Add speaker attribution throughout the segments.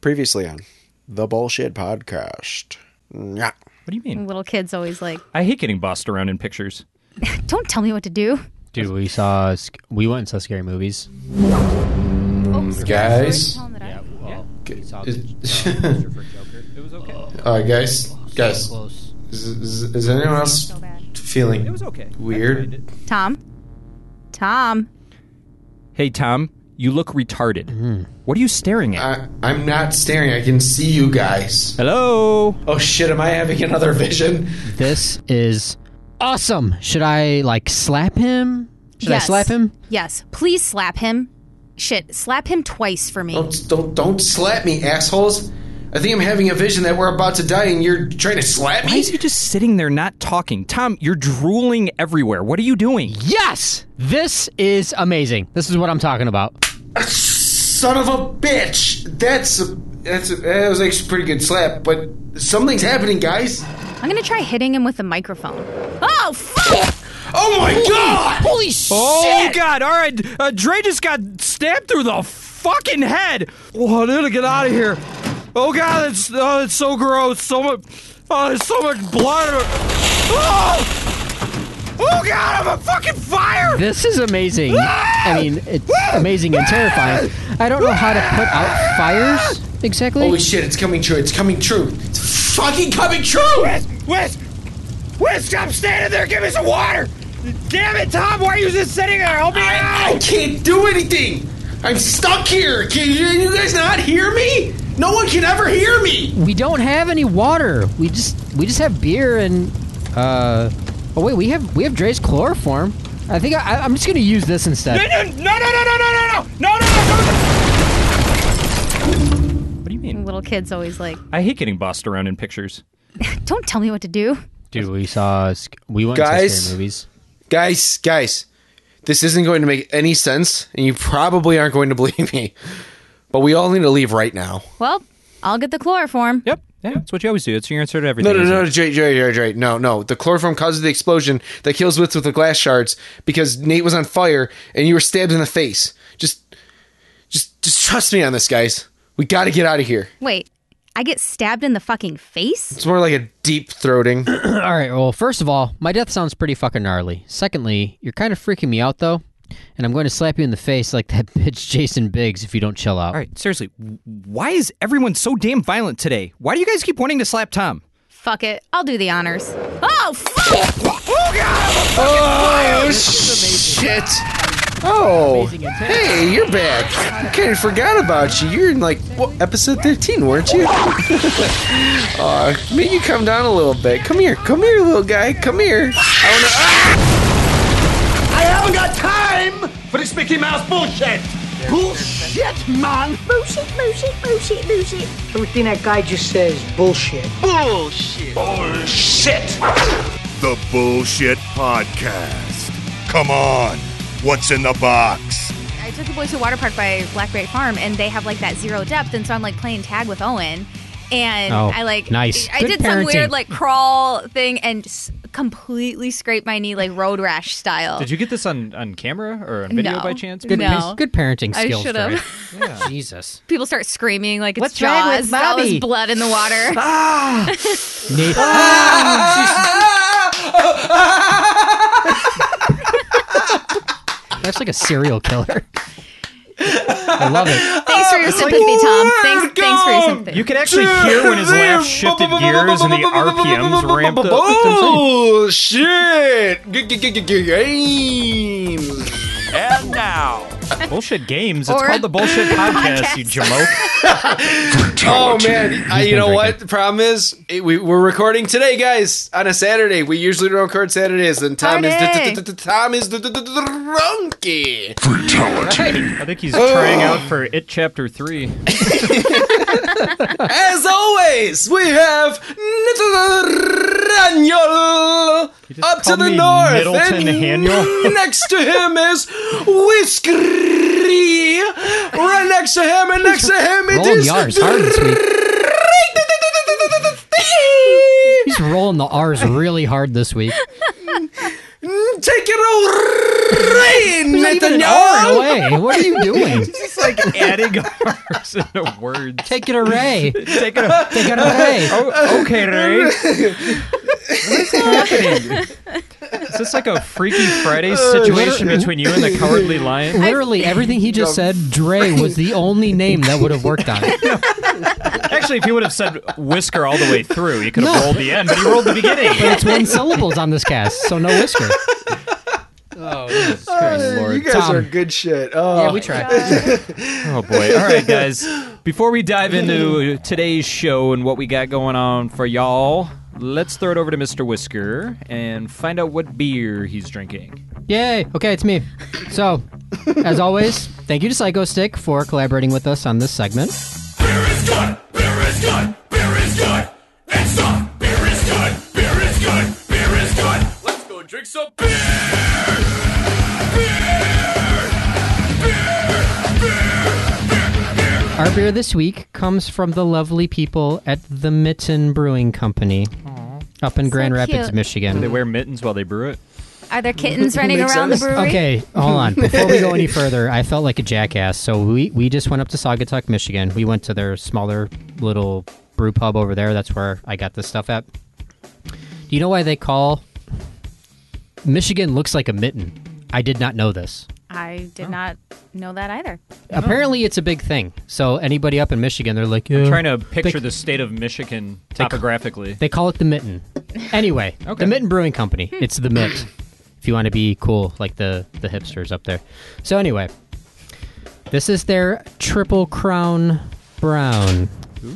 Speaker 1: Previously on the Bullshit Podcast. Yeah.
Speaker 2: What do you mean?
Speaker 3: Little kids always like,
Speaker 2: I hate getting bossed around in pictures.
Speaker 3: don't tell me what to do.
Speaker 4: Dude, we saw sc- we went and saw scary movies.
Speaker 5: Mm, Guys,
Speaker 3: Yeah.
Speaker 4: Well, we saw
Speaker 5: Is-
Speaker 4: the- for Joker.
Speaker 2: It was okay.
Speaker 5: uh, guys, guys,
Speaker 4: Close.
Speaker 5: is, is, is anyone else
Speaker 3: So bad.
Speaker 2: It
Speaker 5: feeling
Speaker 2: was okay.
Speaker 5: Weird.
Speaker 2: I enjoyed it.
Speaker 3: Tom, Tom,
Speaker 2: Hey Tom, you look retarded. What are you staring at?
Speaker 5: I, I'm not staring. I can see you guys.
Speaker 2: Hello.
Speaker 5: Oh shit! Am I having another vision?
Speaker 4: This is awesome. Should I like slap him? Should
Speaker 3: Yes.
Speaker 4: I slap him?
Speaker 3: yes, please slap him. Shit, slap him twice for me.
Speaker 5: Don't don't don't slap me, assholes! I think I'm having a vision that we're about to die, and you're trying to slap
Speaker 2: Why
Speaker 5: me.
Speaker 2: is he just sitting there not talking? Tom, you're drooling everywhere. What are you doing?
Speaker 4: Yes. This is amazing. This is what I'm talking about.
Speaker 5: Son of a bitch! That's a, that's a, that was actually a pretty good slap, but something's happening, guys.
Speaker 3: I'm gonna try hitting him with the microphone. Oh fuck!
Speaker 5: Oh my god!
Speaker 4: Holy
Speaker 2: Oh
Speaker 4: shit!
Speaker 2: God! All right, uh, Dre just got stabbed through the fucking head. Oh, dude, get out of here! Oh God, it's oh, it's so gross. So much, oh, there's so much blood. Oh, oh God, I'm a fucking fire.
Speaker 4: This is amazing. I mean, it's amazing and terrifying. I don't know how to put out fires exactly.
Speaker 5: Holy shit! It's coming true! It's coming true! It's fucking coming true!
Speaker 2: Wes, Wes, Wes, stop standing there. Give me some water. Damn it, Tom, why are you just sitting there? Help me
Speaker 5: I, I can't do anything. I'm stuck here. Can you, you guys not hear me? No one can ever hear me.
Speaker 4: we don't have any water. We just we just have beer and uh oh wait, we have we have Dre's chloroform. I think I, I'm just gonna use this instead.
Speaker 2: No, no, no, no, no, no, no, no, no, no. What do you mean?
Speaker 3: Little kids always like,
Speaker 2: I hate getting bossed around in pictures.
Speaker 3: don't tell me what to do.
Speaker 4: Dude, we saw sc- we went to
Speaker 5: Guys?
Speaker 4: scary movies.
Speaker 5: Guys, guys, this isn't going to make any sense, and you probably aren't going to believe me. But we all need to leave right now.
Speaker 3: Well, I'll get the chloroform.
Speaker 2: Yep. Yeah, that's what you always do. It's your answer to
Speaker 5: No,
Speaker 2: everything.
Speaker 5: no,
Speaker 2: isn't
Speaker 5: no,
Speaker 2: it?
Speaker 5: no, Jay, Jay, Jay, Jay. No, no. The chloroform causes the explosion that kills Wits with the glass shards because Nate was on fire and you were stabbed in the face. Just, just, just trust me on this, guys. We got to get out of here.
Speaker 3: Wait, I get stabbed in the fucking face?
Speaker 5: It's more like a deep throating.
Speaker 4: All right. Well, first of all, my death sounds pretty fucking gnarly. Secondly, you're kind of freaking me out though, and I'm going to slap you in the face like that bitch Jason Biggs if you don't chill out.
Speaker 2: All right, seriously, w- why is everyone so damn violent today? Why do you guys keep wanting to slap Tom?
Speaker 3: Fuck it, I'll do the honors. Oh fuck!
Speaker 5: Oh shit! Oh, hey, you're back. I kind of forgot about you. You're in like what, episode 13, weren't you? uh, made you come down a little bit. Come here, come here, little guy. Come here. I wanna. Ah!
Speaker 6: I haven't got time for this Mickey Mouse bullshit. Bullshit, man.
Speaker 7: Bullshit, bullshit, bullshit, bullshit. Everything that guy just says, bullshit.
Speaker 6: Bullshit. Bullshit.
Speaker 8: The Bullshit Podcast. Come on, what's in the box?
Speaker 3: I took the boys to a water park by Blackberry Farm, and they have like that zero depth, and so I'm like playing tag with Owen, and
Speaker 4: Oh,
Speaker 3: I like
Speaker 4: nice.
Speaker 3: I
Speaker 4: Good
Speaker 3: did some weird
Speaker 4: parenting.
Speaker 3: like crawl thing and s- completely scraped my knee like road rash style.
Speaker 9: Did you get this on, on camera or on
Speaker 3: No.
Speaker 9: video by chance?
Speaker 3: Good-
Speaker 4: Par-
Speaker 3: No.
Speaker 4: Good parenting
Speaker 3: I
Speaker 4: skills.
Speaker 3: should have.
Speaker 4: Dre. Jesus.
Speaker 3: People start screaming like it's
Speaker 4: What's wrong
Speaker 3: Jaws.
Speaker 4: with
Speaker 3: That was
Speaker 4: Bobby?
Speaker 3: blood in the water.
Speaker 4: Nate- That's like a serial killer. I love it.
Speaker 3: thanks for your sympathy, Tom. Thanks, thanks for your sympathy.
Speaker 9: You could actually hear when his laugh shifted gears and the RPMs ramped up.
Speaker 5: Oh shit! G- g- g- g- Games.
Speaker 9: And now, bullshit games. It's
Speaker 3: Or-
Speaker 9: called the bullshit podcast. You jamoke.
Speaker 5: Oh man, I, you know what? The problem is it, we, we're recording today, guys, on a Saturday. We usually don't record Saturdays, and Tom
Speaker 3: Party.
Speaker 5: is d- d- d- d- Tom is d- d- d- drunky.
Speaker 9: I think he's trying out for it chapter three.
Speaker 5: As always, we have Nathaniel up to
Speaker 9: called
Speaker 5: the
Speaker 9: me
Speaker 5: north, eh?
Speaker 9: Middleton
Speaker 5: and
Speaker 9: Haniel?
Speaker 5: next to him is Whiskery. Right next to him, and next to him it
Speaker 4: Rolling
Speaker 5: is
Speaker 4: the R's hard this week. He's rolling the R's really hard this week.
Speaker 5: Take it away,
Speaker 4: Leave it an R
Speaker 5: Nathaniel.
Speaker 4: away. What are you doing?
Speaker 2: like adding R's into words.
Speaker 4: Take it array.
Speaker 2: Take a,
Speaker 4: Take it array.
Speaker 2: oh, okay, Ray. what is happening? Is this like a Freaky Friday
Speaker 5: Uh,
Speaker 2: situation between you and the Cowardly Lion?
Speaker 4: Literally everything he just said, Dre was the only name that would have worked on it.
Speaker 2: Actually, if he would have said whisker all the way through, he could have rolled the end, but he rolled the beginning.
Speaker 4: But it's one syllables on this cast, so no whisker. Oh, Jesus Christ, Lord.
Speaker 10: you guys
Speaker 4: Tom.
Speaker 10: are good shit. Oh,
Speaker 4: Yeah, we try.
Speaker 2: Oh boy! All right, guys. Before we dive into today's show and what we got going on for y'all, let's throw it over to Mr. Whisker and find out what beer he's drinking.
Speaker 4: Yay. Okay, it's me. So, as always, thank you to Psycho Stick for collaborating with us on this segment.
Speaker 11: Beer is good. Beer is good. Beer is good. And some beer is good. Beer is good. Beer is good. Let's go drink some beer.
Speaker 4: Our beer this week comes from the lovely people at the Mitten Brewing Company up in Grand
Speaker 3: cute.
Speaker 4: Rapids, Michigan.
Speaker 2: They wear mittens while they brew it.
Speaker 3: Are there kittens running
Speaker 10: Makes
Speaker 3: around the
Speaker 10: sense.
Speaker 3: brewery?
Speaker 4: Okay, hold on. Before we go any further, I felt like a jackass. So we, we just went up to Saugatuck, Michigan. We went to their smaller little brew pub over there. That's where I got this stuff at. Do you know why they call Michigan looks like a mitten? I did not know this.
Speaker 3: I did not know that either.
Speaker 4: Apparently, it's a big thing. So anybody up in Michigan, they're like, "Yeah."
Speaker 2: Trying to picture
Speaker 4: Mm. They-
Speaker 2: the state of Michigan topographically.
Speaker 4: They call it the Mitten. Anyway, the Mitten Brewing Company.
Speaker 2: Hmm.
Speaker 4: It's the Mitt. If you want to be cool, like the the hipsters up there. So anyway, this is their Triple Crown Brown.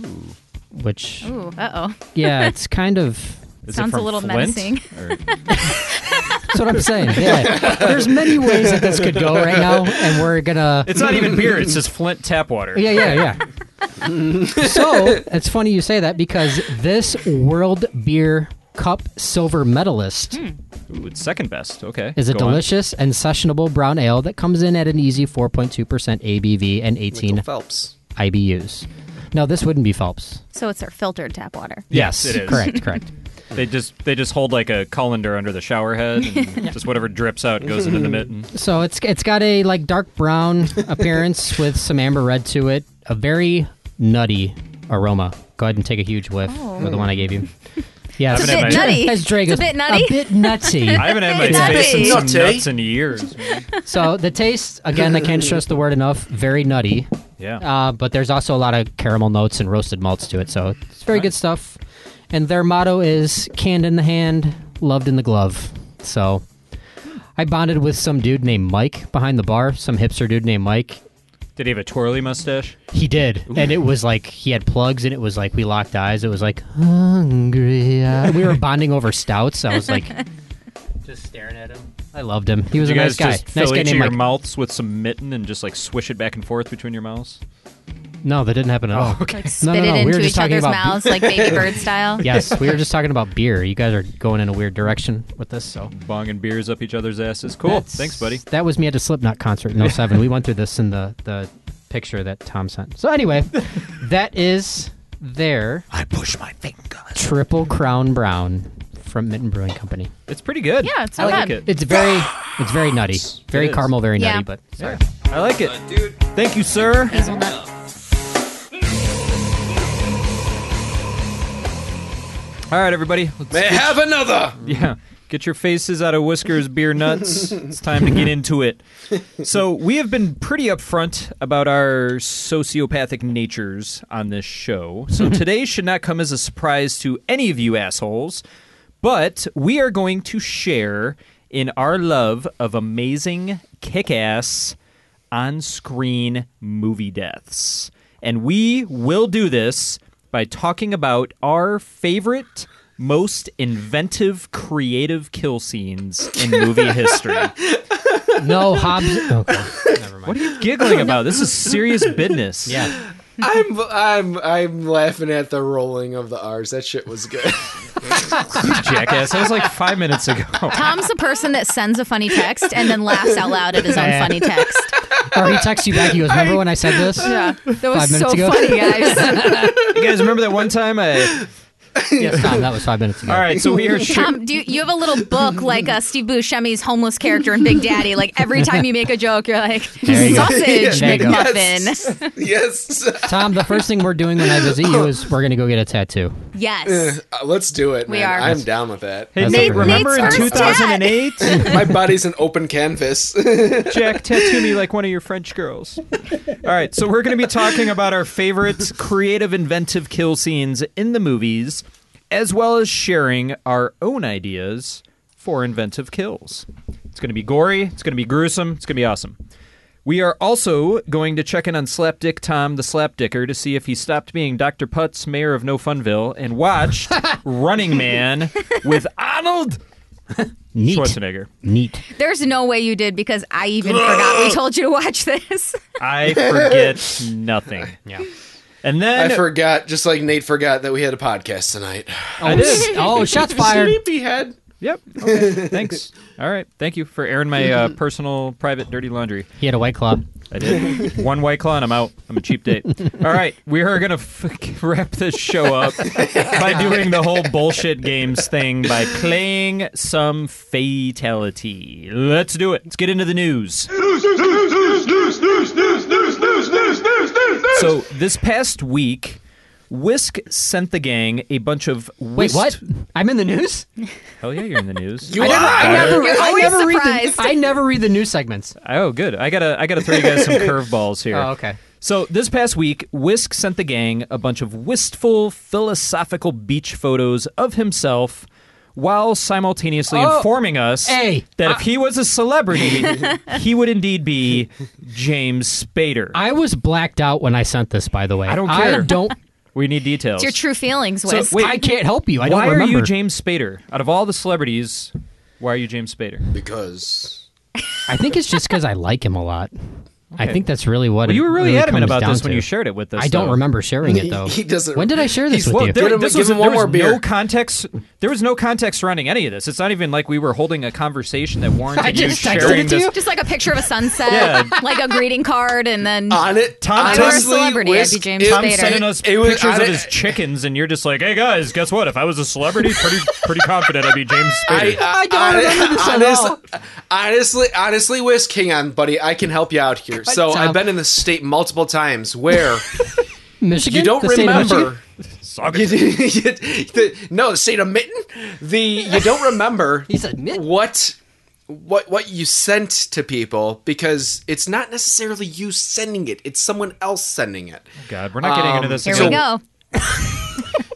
Speaker 4: Which
Speaker 3: Ooh, uh oh.
Speaker 4: yeah, it's kind of
Speaker 2: Is it
Speaker 3: Sounds a
Speaker 2: from
Speaker 3: little
Speaker 2: Flint?
Speaker 3: menacing.
Speaker 2: Or-
Speaker 4: that's what I'm saying. Yeah, there's many ways that this could go right now, and we're gonna.
Speaker 2: It's not even beer. It's just Flint tap water.
Speaker 4: Yeah, yeah, yeah. so it's funny you say that because this World Beer Cup silver medalist
Speaker 2: Hmm. Ooh, it's second best. Okay.
Speaker 4: is a
Speaker 2: go on.
Speaker 4: delicious and sessionable brown ale that comes in at an easy 4.2% ABV and 18
Speaker 10: Phelps.
Speaker 4: IBUs. No, this wouldn't be Phelps.
Speaker 3: So it's our filtered tap water.
Speaker 2: Yes, it is.
Speaker 4: Correct, correct.
Speaker 2: They just they just hold like a colander under the shower head, and just whatever drips out goes into the mitten.
Speaker 4: So it's it's got a like dark brown appearance with some amber red to it. A very nutty aroma. Go ahead and take a huge whiff
Speaker 3: Oh.
Speaker 4: with the one I gave you. Yeah,
Speaker 2: It's a bit
Speaker 3: nutty.
Speaker 4: As Drago
Speaker 3: It's a bit nutty.
Speaker 4: A bit nutsy.
Speaker 2: I haven't had my
Speaker 3: Nutty.
Speaker 2: face in some
Speaker 10: Nutty.
Speaker 2: nuts in years. man.
Speaker 4: so the taste, again, I can't stress the word enough. Very nutty.
Speaker 2: Yeah.
Speaker 4: Uh, but there's also a lot of caramel notes and roasted malts to it, so it's very good stuff. And their motto is "canned in the hand, loved in the glove." So I bonded with some dude named Mike behind the bar, some hipster dude named Mike.
Speaker 2: Did he have a twirly mustache?
Speaker 4: He did, and it was like he had plugs, and it was like we locked eyes. It was like hungry. eye." we were bonding over stouts. I was like just staring at him. I loved him. He was
Speaker 2: you
Speaker 4: a
Speaker 2: guys
Speaker 4: nice guy.
Speaker 2: just
Speaker 4: Nice
Speaker 2: fill
Speaker 4: guy
Speaker 2: each of
Speaker 4: named
Speaker 2: your
Speaker 4: Mike.
Speaker 2: mouths with some mitten and just like swish it back and forth between your mouths?
Speaker 4: no, that didn't
Speaker 2: Oh,
Speaker 4: happen at all.
Speaker 3: Like
Speaker 4: No,
Speaker 3: spit
Speaker 4: no, no,
Speaker 3: it
Speaker 4: we were
Speaker 3: into
Speaker 4: just
Speaker 3: each
Speaker 4: talking
Speaker 3: other's
Speaker 4: about beer.
Speaker 3: mouths like baby bird style.
Speaker 4: yes, we were just talking about beer. You guys are going in a weird direction with this, so.
Speaker 2: Bong and beers up each other's asses. Cool.
Speaker 4: That's-
Speaker 2: Thanks, buddy.
Speaker 4: That was me at a Slipknot concert in 07. we went through this in the, the picture that Tom sent. So anyway, that is their
Speaker 2: I push my finger.
Speaker 4: Triple Crown Brown from Mitten Brewing Company.
Speaker 2: It's pretty good.
Speaker 3: Yeah, it's
Speaker 2: I
Speaker 3: not
Speaker 2: like
Speaker 3: bad.
Speaker 2: it.
Speaker 4: It's very it's very nutty. Very
Speaker 2: is.
Speaker 4: caramel, very
Speaker 3: Yeah.
Speaker 4: nutty, but sorry.
Speaker 2: I like it. Thank you, sir.
Speaker 3: Hazelnut.
Speaker 2: All right, everybody. Let's
Speaker 10: May I have another.
Speaker 2: Yeah. Get your faces out of whiskers, beer nuts. it's time to get into it. So, we have been pretty upfront about our sociopathic natures on this show. So, today should not come as a surprise to any of you assholes, but we are going to share in our love of amazing, kick ass, on screen movie deaths. And we will do this by talking about our favorite, most inventive, creative kill scenes in movie history.
Speaker 4: No Hobbs okay. Never mind.
Speaker 2: What are you giggling about? This is serious business.
Speaker 4: Yeah.
Speaker 10: I'm I'm I'm laughing at the rolling of the R's. That shit was good.
Speaker 2: You jackass. That was like five minutes ago.
Speaker 3: Tom's the person that sends a funny text and then laughs out loud at his own
Speaker 4: Yeah.
Speaker 3: funny text.
Speaker 4: Or he texts you back, he goes, Remember when I said this?
Speaker 3: Yeah, that
Speaker 4: Five
Speaker 3: was so
Speaker 4: minutes ago.
Speaker 3: funny, guys.
Speaker 2: You guys remember that one time I
Speaker 4: Yes, Tom, that was five minutes ago.
Speaker 2: All right, so we are sure.
Speaker 3: Tom, Um, do you, you have a little book like uh, Steve Buscemi's homeless character in Big Daddy? Like every time you make a joke, you're like
Speaker 4: There you go.
Speaker 3: sausage
Speaker 4: There you go.
Speaker 3: McMuffin.
Speaker 10: Yes. yes. Uh,
Speaker 4: Tom, the first thing we're doing when I visit you is we're going to go get a tattoo.
Speaker 3: Yes.
Speaker 10: Uh, let's do it.
Speaker 3: We
Speaker 10: man.
Speaker 3: are.
Speaker 10: I'm down with that.
Speaker 2: Hey,
Speaker 4: That's
Speaker 2: Nate,
Speaker 4: over.
Speaker 2: remember in
Speaker 3: Nate's first dad.
Speaker 2: 2008?
Speaker 10: My body's an open canvas.
Speaker 2: Jack, tattoo me like one of your French girls. All right, so we're going to be talking about our favorite creative, inventive kill scenes in the movies, as well as sharing our own ideas for inventive kills. It's going to be gory, it's going to be gruesome, it's going to be awesome. We are also going to check in on Slapdick Tom the Slapdicker to see if he stopped being Dr. Putz, mayor of No Funville, and watched Running Man with Arnold
Speaker 4: Neat.
Speaker 2: Schwarzenegger.
Speaker 4: Neat.
Speaker 3: There's no way you did because I even forgot we told you to watch this.
Speaker 2: I forget nothing.
Speaker 4: Yeah.
Speaker 2: And then
Speaker 10: I forgot, just like Nate forgot that we had a podcast tonight.
Speaker 2: I did.
Speaker 4: Oh, shots fired.
Speaker 10: Sleepyhead.
Speaker 2: Yep. Okay. Thanks. All right. Thank you for airing my uh, personal, private, dirty laundry.
Speaker 4: He had a white club.
Speaker 2: I did one white claw and I'm out. I'm a cheap date. All right, we are gonna f- wrap this show up by doing the whole bullshit games thing by playing some fatality. Let's do it. Let's get into the news. So this past week, Whisk sent the gang a bunch of
Speaker 4: Wait,
Speaker 2: whisked-
Speaker 4: what? I'm in the news?
Speaker 2: Hell yeah, you're in the news.
Speaker 10: You are.
Speaker 4: never,
Speaker 3: You're always
Speaker 4: read
Speaker 3: surprised.
Speaker 4: the, I never read the news segments.
Speaker 2: Oh, good. I gotta I gotta throw you guys some curveballs here.
Speaker 4: Oh, okay.
Speaker 2: So this past week, Whisk sent the gang a bunch of wistful, philosophical beach photos of himself. While simultaneously
Speaker 4: Oh,
Speaker 2: informing us
Speaker 4: hey,
Speaker 2: that
Speaker 4: I-
Speaker 2: if he was a celebrity, he would indeed be James Spader.
Speaker 4: I was blacked out when I sent this, by the way.
Speaker 2: I don't care.
Speaker 4: I don't.
Speaker 2: we need details.
Speaker 3: It's your true feelings,
Speaker 2: So,
Speaker 3: Wiz.
Speaker 2: wait,
Speaker 4: I can't help you. I don't
Speaker 2: why
Speaker 4: remember.
Speaker 2: are you James Spader? Out of all the celebrities, why are you James Spader?
Speaker 10: Because
Speaker 4: I think it's just because I like him a lot. I think that's really what.
Speaker 2: Well,
Speaker 4: it
Speaker 2: you were really, adamant
Speaker 4: comes
Speaker 2: about
Speaker 4: down
Speaker 2: this when
Speaker 4: to.
Speaker 2: you shared it with us.
Speaker 4: I don't
Speaker 2: though.
Speaker 4: remember sharing it though.
Speaker 10: he doesn't.
Speaker 4: When did I share this
Speaker 10: He's-
Speaker 4: with
Speaker 2: Well,
Speaker 4: you?
Speaker 2: there,
Speaker 10: Give him-
Speaker 2: this
Speaker 10: give
Speaker 2: was,
Speaker 10: him
Speaker 2: there
Speaker 10: one
Speaker 2: was
Speaker 10: more beer.
Speaker 2: no context. There was no context surrounding any of this. It's not even like we were holding a conversation that warranted
Speaker 4: I
Speaker 2: you
Speaker 4: just texted
Speaker 2: sharing
Speaker 4: it to
Speaker 2: this.
Speaker 4: you?
Speaker 3: Just like a picture of a sunset,
Speaker 2: Yeah.
Speaker 3: like a greeting card, and then
Speaker 10: on it?
Speaker 2: Tom
Speaker 10: honestly,
Speaker 2: Tom-
Speaker 3: celebrity, I'd be
Speaker 10: Whisk,
Speaker 3: James
Speaker 10: it-
Speaker 2: Tom
Speaker 3: Spader.
Speaker 2: sending us
Speaker 10: it was-
Speaker 2: pictures
Speaker 10: I-
Speaker 2: of his chickens, and you're just like, "Hey guys, guess what? If I was a celebrity, pretty pretty confident I'd be James Spader."
Speaker 10: I don't remember this Honestly, honestly, Whisk, hang on, buddy. I can help you out here. So
Speaker 4: Tom.
Speaker 10: I've been in this state multiple times where
Speaker 4: Michigan.
Speaker 10: you don't
Speaker 4: The state of Michigan?
Speaker 10: remember.
Speaker 2: Suck
Speaker 10: You-
Speaker 2: it.
Speaker 10: you- the, no, the state of mitten. The you don't remember.
Speaker 4: He said mitten.
Speaker 10: what what what you sent to people because it's not necessarily you sending it. It's someone else sending it.
Speaker 2: God, we're not getting into this.
Speaker 3: here
Speaker 2: again.
Speaker 3: we go.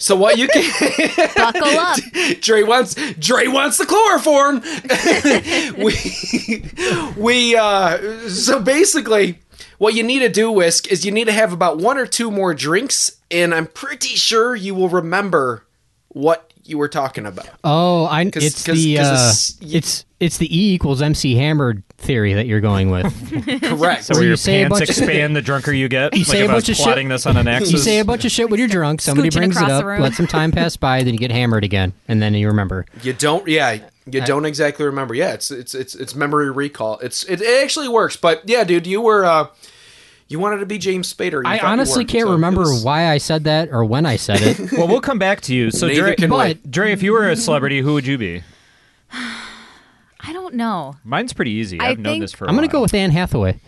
Speaker 10: So what you can
Speaker 3: Buckle up.
Speaker 10: Dre wants Dre wants the chloroform. we we uh so basically what you need to do whisk is you need to have about one or two more drinks and I'm pretty sure you will remember what you were talking about.
Speaker 4: Oh, I. it's
Speaker 10: 'cause-
Speaker 4: the.
Speaker 10: 'cause
Speaker 4: uh,
Speaker 10: it's-
Speaker 4: it's it's the E equals MC hammered theory that you're going with.
Speaker 10: Correct.
Speaker 2: So where
Speaker 4: you
Speaker 2: your
Speaker 4: say a
Speaker 2: pants
Speaker 4: bunch of-
Speaker 2: expand the drunker you get. like
Speaker 4: say
Speaker 2: if
Speaker 4: a
Speaker 2: I was
Speaker 4: bunch of shit.
Speaker 2: plotting this on an axis.
Speaker 4: you say a bunch of shit when you're drunk. Somebody
Speaker 3: Scooching
Speaker 4: brings it
Speaker 3: across the
Speaker 4: up.
Speaker 3: room.
Speaker 4: Let some time pass by. Then you get hammered again, and then you remember.
Speaker 10: You don't, yeah, you don't exactly remember. Yeah, it's it's it's it's memory recall. It's it, it actually works, but yeah, dude, you were uh you wanted to be James Spader. and you
Speaker 4: I
Speaker 10: thought you
Speaker 4: honestly
Speaker 10: weren't,
Speaker 4: can't
Speaker 10: so it
Speaker 4: remember
Speaker 10: was-
Speaker 4: why I said that or when I said it.
Speaker 2: well, we'll come back to you. So,
Speaker 10: Neither
Speaker 2: Dre,
Speaker 10: can
Speaker 4: but-
Speaker 10: we.
Speaker 2: Dre, if you were a celebrity, who would you be?
Speaker 3: I don't know.
Speaker 2: Mine's pretty easy.
Speaker 3: I
Speaker 2: I've known
Speaker 3: think-
Speaker 2: this for. i
Speaker 4: I'm gonna go with Anne Hathaway.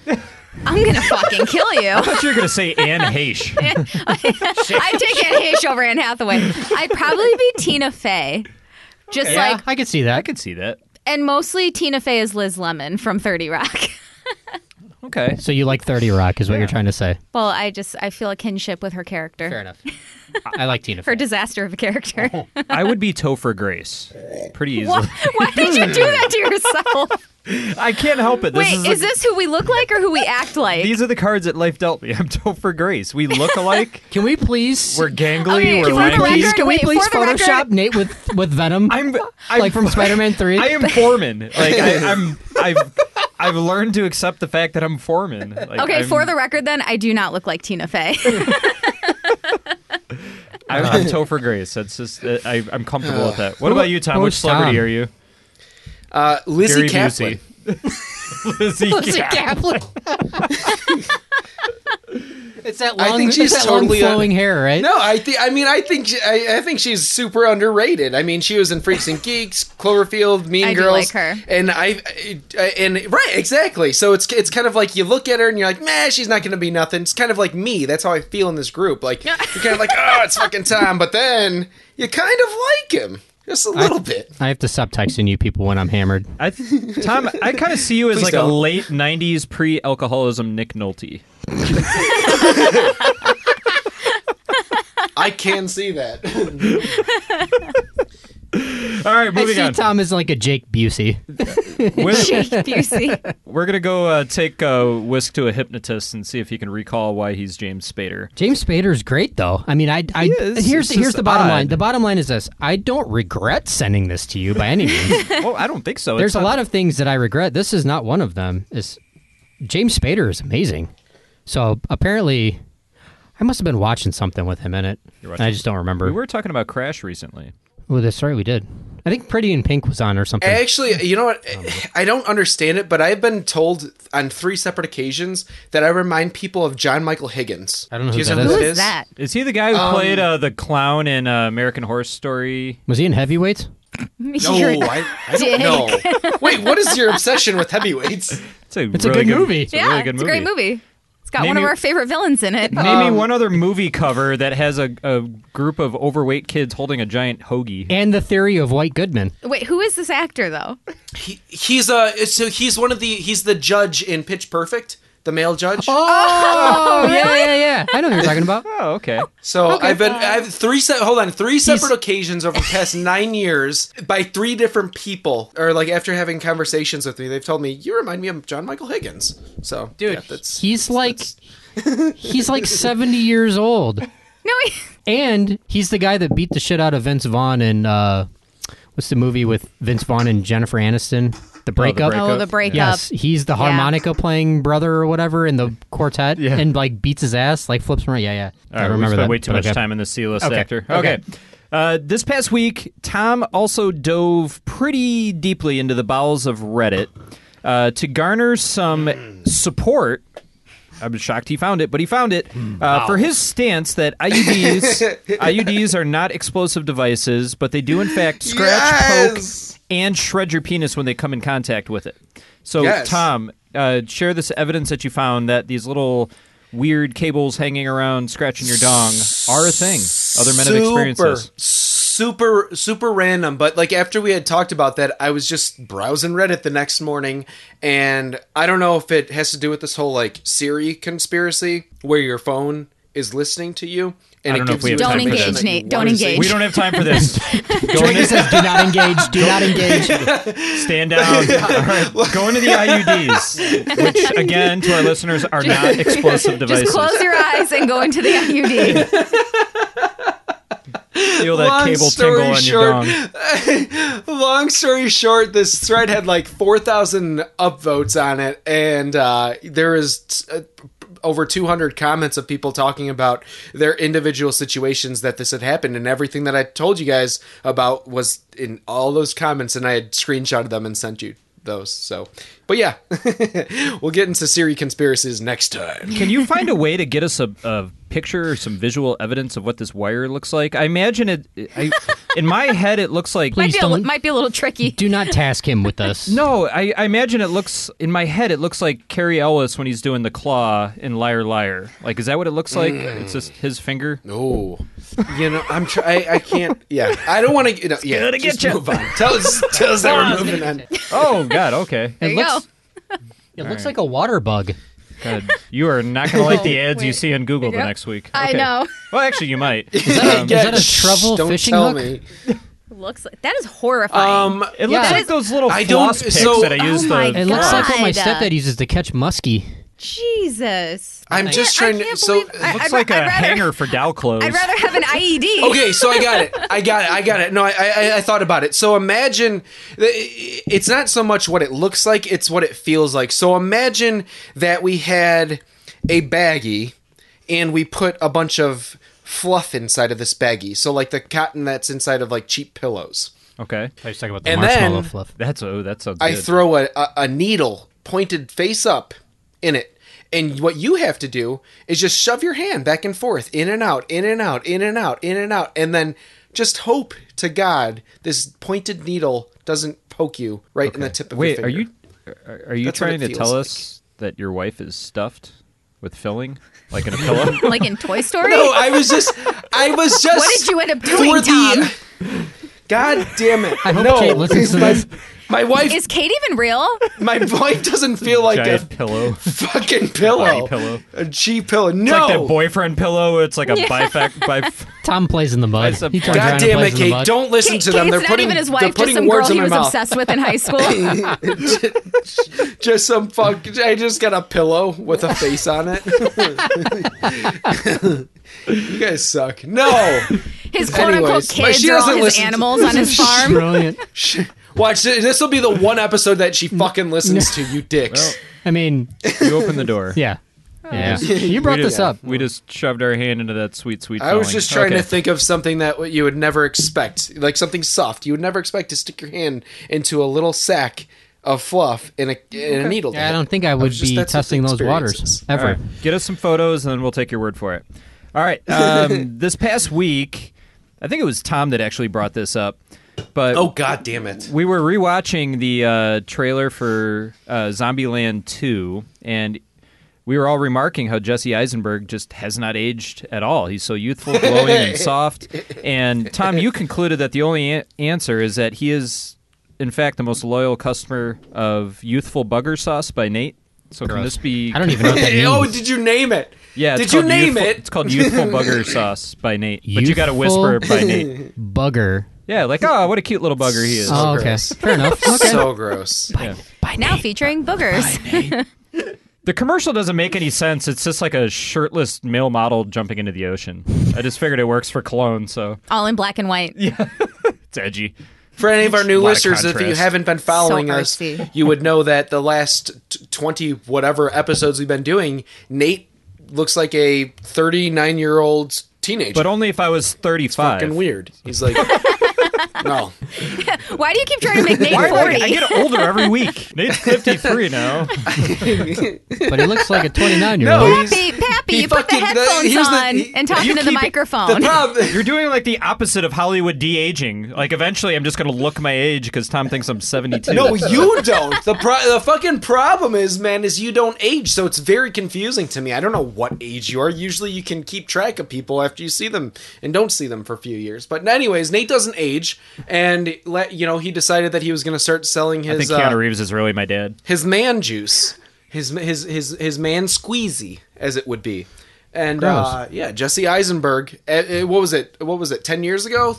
Speaker 3: I'm gonna fucking kill you.
Speaker 2: I thought you were gonna say Anne Heche.
Speaker 3: I'd take Anne Heche over Anne Hathaway. I'd probably be Tina Fey. Just like,
Speaker 4: I could see that.
Speaker 2: I could see that.
Speaker 3: and mostly Tina Fey is Liz Lemon from 30 Rock.
Speaker 2: Okay.
Speaker 4: So you like 30 Rock is what you're trying to say.
Speaker 3: well, I just, I feel a kinship with her character.
Speaker 4: enough. I like Tina.
Speaker 3: Her disaster of a character.
Speaker 2: I would be Topher Grace. Pretty
Speaker 3: why,
Speaker 2: easily.
Speaker 3: why did you do that to yourself?
Speaker 2: I can't help it. This
Speaker 3: Wait,
Speaker 2: is,
Speaker 3: is this who we look like or who we act like?
Speaker 2: These are the cards that life dealt me. I'm Topher Grace. We look alike.
Speaker 4: Can we please?
Speaker 2: we're gangly.
Speaker 3: Okay,
Speaker 2: we're
Speaker 3: for
Speaker 2: lanky.
Speaker 3: the
Speaker 4: please
Speaker 3: record-
Speaker 4: can we
Speaker 3: wait,
Speaker 4: please
Speaker 3: for the record-
Speaker 4: Photoshop Nate with with Venom?
Speaker 2: I'm, I'm
Speaker 4: like from Spider-Man Three.
Speaker 2: I am Foreman. Like I, I'm. I've. I've learned to accept the fact that I'm Foreman. Like,
Speaker 3: Okay,
Speaker 2: I'm,
Speaker 3: for the record, then I do not look like Tina Fey.
Speaker 2: I'm, I'm Topher Grace. That's just. Uh, I, I'm comfortable with that. What about you, Tom?
Speaker 4: who's
Speaker 2: Which celebrity
Speaker 4: Tom?
Speaker 2: are you?
Speaker 10: Uh, Lizzie Kaplan.
Speaker 2: Busey. Lizzie
Speaker 4: Lizzie
Speaker 2: Kaplan.
Speaker 4: Kaplan. It's that
Speaker 10: I
Speaker 4: long-
Speaker 10: think
Speaker 4: it's
Speaker 10: she's
Speaker 4: that long
Speaker 10: totally un-
Speaker 4: flowing hair, right?
Speaker 10: No, I think. I mean, I think. she- I, I think she's super underrated. I mean, she was in Freaks and Geeks, Cloverfield, Mean
Speaker 3: I do
Speaker 10: Girls,
Speaker 3: like her.
Speaker 10: and I, I- and right, exactly. So it's it's kind of like you look at her and you're like, man, she's not going to be nothing. It's kind of like me. That's how I feel in this group. Like you're kind of like, oh, it's fucking Tom, but then you kind of like him just a little bit.
Speaker 4: I have to stop texting you people when I'm hammered.
Speaker 2: I th- Tom, I kind of see you as
Speaker 10: Please
Speaker 2: like a
Speaker 10: don't.
Speaker 2: late '90s pre-alcoholism Nick Nolte.
Speaker 10: I can see that.
Speaker 2: All right,
Speaker 4: I
Speaker 2: moving
Speaker 4: see
Speaker 2: on.
Speaker 4: Tom as like a Jake Busey.
Speaker 2: We're,
Speaker 3: Busey.
Speaker 2: we're gonna go uh, take uh, Whisk to a hypnotist and see if he can recall why he's James Spader.
Speaker 4: James Spader's great though. I mean, I, I
Speaker 2: is.
Speaker 4: here's
Speaker 2: It's
Speaker 4: here's
Speaker 2: just
Speaker 4: the bottom
Speaker 2: odd.
Speaker 4: line. The bottom line is this: I don't regret sending this to you by any means.
Speaker 2: Oh, I don't think so.
Speaker 4: There's a lot of things that I regret. This is not one of them. Is James Spader is amazing. So apparently, I must have been watching something with him in it. And I just don't remember.
Speaker 2: We were talking about Crash recently.
Speaker 4: Oh, that's right, we did. I think Pretty in Pink was on or something.
Speaker 10: Actually, you know what? I don't understand it, but I've been told on three separate occasions that I remind people of John Michael Higgins.
Speaker 4: I don't know
Speaker 10: Do
Speaker 4: who
Speaker 10: you
Speaker 4: that
Speaker 10: know
Speaker 4: is.
Speaker 3: Who
Speaker 4: Who
Speaker 3: is that?
Speaker 2: Is he the guy who played uh, the clown in uh, American Horror Story?
Speaker 4: was he in Heavyweights?
Speaker 10: No, I, I don't know. Wait, what is your obsession with heavyweights?
Speaker 2: It's a,
Speaker 4: It's a
Speaker 2: really
Speaker 4: good movie. Um,
Speaker 2: It's a
Speaker 3: yeah,
Speaker 2: really good
Speaker 3: it's
Speaker 2: movie.
Speaker 3: a great movie. It's got
Speaker 2: Name
Speaker 3: one of
Speaker 2: your-
Speaker 3: our favorite villains in it.
Speaker 2: Name me one other movie cover that has a, a group of overweight kids holding a giant hoagie.
Speaker 4: And the theory of White Goodman.
Speaker 3: Wait, who is this actor though?
Speaker 10: He, he's a so he's one of the he's the judge in Pitch Perfect, the male judge.
Speaker 4: Oh, yeah, yeah, yeah. I know who you're talking about.
Speaker 2: Oh, okay.
Speaker 10: So I've been I've three se- hold on three separate occasions over the past nine years by three different people or like after having conversations with me, they've told me you remind me of John Michael Higgins. So
Speaker 4: Dude,
Speaker 10: yeah, that's
Speaker 4: he's like he's like 70 years old.
Speaker 3: No, he,
Speaker 4: And he's the guy that beat the shit out of Vince Vaughn in uh what's the movie with Vince Vaughn and Jennifer Aniston? The breakup.
Speaker 2: Breakup.
Speaker 3: oh, the breakup.
Speaker 4: Yes, he's the harmonica playing brother or whatever in the quartet, and like beats his ass, like flips him around. Yeah, yeah.
Speaker 2: All right,
Speaker 4: I
Speaker 2: Uh, we
Speaker 4: remember
Speaker 2: spent
Speaker 4: that.
Speaker 2: way too
Speaker 4: but
Speaker 2: much
Speaker 4: okay.
Speaker 2: time in the C-list
Speaker 4: Okay.
Speaker 2: actor. Okay.
Speaker 4: Okay.
Speaker 2: Uh, this past week, Tom also dove pretty deeply into the bowels of Reddit uh, to garner some support. I'm shocked he found it, but he found it uh, for his stance that IUDs IUDs are not explosive devices, but they do in fact scratch,
Speaker 10: Yes!
Speaker 2: poke, and shred your penis when they come in contact with it. So,
Speaker 10: Yes.
Speaker 2: Tom, uh, share this evidence that you found that these little weird cables hanging around scratching your dong are a thing. Other men have experienced this.
Speaker 10: Super, super random. But like after we had talked about that, I was just browsing Reddit the next morning, and I don't know if it has to do with this whole like Siri conspiracy where your phone is listening to you and
Speaker 2: I don't
Speaker 10: it
Speaker 2: know if
Speaker 10: gives
Speaker 2: we
Speaker 10: you
Speaker 2: have time
Speaker 3: Don't
Speaker 2: for
Speaker 10: information
Speaker 3: engage,
Speaker 2: that.
Speaker 10: that you
Speaker 3: Nate. Don't
Speaker 10: wanna see.
Speaker 3: engage.
Speaker 2: We don't have time for this. Go
Speaker 4: Drinker
Speaker 2: into,
Speaker 4: says, "Do not engage. Do not engage."
Speaker 2: stand down. All right, go into the IUDs, which again, to our listeners, are not explosive devices.
Speaker 3: Just close your eyes and go into the IUD.
Speaker 2: Feel that
Speaker 10: Long
Speaker 2: cable
Speaker 10: story
Speaker 2: tingle on your
Speaker 10: short,
Speaker 2: dong.
Speaker 10: Long story short, this thread had like 4,000 upvotes on it, and uh, there is uh, over 200 comments of people talking about their individual situations that this had happened, and everything that I told you guys about was in all those comments, and I had screenshotted them and sent you those. So, but yeah, we'll get into Siri conspiracies next time.
Speaker 2: Can you find a way to get us a, a picture or some visual evidence of what this wire looks like? I imagine it. I, in my head, it looks like.
Speaker 3: might,
Speaker 4: Please
Speaker 3: be a,
Speaker 4: don't-
Speaker 3: might be a little tricky.
Speaker 4: Do not task him with this.
Speaker 2: No, I, I imagine it looks in my head. It looks like Carrie Ellis when he's doing the claw in Liar Liar. Like, is that what it looks like? It's just his finger.
Speaker 10: Oh, you know, I'm try- I, I can't, yeah, I don't want to, you know, yeah,
Speaker 2: Gonna get
Speaker 10: just
Speaker 2: ya.
Speaker 10: move on. Tell us, tell us that we're moving on.
Speaker 2: Oh God. Okay.
Speaker 3: There you
Speaker 4: looks-
Speaker 3: go.
Speaker 4: It looks like a water bug.
Speaker 2: God, you are not gonna like the ads you
Speaker 3: wait.
Speaker 2: see on Google the
Speaker 3: Yep.
Speaker 2: next week.
Speaker 3: I
Speaker 2: Okay.
Speaker 3: know.
Speaker 2: Well, actually, you might. Um,
Speaker 4: is that a treble
Speaker 10: don't
Speaker 4: fishing
Speaker 10: tell
Speaker 4: hook?
Speaker 10: me.
Speaker 3: Looks like that is horrifying.
Speaker 10: Um,
Speaker 2: it looks
Speaker 4: Yeah.
Speaker 2: like those little
Speaker 10: I don't-
Speaker 2: floss picks
Speaker 10: so-
Speaker 2: that I used. uh,
Speaker 3: my
Speaker 2: the,
Speaker 4: It looks like what my
Speaker 3: God.
Speaker 4: stepdad uses to catch muskie.
Speaker 3: Jesus.
Speaker 10: I'm just trying
Speaker 3: I
Speaker 10: to.
Speaker 3: can't
Speaker 10: So
Speaker 3: believe- I-
Speaker 2: looks
Speaker 3: I'd-
Speaker 2: like a
Speaker 3: I'd rather-
Speaker 2: hanger for Dow clothes.
Speaker 3: I'd rather have an E IED.
Speaker 10: okay, so I got it. I got it. I got it. No, I, I I thought about it. So imagine it's not so much what it looks like; it's what it feels like. So imagine that we had a baggie, and we put a bunch of fluff inside of this baggie. So like the cotton that's inside of like cheap pillows.
Speaker 2: okay.
Speaker 4: about the
Speaker 10: And
Speaker 4: marshmallow
Speaker 10: then-
Speaker 4: fluff.
Speaker 2: That's oh, that sounds.
Speaker 10: I
Speaker 2: good.
Speaker 10: throw a, a, a needle pointed face up in it. And what you have to do is just shove your hand back and forth, in and out, in and out, in and out, in and out, and then just hope to God this pointed needle doesn't poke you right in the tip of
Speaker 2: Wait,
Speaker 10: your
Speaker 2: are
Speaker 10: finger.
Speaker 2: you are, are you
Speaker 10: That's what
Speaker 2: trying
Speaker 10: it
Speaker 2: to tell
Speaker 10: feels
Speaker 2: us that your wife is stuffed with filling, like in a pillow?
Speaker 3: like in Toy Story.
Speaker 10: No, I was just, I was just.
Speaker 3: What did you end up doing,
Speaker 10: for
Speaker 3: Tom?
Speaker 10: the. God damn it!
Speaker 4: I hope
Speaker 10: no,
Speaker 4: Kate listens to
Speaker 10: my,
Speaker 4: this.
Speaker 10: my wife,
Speaker 3: Is Kate even real?
Speaker 10: my wife doesn't feel like
Speaker 2: Giant
Speaker 10: a
Speaker 2: pillow.
Speaker 10: fucking pillow.
Speaker 2: Party pillow.
Speaker 10: A G pillow. No.
Speaker 2: It's like that boyfriend pillow. It's like a bifac. Bif-
Speaker 4: Tom plays in the mud.
Speaker 2: That's a-
Speaker 4: He turns
Speaker 2: God
Speaker 4: around and
Speaker 10: God damn
Speaker 4: plays in
Speaker 10: it,
Speaker 4: the
Speaker 10: Kate!
Speaker 4: mud.
Speaker 10: Don't listen
Speaker 3: Kate,
Speaker 10: to them.
Speaker 3: Kate's
Speaker 10: They're
Speaker 3: not
Speaker 10: putting
Speaker 3: even his
Speaker 10: they're
Speaker 3: wife, just
Speaker 10: putting
Speaker 3: some
Speaker 10: words
Speaker 3: girl
Speaker 10: in
Speaker 3: he
Speaker 10: my
Speaker 3: was
Speaker 10: mouth.
Speaker 3: obsessed with in high school.
Speaker 10: just some fuck. I just got a pillow with a face on it. you guys suck. No,
Speaker 3: His quote unquote
Speaker 10: Anyways, but
Speaker 3: kids
Speaker 10: she
Speaker 3: are all
Speaker 10: doesn't
Speaker 3: his
Speaker 10: listen to-
Speaker 3: animals on his farm.
Speaker 4: Brilliant.
Speaker 10: watch thi- this. Will be the one episode that she fucking listens to. You dicks.
Speaker 4: I mean,
Speaker 2: you open the door.
Speaker 4: yeah. Yeah. You brought
Speaker 2: We
Speaker 4: this
Speaker 2: just-
Speaker 4: up.
Speaker 2: We just shoved our hand into that sweet, sweet.
Speaker 10: I was
Speaker 2: filling.
Speaker 10: just trying
Speaker 2: Okay.
Speaker 10: to think of something that w- you would never expect, like something soft. You would never expect to stick your hand into a little sack of fluff in a in a needle.
Speaker 4: I don't think I would
Speaker 10: was just-
Speaker 4: be
Speaker 10: that's what the
Speaker 4: testing those
Speaker 10: experience
Speaker 4: waters
Speaker 10: is.
Speaker 2: All
Speaker 4: ever.
Speaker 2: right, get us some photos, and then we'll take your word for it. All right. Um, this past week, I think it was Tom that actually brought this up, but
Speaker 10: Oh god damn it!
Speaker 2: we were rewatching the uh, trailer for uh, Zombieland 2, and we were all remarking how Jesse Eisenberg just has not aged at all. He's so youthful, glowing, and soft. And Tom, you concluded that the only a- answer is that he is, in fact, the most loyal customer of Youthful Bugger Sauce by Nate. So can this be?
Speaker 4: I don't even know what that means.
Speaker 10: oh, did you name it?
Speaker 2: Yeah, it's
Speaker 10: did you
Speaker 2: called
Speaker 10: name
Speaker 2: Youthful-
Speaker 10: it?
Speaker 2: It's called Youthful Bugger Sauce by Nate, but you got to whisper
Speaker 4: Youthful-
Speaker 2: by Nate.
Speaker 4: Bugger.
Speaker 2: Yeah, like oh, what a cute little bugger he is.
Speaker 4: Oh, okay.
Speaker 10: gross.
Speaker 4: Fair enough. Okay.
Speaker 10: So gross.
Speaker 3: Now featuring boogers.
Speaker 2: The commercial doesn't make any sense. It's just like a shirtless male model jumping into the ocean. I just figured it works for cologne, so
Speaker 3: All in black and white.
Speaker 2: it's edgy.
Speaker 10: For any of our new
Speaker 2: Lot of
Speaker 10: listeners, if you
Speaker 2: contrast.
Speaker 10: haven't been following
Speaker 3: So
Speaker 10: us,
Speaker 3: artsy.
Speaker 10: you would know that the last t- 20 whatever episodes we've been doing, Nate looks like a 39 year old teenager.
Speaker 2: But only if I was 35.
Speaker 10: fucking weird. He's like, no.
Speaker 3: Why do you keep trying to make Nate
Speaker 2: Why- why- I
Speaker 3: 40?
Speaker 2: get older every week. Nate's 53 now.
Speaker 4: But he looks like a 29 year
Speaker 10: No,
Speaker 4: old.
Speaker 10: he's-
Speaker 3: Pappy, Pappy,
Speaker 10: he
Speaker 3: you put the
Speaker 10: fucking- the-
Speaker 3: headphones
Speaker 10: here's the-
Speaker 3: on
Speaker 10: he-
Speaker 3: and talking
Speaker 2: you
Speaker 3: to
Speaker 2: keep
Speaker 3: the
Speaker 2: it-
Speaker 10: The
Speaker 3: microphone.
Speaker 10: problem.
Speaker 2: You're doing like the opposite of Hollywood de-aging. Like eventually I'm just going to look my age because Tom thinks I'm 72.
Speaker 10: No, you don't. The pro- the fucking problem is, man, is you don't age, so it's very confusing to me. I don't know what age you are. Usually, you can keep track of people after you see them and don't see them for a few years. But anyways, Nate doesn't age, and let you know he decided that he was going to start selling
Speaker 2: I think
Speaker 10: his
Speaker 2: Keanu
Speaker 10: uh,
Speaker 2: Reeves is really my dad.
Speaker 10: his man juice, his his his his man squeezy, as it would be. And uh, yeah, Jesse Eisenberg. eh, eh, what was it? What was it? Ten years ago.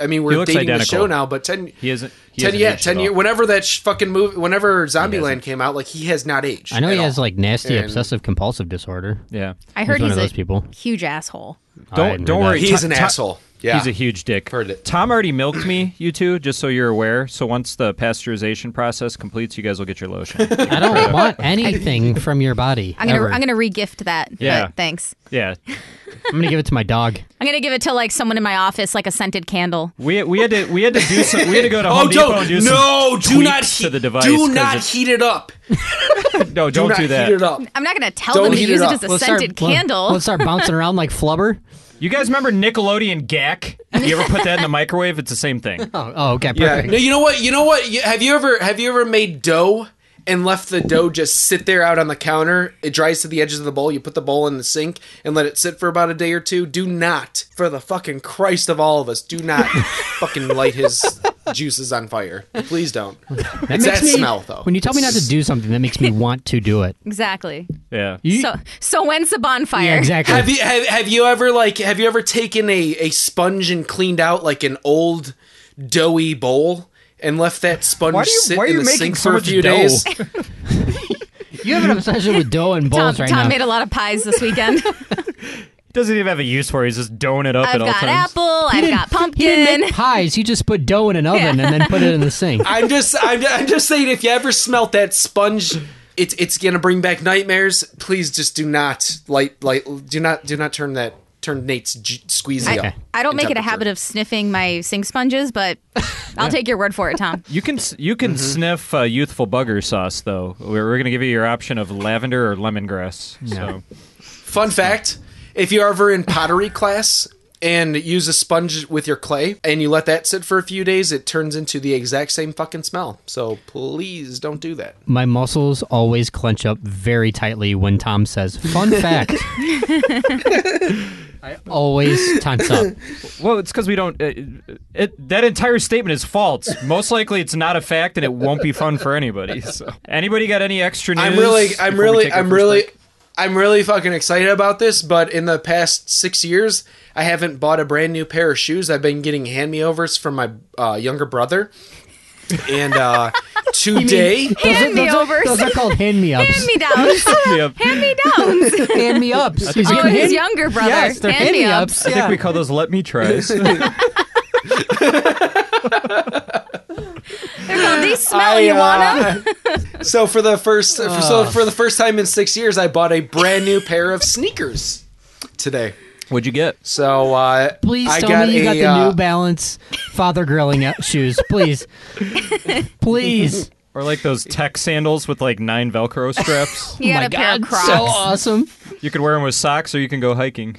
Speaker 10: I mean,
Speaker 2: He
Speaker 10: we're
Speaker 2: looks
Speaker 10: dating the
Speaker 2: identical.
Speaker 10: show now, but ten.
Speaker 2: He isn't. He
Speaker 10: ten,
Speaker 2: hasn't
Speaker 10: yeah,
Speaker 2: aged
Speaker 10: ten
Speaker 2: at
Speaker 10: year.
Speaker 2: all.
Speaker 10: Whenever that sh- fucking movie, whenever Zombieland came out, like he has not aged.
Speaker 4: I know
Speaker 10: at
Speaker 4: he has
Speaker 10: all.
Speaker 4: like nasty
Speaker 10: And-
Speaker 4: obsessive compulsive disorder.
Speaker 2: Yeah.
Speaker 3: I heard
Speaker 4: He's one
Speaker 3: he's
Speaker 4: of
Speaker 3: a
Speaker 4: those people.
Speaker 3: huge asshole.
Speaker 4: I
Speaker 2: Don't
Speaker 4: knew
Speaker 2: don't
Speaker 4: that.
Speaker 2: worry.
Speaker 10: He's
Speaker 2: Tom-
Speaker 10: an
Speaker 2: Tom-
Speaker 10: asshole. Yeah,
Speaker 2: He's a huge dick.
Speaker 10: Heard it.
Speaker 2: Tom already milked me, you two, just so you're aware. So once the pasteurization process completes, you guys will get your lotion.
Speaker 4: I don't want anything from your body.
Speaker 3: I'm gonna
Speaker 4: ever.
Speaker 3: I'm gonna regift that.
Speaker 2: Yeah.
Speaker 3: But thanks.
Speaker 2: yeah.
Speaker 4: I'm gonna give it to my dog.
Speaker 3: I'm gonna give it to like someone in my office, like a scented candle.
Speaker 2: We, we had to we had to do some we had to go to
Speaker 10: Oh,
Speaker 2: Home Depot and
Speaker 10: don't
Speaker 2: do
Speaker 10: no,
Speaker 2: some
Speaker 10: do not
Speaker 2: tweaks
Speaker 10: heat,
Speaker 2: to the device.
Speaker 10: do
Speaker 2: 'cause
Speaker 10: not
Speaker 2: it's-
Speaker 10: heat it up.
Speaker 2: no
Speaker 10: Do
Speaker 2: don't
Speaker 10: not
Speaker 2: do that.
Speaker 10: heat it up.
Speaker 3: I'm not gonna tell
Speaker 10: Don't
Speaker 3: them to
Speaker 10: heat it
Speaker 3: use it
Speaker 10: up.
Speaker 3: as a
Speaker 4: Let's
Speaker 3: scented
Speaker 4: start,
Speaker 3: candle.
Speaker 4: Let's start bouncing around like flubber.
Speaker 2: You guys remember Nickelodeon Gack? You ever put that in the microwave? It's the same thing.
Speaker 4: Oh, oh okay,
Speaker 10: Yeah.
Speaker 4: perfect.
Speaker 10: No, you know what? You know what? You, have you ever have you ever made dough and left the dough just sit there out on the counter? It dries to the edges of the bowl. You put the bowl in the sink and let it sit for about a day or two. Do not, for the fucking Christ of all of us, do not fucking light his juices on fire. Please don't. it's
Speaker 4: makes
Speaker 10: that
Speaker 4: me-
Speaker 10: smell though.
Speaker 4: When you tell me not to do something, that makes me want to do it.
Speaker 3: exactly.
Speaker 2: Yeah.
Speaker 3: So so when's the bonfire?
Speaker 4: Yeah, exactly.
Speaker 10: Have you have, have you ever like have you ever taken a, a sponge and cleaned out like an old doughy bowl and left that sponge
Speaker 2: Why do you-
Speaker 10: sit
Speaker 2: why are
Speaker 10: in
Speaker 2: you
Speaker 10: the
Speaker 2: making
Speaker 10: sink
Speaker 2: so
Speaker 10: for a
Speaker 2: much
Speaker 10: few
Speaker 2: dough?
Speaker 10: days?
Speaker 4: You have an obsession with dough and
Speaker 3: Tom,
Speaker 4: bowls right
Speaker 3: Tom
Speaker 4: now.
Speaker 3: made a lot of pies this weekend.
Speaker 2: Doesn't even have a use for it. He's just doing it up
Speaker 3: I've
Speaker 2: at all
Speaker 3: got
Speaker 2: times.
Speaker 3: apple. I've got
Speaker 4: he didn't
Speaker 3: pumpkin.
Speaker 4: make pies. He just put dough in an oven and then put it in the sink.
Speaker 10: I'm just, I'm, I'm just saying, if you ever smelt that sponge, it's it's gonna bring back nightmares. Please just do not light, light, do not, do not turn that, turn Nate's j- squeezy up.
Speaker 3: I don't
Speaker 10: in
Speaker 3: make it a
Speaker 10: temperature.
Speaker 3: habit of sniffing my sink sponges, but I'll take your word for it, Tom.
Speaker 2: You can s- you
Speaker 10: Mm-hmm.
Speaker 2: can sniff uh, youthful bugger sauce though. We're, we're gonna give you your option of lavender or lemongrass. So
Speaker 10: Fun fact if you're ever in pottery class and use a sponge with your clay and you let that sit for a few days, it turns into the exact same fucking smell. So please don't do that.
Speaker 4: My muscles always clench up very tightly when Tom says, fun fact. I always tense up.
Speaker 2: well, it's because we don't. uh, It, it, that entire statement is false. Most likely, it's not a fact, and it won't be fun for anybody. So anybody got any extra news?
Speaker 10: I'm really, I'm
Speaker 2: before we
Speaker 10: really,
Speaker 2: take our
Speaker 10: I'm
Speaker 2: first
Speaker 10: really,
Speaker 2: break?
Speaker 10: I'm really fucking excited about this. But in the past six years, I haven't bought a brand new pair of shoes. I've been getting hand me overs from my uh, younger brother, and uh, today,
Speaker 3: Hand me
Speaker 4: those, are,
Speaker 3: overs.
Speaker 4: those are called hand me ups.
Speaker 3: Hand me downs.
Speaker 2: Yeah,
Speaker 3: Hand me downs.
Speaker 4: hand me ups.
Speaker 3: Oh, his younger brother.
Speaker 4: Yes, they're
Speaker 3: hand me ups.
Speaker 2: I think we call those let me tries.
Speaker 3: They're called, they smell,
Speaker 4: uh,
Speaker 3: you want them?
Speaker 10: so for the first, so for the first time in six years, I bought a brand new pair of sneakers today.
Speaker 2: What'd you get?
Speaker 10: So uh,
Speaker 4: Please
Speaker 10: I
Speaker 4: tell
Speaker 10: got
Speaker 4: me you
Speaker 10: a,
Speaker 4: got the
Speaker 10: uh,
Speaker 4: New Balance father grilling out shoes. Please. Please.
Speaker 2: Or like those tech sandals with like nine Velcro straps.
Speaker 3: You got a pair of Crocs.
Speaker 4: Oh So awesome.
Speaker 2: you could wear them with socks, or you can go hiking.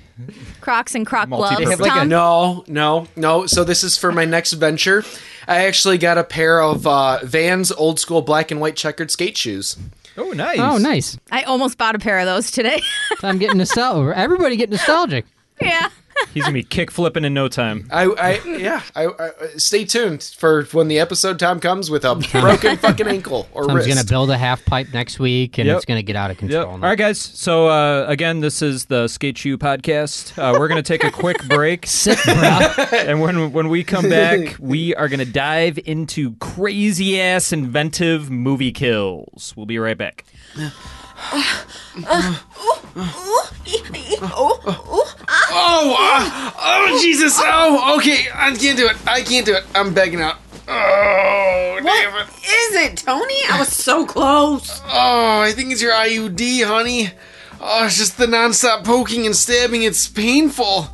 Speaker 3: Crocs and Croc gloves.
Speaker 2: Multi-purpose. They have,
Speaker 3: Tom?
Speaker 10: No, no, no. So this is for my next venture. I actually got a pair of uh, Vans old school black and white checkered skate shoes.
Speaker 2: Oh, nice.
Speaker 4: Oh, nice.
Speaker 3: I almost bought a pair of those today.
Speaker 4: I'm getting nostalgic. Everybody get nostalgic.
Speaker 3: yeah.
Speaker 2: He's gonna be kick flipping in no time.
Speaker 10: I, I yeah. I, I stay tuned for when the episode time comes with a broken fucking ankle or
Speaker 4: Tom's
Speaker 10: wrist.
Speaker 4: going to build a half pipe next week and
Speaker 2: Yep.
Speaker 4: it's going to get out of
Speaker 2: Yep.
Speaker 4: control.
Speaker 2: All right, guys. So uh, again, this is the Skate Shoe Podcast. Uh, we're gonna take a quick break,
Speaker 4: Sick, bro.
Speaker 2: and when when we come back, we are gonna dive into crazy ass inventive movie kills. We'll be right back.
Speaker 10: oh, uh, oh Jesus! Oh, okay. I can't do it. I can't do it. I'm begging out. Oh, damn it.
Speaker 12: Is it, Tony? I was so close.
Speaker 10: Oh, I think it's your IUD, honey. Oh, it's just the nonstop poking and stabbing. It's painful.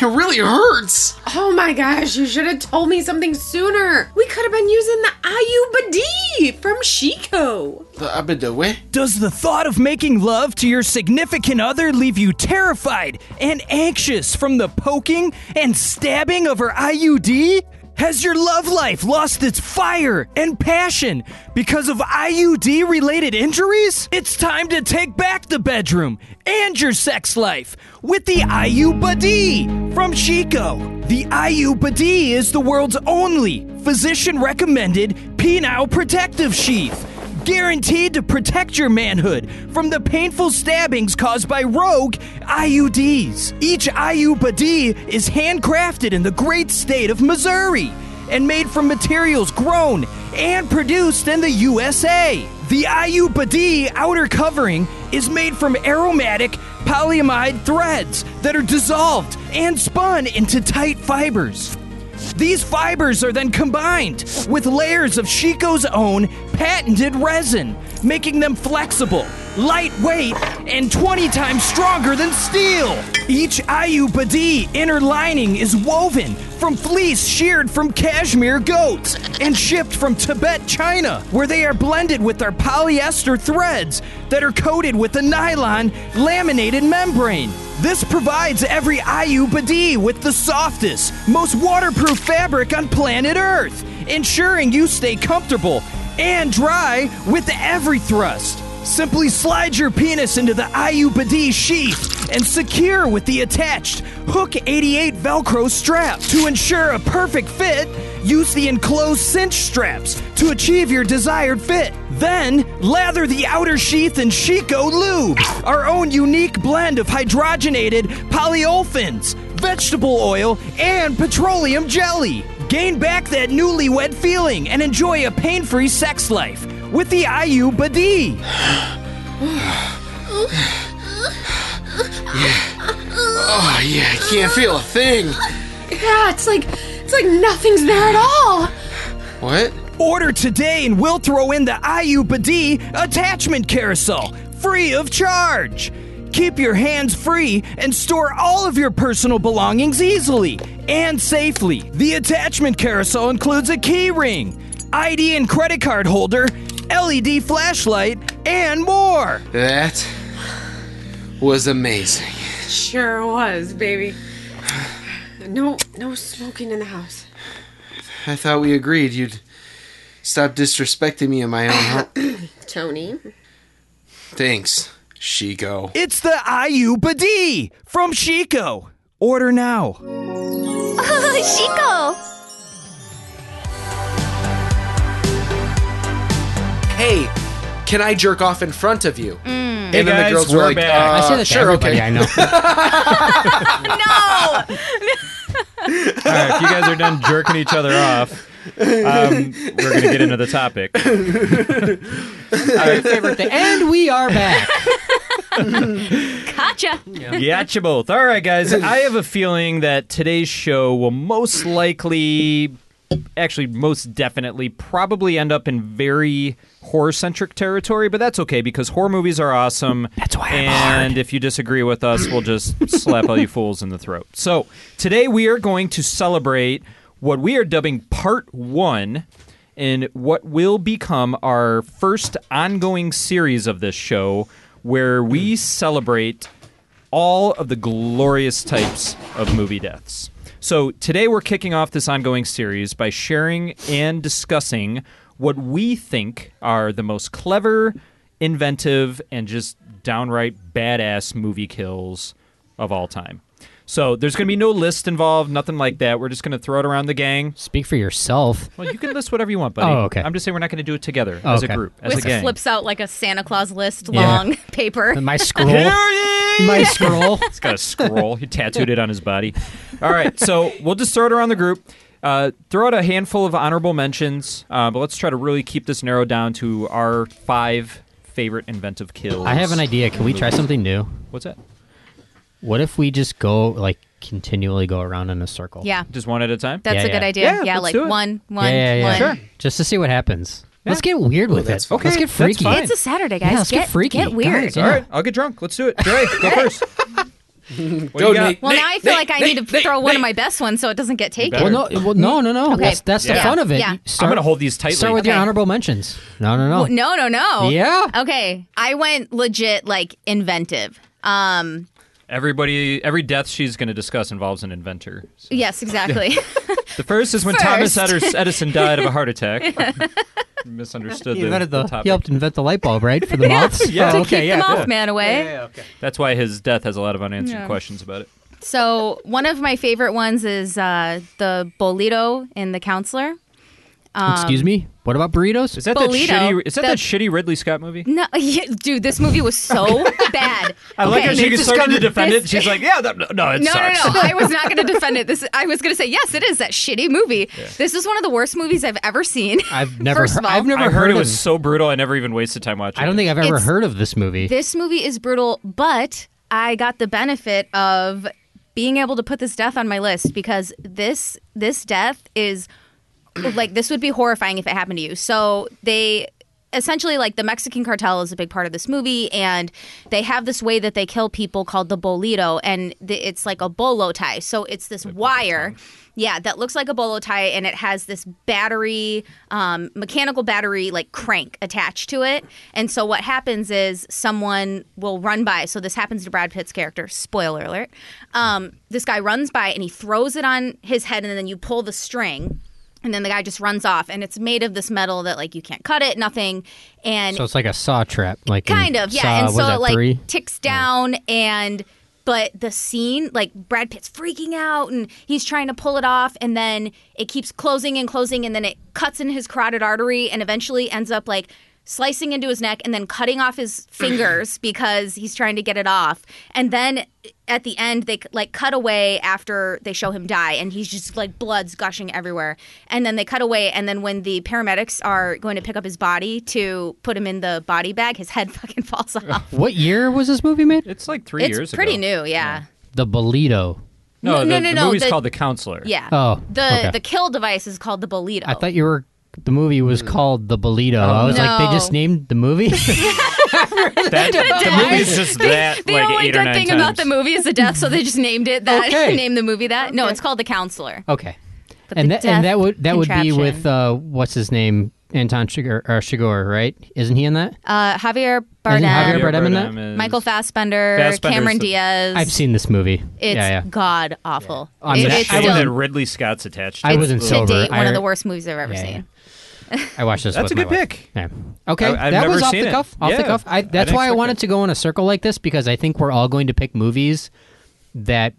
Speaker 10: It really hurts.
Speaker 12: Oh my gosh, you should have told me something sooner. We could have been using the IUBD from Chico.
Speaker 10: The Abidoe?
Speaker 2: Does the thought of making love to your significant other leave you terrified and anxious from the poking and stabbing of her IUD? Has your love life lost its fire and passion because of IUD related injuries? It's time to take back the bedroom and your sex life with the IU Buddy from Chico. The IU Buddy is the world's only physician recommended penile protective sheath guaranteed to protect your manhood from the painful stabbings caused by rogue IUDs. Each IUBD is handcrafted in the great state of Missouri and made from materials grown and produced in the USA. The IUBD outer covering is made from aromatic polyamide threads that are dissolved and spun into tight fibers. These fibers are then combined with layers of Chico's own patented resin, making them flexible, lightweight, and 20 times stronger than steel. Each IUPD inner lining is woven from fleece sheared from cashmere goats and shipped from Tibet, China, where they are blended with their polyester threads that are coated with a nylon laminated membrane. This provides every IUBD with the softest, most waterproof fabric on planet Earth, ensuring you stay comfortable and dry with every thrust. Simply slide your penis into the IUBD sheath and secure with the attached Hook 88 Velcro strap. To ensure a perfect fit, use the enclosed cinch straps to achieve your desired fit. Then, lather the outer sheath in Chico Lube, our own unique blend of hydrogenated polyolefins, vegetable oil, and petroleum jelly. Gain back that newlywed feeling and enjoy a pain free sex life with the IU Badi.
Speaker 10: Oh, yeah, I can't feel a thing.
Speaker 12: Yeah, it's like it's like nothing's there at all.
Speaker 10: What?
Speaker 2: Order today and we'll throw in the IUBD attachment carousel, free of charge. Keep your hands free and store all of your personal belongings easily,
Speaker 13: and safely. The attachment carousel includes a key ring, ID and credit card holder, LED flashlight, and more.
Speaker 10: That was amazing.
Speaker 12: Sure was, baby. No, no smoking in the house.
Speaker 10: I thought we agreed you'd stop disrespecting me in my own home.
Speaker 12: Tony.
Speaker 10: Thanks, Shiko.
Speaker 13: It's the IU Badi from Chico. Order now.
Speaker 3: Chico!
Speaker 10: Hey, can I jerk off in front of
Speaker 3: Mm.
Speaker 10: you? And
Speaker 2: Hey, guys, we're back.
Speaker 4: I say that to
Speaker 10: Uh, sure,
Speaker 4: everybody
Speaker 10: okay.
Speaker 4: I know.
Speaker 3: No!
Speaker 2: All right, if you guys are done jerking each other off, um, we're gonna get into the topic.
Speaker 4: favorite thing. And we are back.
Speaker 3: Gotcha!
Speaker 2: Gotcha both. All right, guys. I have a feeling that today's show will most likely, actually, most definitely, probably end up in very horror centric territory, but that's okay because horror movies are awesome. That's why I'm And if you disagree with us, we'll just slap all you fools in the throat. So today we are going to celebrate what we are dubbing part one. in what will become our first ongoing series of this show, where we celebrate all of the glorious types of movie deaths. So today we're kicking off this ongoing series by sharing and discussing what we think are the most clever, inventive, and just downright badass movie kills of all time. So there's going to be no list involved, nothing like that. We're just going to throw it around the gang.
Speaker 4: Speak for yourself.
Speaker 2: Well, you can list whatever you want, buddy.
Speaker 4: Oh, okay.
Speaker 2: I'm just saying we're not going to do it together
Speaker 4: Oh,
Speaker 2: as a
Speaker 4: okay.
Speaker 2: group, as
Speaker 3: Whisk
Speaker 2: a gang.
Speaker 3: flips out like a Santa Claus list
Speaker 4: Yeah.
Speaker 3: long paper.
Speaker 4: My scroll. My scroll.
Speaker 2: It's got a scroll. he tattooed it on his body. All right, so we'll just throw it around the group. Uh, throw out a handful of honorable mentions, uh, but let's try to really keep this narrowed down to our five favorite inventive kills.
Speaker 4: I have an idea. Can we try something new?
Speaker 2: What's that?
Speaker 4: What if we just go like continually go around in a circle?
Speaker 3: Yeah,
Speaker 2: Just one at a time.
Speaker 3: that's
Speaker 4: Yeah,
Speaker 3: a good
Speaker 4: yeah.
Speaker 3: idea.
Speaker 2: Yeah,
Speaker 3: Yeah,
Speaker 2: let's
Speaker 3: like
Speaker 2: do it.
Speaker 3: one,
Speaker 4: Yeah,
Speaker 3: one,
Speaker 4: yeah, yeah.
Speaker 3: one.
Speaker 4: Just to see what happens. Let's get weird with it. Let's
Speaker 2: Okay,
Speaker 4: get
Speaker 2: that's
Speaker 4: freaky.
Speaker 2: fine.
Speaker 3: It's a Saturday,
Speaker 4: Yeah,
Speaker 3: guys.
Speaker 4: let's get freaky.
Speaker 3: Get weird.
Speaker 4: Guys,
Speaker 2: All right, I'll get drunk. Let's do it. Dre, go first. What do you got?
Speaker 10: Nate.
Speaker 3: Well, now I feel like I need to throw one of my best ones so it doesn't get taken.
Speaker 4: Well, no, well, no, no, no.
Speaker 3: Okay.
Speaker 4: That's, that's the
Speaker 3: Yeah.
Speaker 4: fun of it.
Speaker 3: Yeah.
Speaker 4: You
Speaker 2: I'm
Speaker 4: Start,
Speaker 2: going to hold these tightly.
Speaker 4: start with your
Speaker 3: Okay.
Speaker 4: honorable mentions. No, no, no.
Speaker 3: Well, no, no, no.
Speaker 4: Yeah.
Speaker 3: Okay, I went legit like inventive. Um,
Speaker 2: Everybody, every death she's going to discuss involves an inventor. So-
Speaker 3: yes, exactly.
Speaker 2: The first is when Thomas Edis- Edison died of a heart attack. Misunderstood
Speaker 4: He,
Speaker 2: the,
Speaker 4: invented the,
Speaker 2: the topic.
Speaker 4: he helped invent the light bulb, right? For the moths?
Speaker 2: Yeah.
Speaker 4: Oh,
Speaker 2: To
Speaker 4: okay,
Speaker 3: Keep
Speaker 4: yeah.
Speaker 3: them off, man away.
Speaker 2: That's why his death has a lot of unanswered questions about it.
Speaker 3: So one of my favorite ones is uh, the bolito in the counselor.
Speaker 4: Excuse me? What about burritos?
Speaker 2: Is that
Speaker 3: Bolito,
Speaker 2: that shitty? Is that that
Speaker 3: that-
Speaker 2: shitty Ridley Scott movie?
Speaker 3: No, yeah, dude, this movie was so bad.
Speaker 2: I like
Speaker 3: Okay.
Speaker 2: how she started to defend it.
Speaker 3: This-
Speaker 2: She's like, "Yeah, that, no, no, it
Speaker 3: No, no,
Speaker 2: sucks."
Speaker 3: no! I was not going to defend it. This I was going to say yes. It is that shitty movie. This is one of the worst movivies I've ever seen.
Speaker 4: I've never,
Speaker 3: First
Speaker 4: heard,
Speaker 3: of all,
Speaker 4: I've never
Speaker 2: I heard it
Speaker 4: of
Speaker 2: was so brutal. I never even wasted time watching.
Speaker 4: I don't
Speaker 2: it.
Speaker 4: think I've ever
Speaker 3: It's-
Speaker 4: heard of this movie.
Speaker 3: This movie is brutal, but I got the benefit of being able to put this death on my list because this this death is like this would be horrifying if it happened to you. So they essentially like the Mexican cartel is a big part of this movie and they have this way that they kill people called the bolito and th- it's like a bolo tie. So it's this wire yeah, that looks like a bolo tie, and it has this battery, um, mechanical battery, like crank attached to it. And so what happens is someone will run by. So this happens to Brad Pitt's character. Spoiler alert. Um, this guy runs by and he throws it on his head, and then you pull the string. And then the guy just runs off, and it's made of this metal that like you can't cut it, nothing. And
Speaker 4: so it's like a saw trap. like in
Speaker 3: kind of yeah
Speaker 4: Saw,
Speaker 3: and
Speaker 4: what
Speaker 3: so
Speaker 4: was that,
Speaker 3: it like
Speaker 4: three?
Speaker 3: ticks down and but the scene like brad pitt's freaking out and he's trying to pull it off and then it keeps closing and closing and then it cuts in his carotid artery and eventually ends up like slicing into his neck and then cutting off his fingers because he's trying to get it off and then at the end they like cut away after they show him die and he's just like blood's gushing everywhere and then they cut away and then when the paramedics are going to pick up his body to put him in the body bag his head fucking falls off
Speaker 4: What year was this movie made?
Speaker 2: it's like three years.
Speaker 3: it's pretty
Speaker 2: ago.
Speaker 3: new yeah
Speaker 4: The Bolito.
Speaker 2: No, the,
Speaker 3: No, no, no,
Speaker 2: the
Speaker 3: no,
Speaker 2: movie's
Speaker 3: the-
Speaker 2: called The Counselor.
Speaker 3: yeah,
Speaker 4: Oh,
Speaker 3: the
Speaker 4: okay.
Speaker 3: the kill device is called the bolito
Speaker 2: Hmm.
Speaker 4: I thought you were. The movie was called The Bolito. I was like, they
Speaker 3: Oh, No.
Speaker 4: just named the movie.
Speaker 2: That, the movie's just that
Speaker 3: The
Speaker 2: like
Speaker 3: only
Speaker 2: eight
Speaker 3: good
Speaker 2: or nine
Speaker 3: thing
Speaker 2: times.
Speaker 3: about the movie is the death, so they just named it that.
Speaker 4: Okay.
Speaker 3: named the movie that. No, it's called The Counselor.
Speaker 4: Okay.
Speaker 3: But
Speaker 4: and
Speaker 3: the
Speaker 4: that
Speaker 3: death
Speaker 4: and that would that would be with
Speaker 3: contraption.
Speaker 4: uh, what's his name Anton Chigurh or Chigurh, right? Isn't he in that?
Speaker 3: Uh, Javier
Speaker 4: Isn't
Speaker 3: Bardem,
Speaker 4: Javier Bardem in that?
Speaker 3: Michael Fassbender,
Speaker 2: Fassbender's
Speaker 3: Cameron
Speaker 2: the-
Speaker 3: Diaz.
Speaker 4: I've seen this movie.
Speaker 3: It's
Speaker 4: yeah, yeah.
Speaker 3: god awful.
Speaker 4: I mean,
Speaker 3: It-
Speaker 4: I-
Speaker 3: it's
Speaker 4: I
Speaker 2: I
Speaker 4: was
Speaker 3: still,
Speaker 2: that Ridley Scott's attached.
Speaker 4: I
Speaker 2: to it.
Speaker 4: wasn't
Speaker 3: to
Speaker 4: sober.
Speaker 3: date one
Speaker 4: I-
Speaker 3: of the worst movies I've ever
Speaker 4: Yeah,
Speaker 3: seen.
Speaker 4: I watched this.
Speaker 2: That's
Speaker 4: with
Speaker 2: a good
Speaker 4: my wife.
Speaker 2: pick.
Speaker 4: Yeah. Okay,
Speaker 2: I- I've
Speaker 4: that was
Speaker 2: never
Speaker 4: off
Speaker 2: seen
Speaker 4: the
Speaker 2: it.
Speaker 4: cuff. Off
Speaker 2: Yeah.
Speaker 4: the cuff. I,
Speaker 2: I
Speaker 4: that's
Speaker 2: didn't
Speaker 4: why I
Speaker 2: expect
Speaker 4: wanted
Speaker 2: it.
Speaker 4: to go in a circle like this because I think we're all going to pick movies that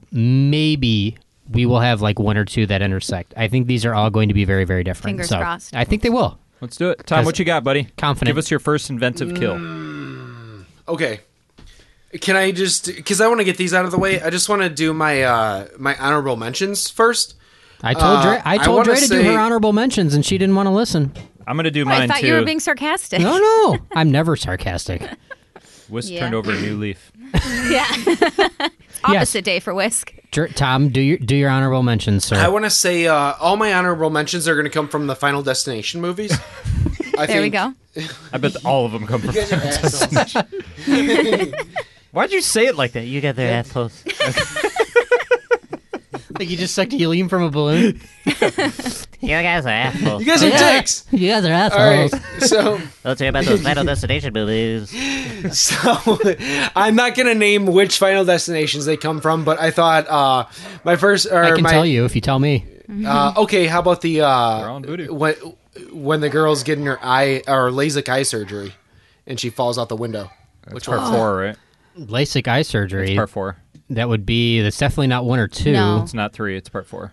Speaker 4: maybe we will have like one or two that intersect. I think these are all going to be very, very different.
Speaker 3: Fingers
Speaker 4: so
Speaker 3: crossed.
Speaker 4: I think they will.
Speaker 2: Let's do it, Tom. What you got, buddy?
Speaker 4: Confident.
Speaker 2: Give us your first inventive kill.
Speaker 10: Okay. Can I just because I want to get these out of the way? I just want to do my uh my honorable mentions first.
Speaker 4: I told
Speaker 10: Uh,
Speaker 4: Dre, I
Speaker 10: I
Speaker 4: told
Speaker 10: wanna
Speaker 4: Dre to do
Speaker 10: say-
Speaker 4: her honorable mentions, and she didn't want to listen.
Speaker 2: I'm gonna do
Speaker 3: I
Speaker 2: mine
Speaker 3: thought
Speaker 2: too.
Speaker 3: you were being sarcastic.
Speaker 4: No, no, I'm never sarcastic.
Speaker 2: Whisk
Speaker 3: Yeah.
Speaker 2: turned over a new leaf.
Speaker 3: Yeah. Opposite day for Whisk.
Speaker 4: Dr- Tom, do your do your honorable mentions, sir.
Speaker 10: I want to say uh, all my honorable mentions are going to come from the Final Destination movies. I
Speaker 3: There we
Speaker 10: think-
Speaker 3: go.
Speaker 2: I bet all of them come from.
Speaker 10: You guys are assholes.
Speaker 2: Why'd you say it like that? You got their assholes.
Speaker 4: like you just sucked helium from a balloon.
Speaker 14: You guys are assholes.
Speaker 10: You guys are dicks.
Speaker 4: you guys are
Speaker 10: All right,
Speaker 4: assholes.
Speaker 10: so
Speaker 14: Don't you about those Final Destination movies?
Speaker 10: so I'm not gonna name which Final Destinations they come from, but I thought uh, my first or
Speaker 4: I can
Speaker 10: my
Speaker 4: tell you if you tell me.
Speaker 10: Uh, okay, how about the uh,
Speaker 2: on voodoo.
Speaker 10: when when the girl's getting her eye or LASIK eye surgery, and she falls out the window? Which
Speaker 2: Part four, right?
Speaker 4: LASIK eye surgery.
Speaker 2: Part four.
Speaker 4: That would be. That's definitely not one or two.
Speaker 3: No.
Speaker 2: It's not three. It's part four.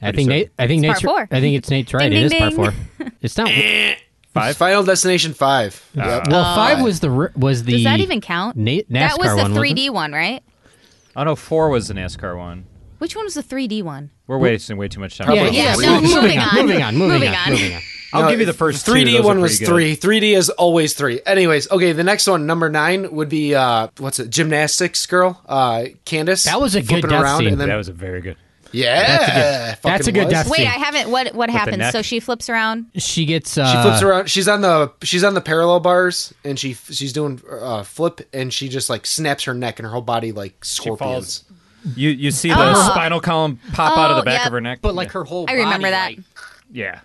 Speaker 4: I think Nate. I think
Speaker 3: It's
Speaker 4: Nate's.
Speaker 3: part four.
Speaker 4: I think it's Nate's right.
Speaker 3: Ding,
Speaker 4: it is
Speaker 3: ding,
Speaker 4: part
Speaker 3: ding.
Speaker 4: four. It's not.
Speaker 2: Eh.
Speaker 10: Five. Final Destination Five.
Speaker 2: Uh,
Speaker 10: Yep.
Speaker 4: well, five was the r- was the.
Speaker 3: Does that even count?
Speaker 4: Nate, NASCAR
Speaker 3: that was the
Speaker 4: one, wasn't
Speaker 3: 3D one, right?
Speaker 2: Oh no, four was the NASCAR one.
Speaker 3: Which one was the 3D one?
Speaker 2: We're wasting way too much time.
Speaker 4: it?
Speaker 2: on
Speaker 4: Yeah,
Speaker 2: that.
Speaker 4: yeah.
Speaker 3: Yeah,
Speaker 4: Moving,
Speaker 3: no,
Speaker 4: moving on. Moving on. Moving on. Moving on.
Speaker 2: I'll
Speaker 10: No,
Speaker 2: give you the first two.
Speaker 10: 3D
Speaker 2: Those are pretty
Speaker 10: one was
Speaker 2: good.
Speaker 10: three. 3D is always three. Anyways, okay. The next one, number nine, would be uh, what's it? Gymnastics girl, uh, Candace.
Speaker 4: That was a good
Speaker 10: flipping
Speaker 4: death
Speaker 10: around,
Speaker 4: scene.
Speaker 10: And then,
Speaker 2: That was a very good.
Speaker 10: yeah,
Speaker 4: That's a good-
Speaker 10: fucking
Speaker 4: that's a good
Speaker 10: was.
Speaker 4: death-
Speaker 3: Wait,
Speaker 4: See.
Speaker 3: I haven't. What what happens?
Speaker 2: neck.
Speaker 3: So she flips around.
Speaker 4: She gets. Uh,
Speaker 10: She flips around. She's on the she's on the parallel bars, and she she's doing uh, flip, and she just like snaps her neck, and her whole body like scorpions.
Speaker 2: You you see the
Speaker 3: Oh.
Speaker 2: spinal column pop out of the
Speaker 3: Oh,
Speaker 2: back
Speaker 3: yeah.
Speaker 2: of her neck,
Speaker 4: But like her whole.
Speaker 3: I remember that.
Speaker 2: yeah.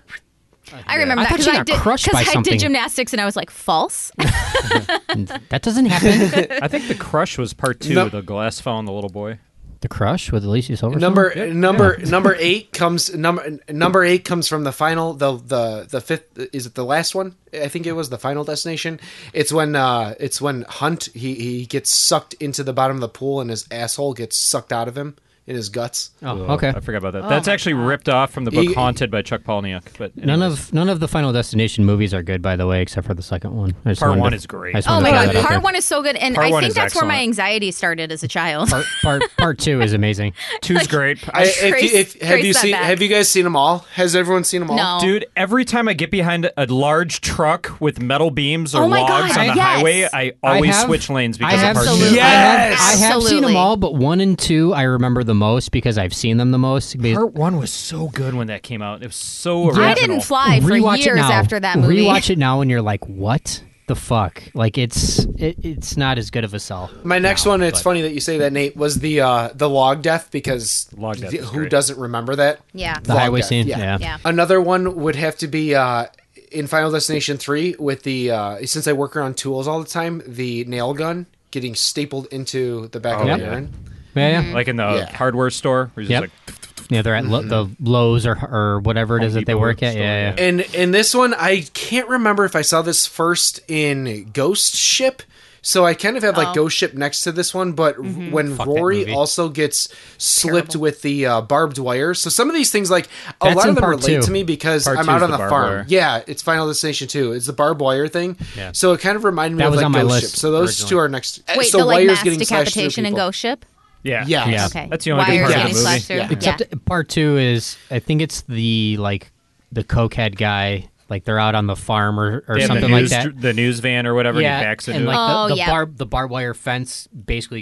Speaker 3: I remember
Speaker 4: I
Speaker 3: that
Speaker 4: thought
Speaker 3: because
Speaker 4: she
Speaker 3: I,
Speaker 4: got
Speaker 3: did
Speaker 4: crushed
Speaker 3: because
Speaker 4: by
Speaker 3: I
Speaker 4: something.
Speaker 3: did gymnastics and I was like, false.
Speaker 4: that. That doesn't happen.
Speaker 2: I think the crush was part two.
Speaker 10: No.
Speaker 2: The glass fell on the little boy.
Speaker 4: the crush with Alicia Silverstone.
Speaker 10: Number number number eight comes number number eight comes from the final the the the fifth is it the last one I think it was the final destination. It's when uh it's when Hunt he he gets sucked into the bottom of the pool and his asshole gets sucked out of him in his guts.
Speaker 4: Oh, okay.
Speaker 2: I forgot about that. That's actually ripped off from the book
Speaker 10: He-
Speaker 2: Haunted by Chuck Palahniuk. But
Speaker 4: None
Speaker 2: anyways.
Speaker 4: of none of the Final Destination movies are good, by the way, except for the second one. I just
Speaker 2: Part
Speaker 4: wanted
Speaker 2: one
Speaker 4: to-
Speaker 2: is great.
Speaker 4: I just
Speaker 3: Oh my
Speaker 4: wanted to throw
Speaker 3: god,
Speaker 4: that out
Speaker 3: part
Speaker 4: there.
Speaker 3: one is so good, and
Speaker 2: Part
Speaker 3: I
Speaker 2: one
Speaker 3: think
Speaker 2: is
Speaker 3: that's where my
Speaker 2: excellent.
Speaker 3: anxiety started as a child.
Speaker 4: Part, part part two is amazing.
Speaker 2: two's great.
Speaker 10: I,
Speaker 2: I-
Speaker 10: if, you-
Speaker 3: Trace-
Speaker 10: if, have
Speaker 3: trace
Speaker 10: you
Speaker 3: that
Speaker 10: seen
Speaker 3: back.
Speaker 10: have you guys seen them all? Has everyone seen them all?
Speaker 3: No.
Speaker 2: Dude, every time I get behind a large truck with metal beams or
Speaker 3: Oh my
Speaker 2: logs
Speaker 3: God,
Speaker 2: on the
Speaker 3: yes.
Speaker 2: highway, I always
Speaker 4: I have-
Speaker 2: switch lanes
Speaker 4: I
Speaker 2: because
Speaker 4: have,
Speaker 2: of
Speaker 3: parts
Speaker 2: Park
Speaker 3: two.
Speaker 4: seen-
Speaker 2: Chan.
Speaker 3: Absolutely.
Speaker 4: I have, I
Speaker 3: Yes!
Speaker 4: have seen them
Speaker 3: Absolutely.
Speaker 4: all, but one and two I remember the most because I've seen them the most. Because-
Speaker 2: Part one was so good when that came out. It was so original.
Speaker 3: I didn't fly for
Speaker 4: Rewatch it
Speaker 3: years
Speaker 4: now.
Speaker 3: after that movie.
Speaker 4: Rewatch it now, and you're like, "What the fuck?" Like it's it, it's not as good of a sell.
Speaker 10: My next
Speaker 4: now,
Speaker 10: one, it's
Speaker 4: but-
Speaker 10: funny that you say that, Nate, was the uh, the log death because
Speaker 2: Log death
Speaker 10: th-
Speaker 2: is
Speaker 10: who
Speaker 2: great.
Speaker 10: doesn't remember that?
Speaker 3: Yeah.
Speaker 4: The
Speaker 10: Log
Speaker 4: highway
Speaker 10: death,
Speaker 4: scene,
Speaker 10: yeah.
Speaker 4: yeah.
Speaker 3: Yeah.
Speaker 10: Another one would have to be uh, in Final Destination three with the uh, since I work around tools all the time, the nail gun getting stapled into the back of
Speaker 4: yeah.
Speaker 10: my urine.
Speaker 4: yeah, yeah.
Speaker 2: Like in the
Speaker 10: Yeah.
Speaker 2: hardware store. Where he's
Speaker 4: Yep.
Speaker 2: just like,
Speaker 4: Yeah, they're at lo- the Lowe's or or whatever it
Speaker 2: Mm-hmm. Home
Speaker 4: is that they
Speaker 2: Depot
Speaker 4: work at.
Speaker 2: store,
Speaker 4: Yeah,
Speaker 2: yeah.
Speaker 4: yeah.
Speaker 10: And in this one, I can't remember if I saw this first in Ghost Ship. So I kind of have like
Speaker 3: Oh.
Speaker 10: Ghost Ship next to this one, but r-
Speaker 3: Mm-hmm.
Speaker 10: when
Speaker 4: Fuck that
Speaker 10: Rory
Speaker 4: movie.
Speaker 10: also gets slipped with the uh, barbed wire, so some of these things like a
Speaker 4: That's
Speaker 10: lot
Speaker 4: in
Speaker 10: of them
Speaker 4: part
Speaker 10: relate
Speaker 4: two.
Speaker 10: to me because
Speaker 2: Part
Speaker 10: I'm
Speaker 2: two
Speaker 10: out
Speaker 2: is
Speaker 10: on
Speaker 2: the
Speaker 10: the
Speaker 2: barbed
Speaker 10: farm.
Speaker 2: wire.
Speaker 10: Yeah, it's Final Destination two. It's the barbed wire thing.
Speaker 4: Yeah.
Speaker 10: So it kind of reminded me
Speaker 4: That
Speaker 10: of
Speaker 4: was
Speaker 10: like
Speaker 4: on my
Speaker 10: Ghost
Speaker 4: list
Speaker 10: Ship. So those two
Speaker 4: originally.
Speaker 10: are next. Eh,
Speaker 3: Wait,
Speaker 10: so
Speaker 3: the like
Speaker 10: wires
Speaker 3: mass
Speaker 10: getting slashed through
Speaker 3: decapitation and
Speaker 10: people.
Speaker 3: ghost ship.
Speaker 2: yeah.
Speaker 10: Yeah.
Speaker 4: Yeah.
Speaker 3: Okay,
Speaker 2: That's the only good
Speaker 3: wires
Speaker 2: part of the
Speaker 3: getting
Speaker 2: movie.
Speaker 3: slashed through.
Speaker 10: Yeah.
Speaker 3: Yeah.
Speaker 4: Except part two is I think it's the like the cokehead guy. Like they're out on the farm or, or
Speaker 2: They have
Speaker 4: something
Speaker 2: the
Speaker 4: like
Speaker 2: news,
Speaker 4: that.
Speaker 2: The news van or whatever, and he backs into
Speaker 4: and
Speaker 2: it.
Speaker 4: like
Speaker 3: Oh,
Speaker 4: the, the
Speaker 3: yeah.
Speaker 4: barb the barbed wire fence basically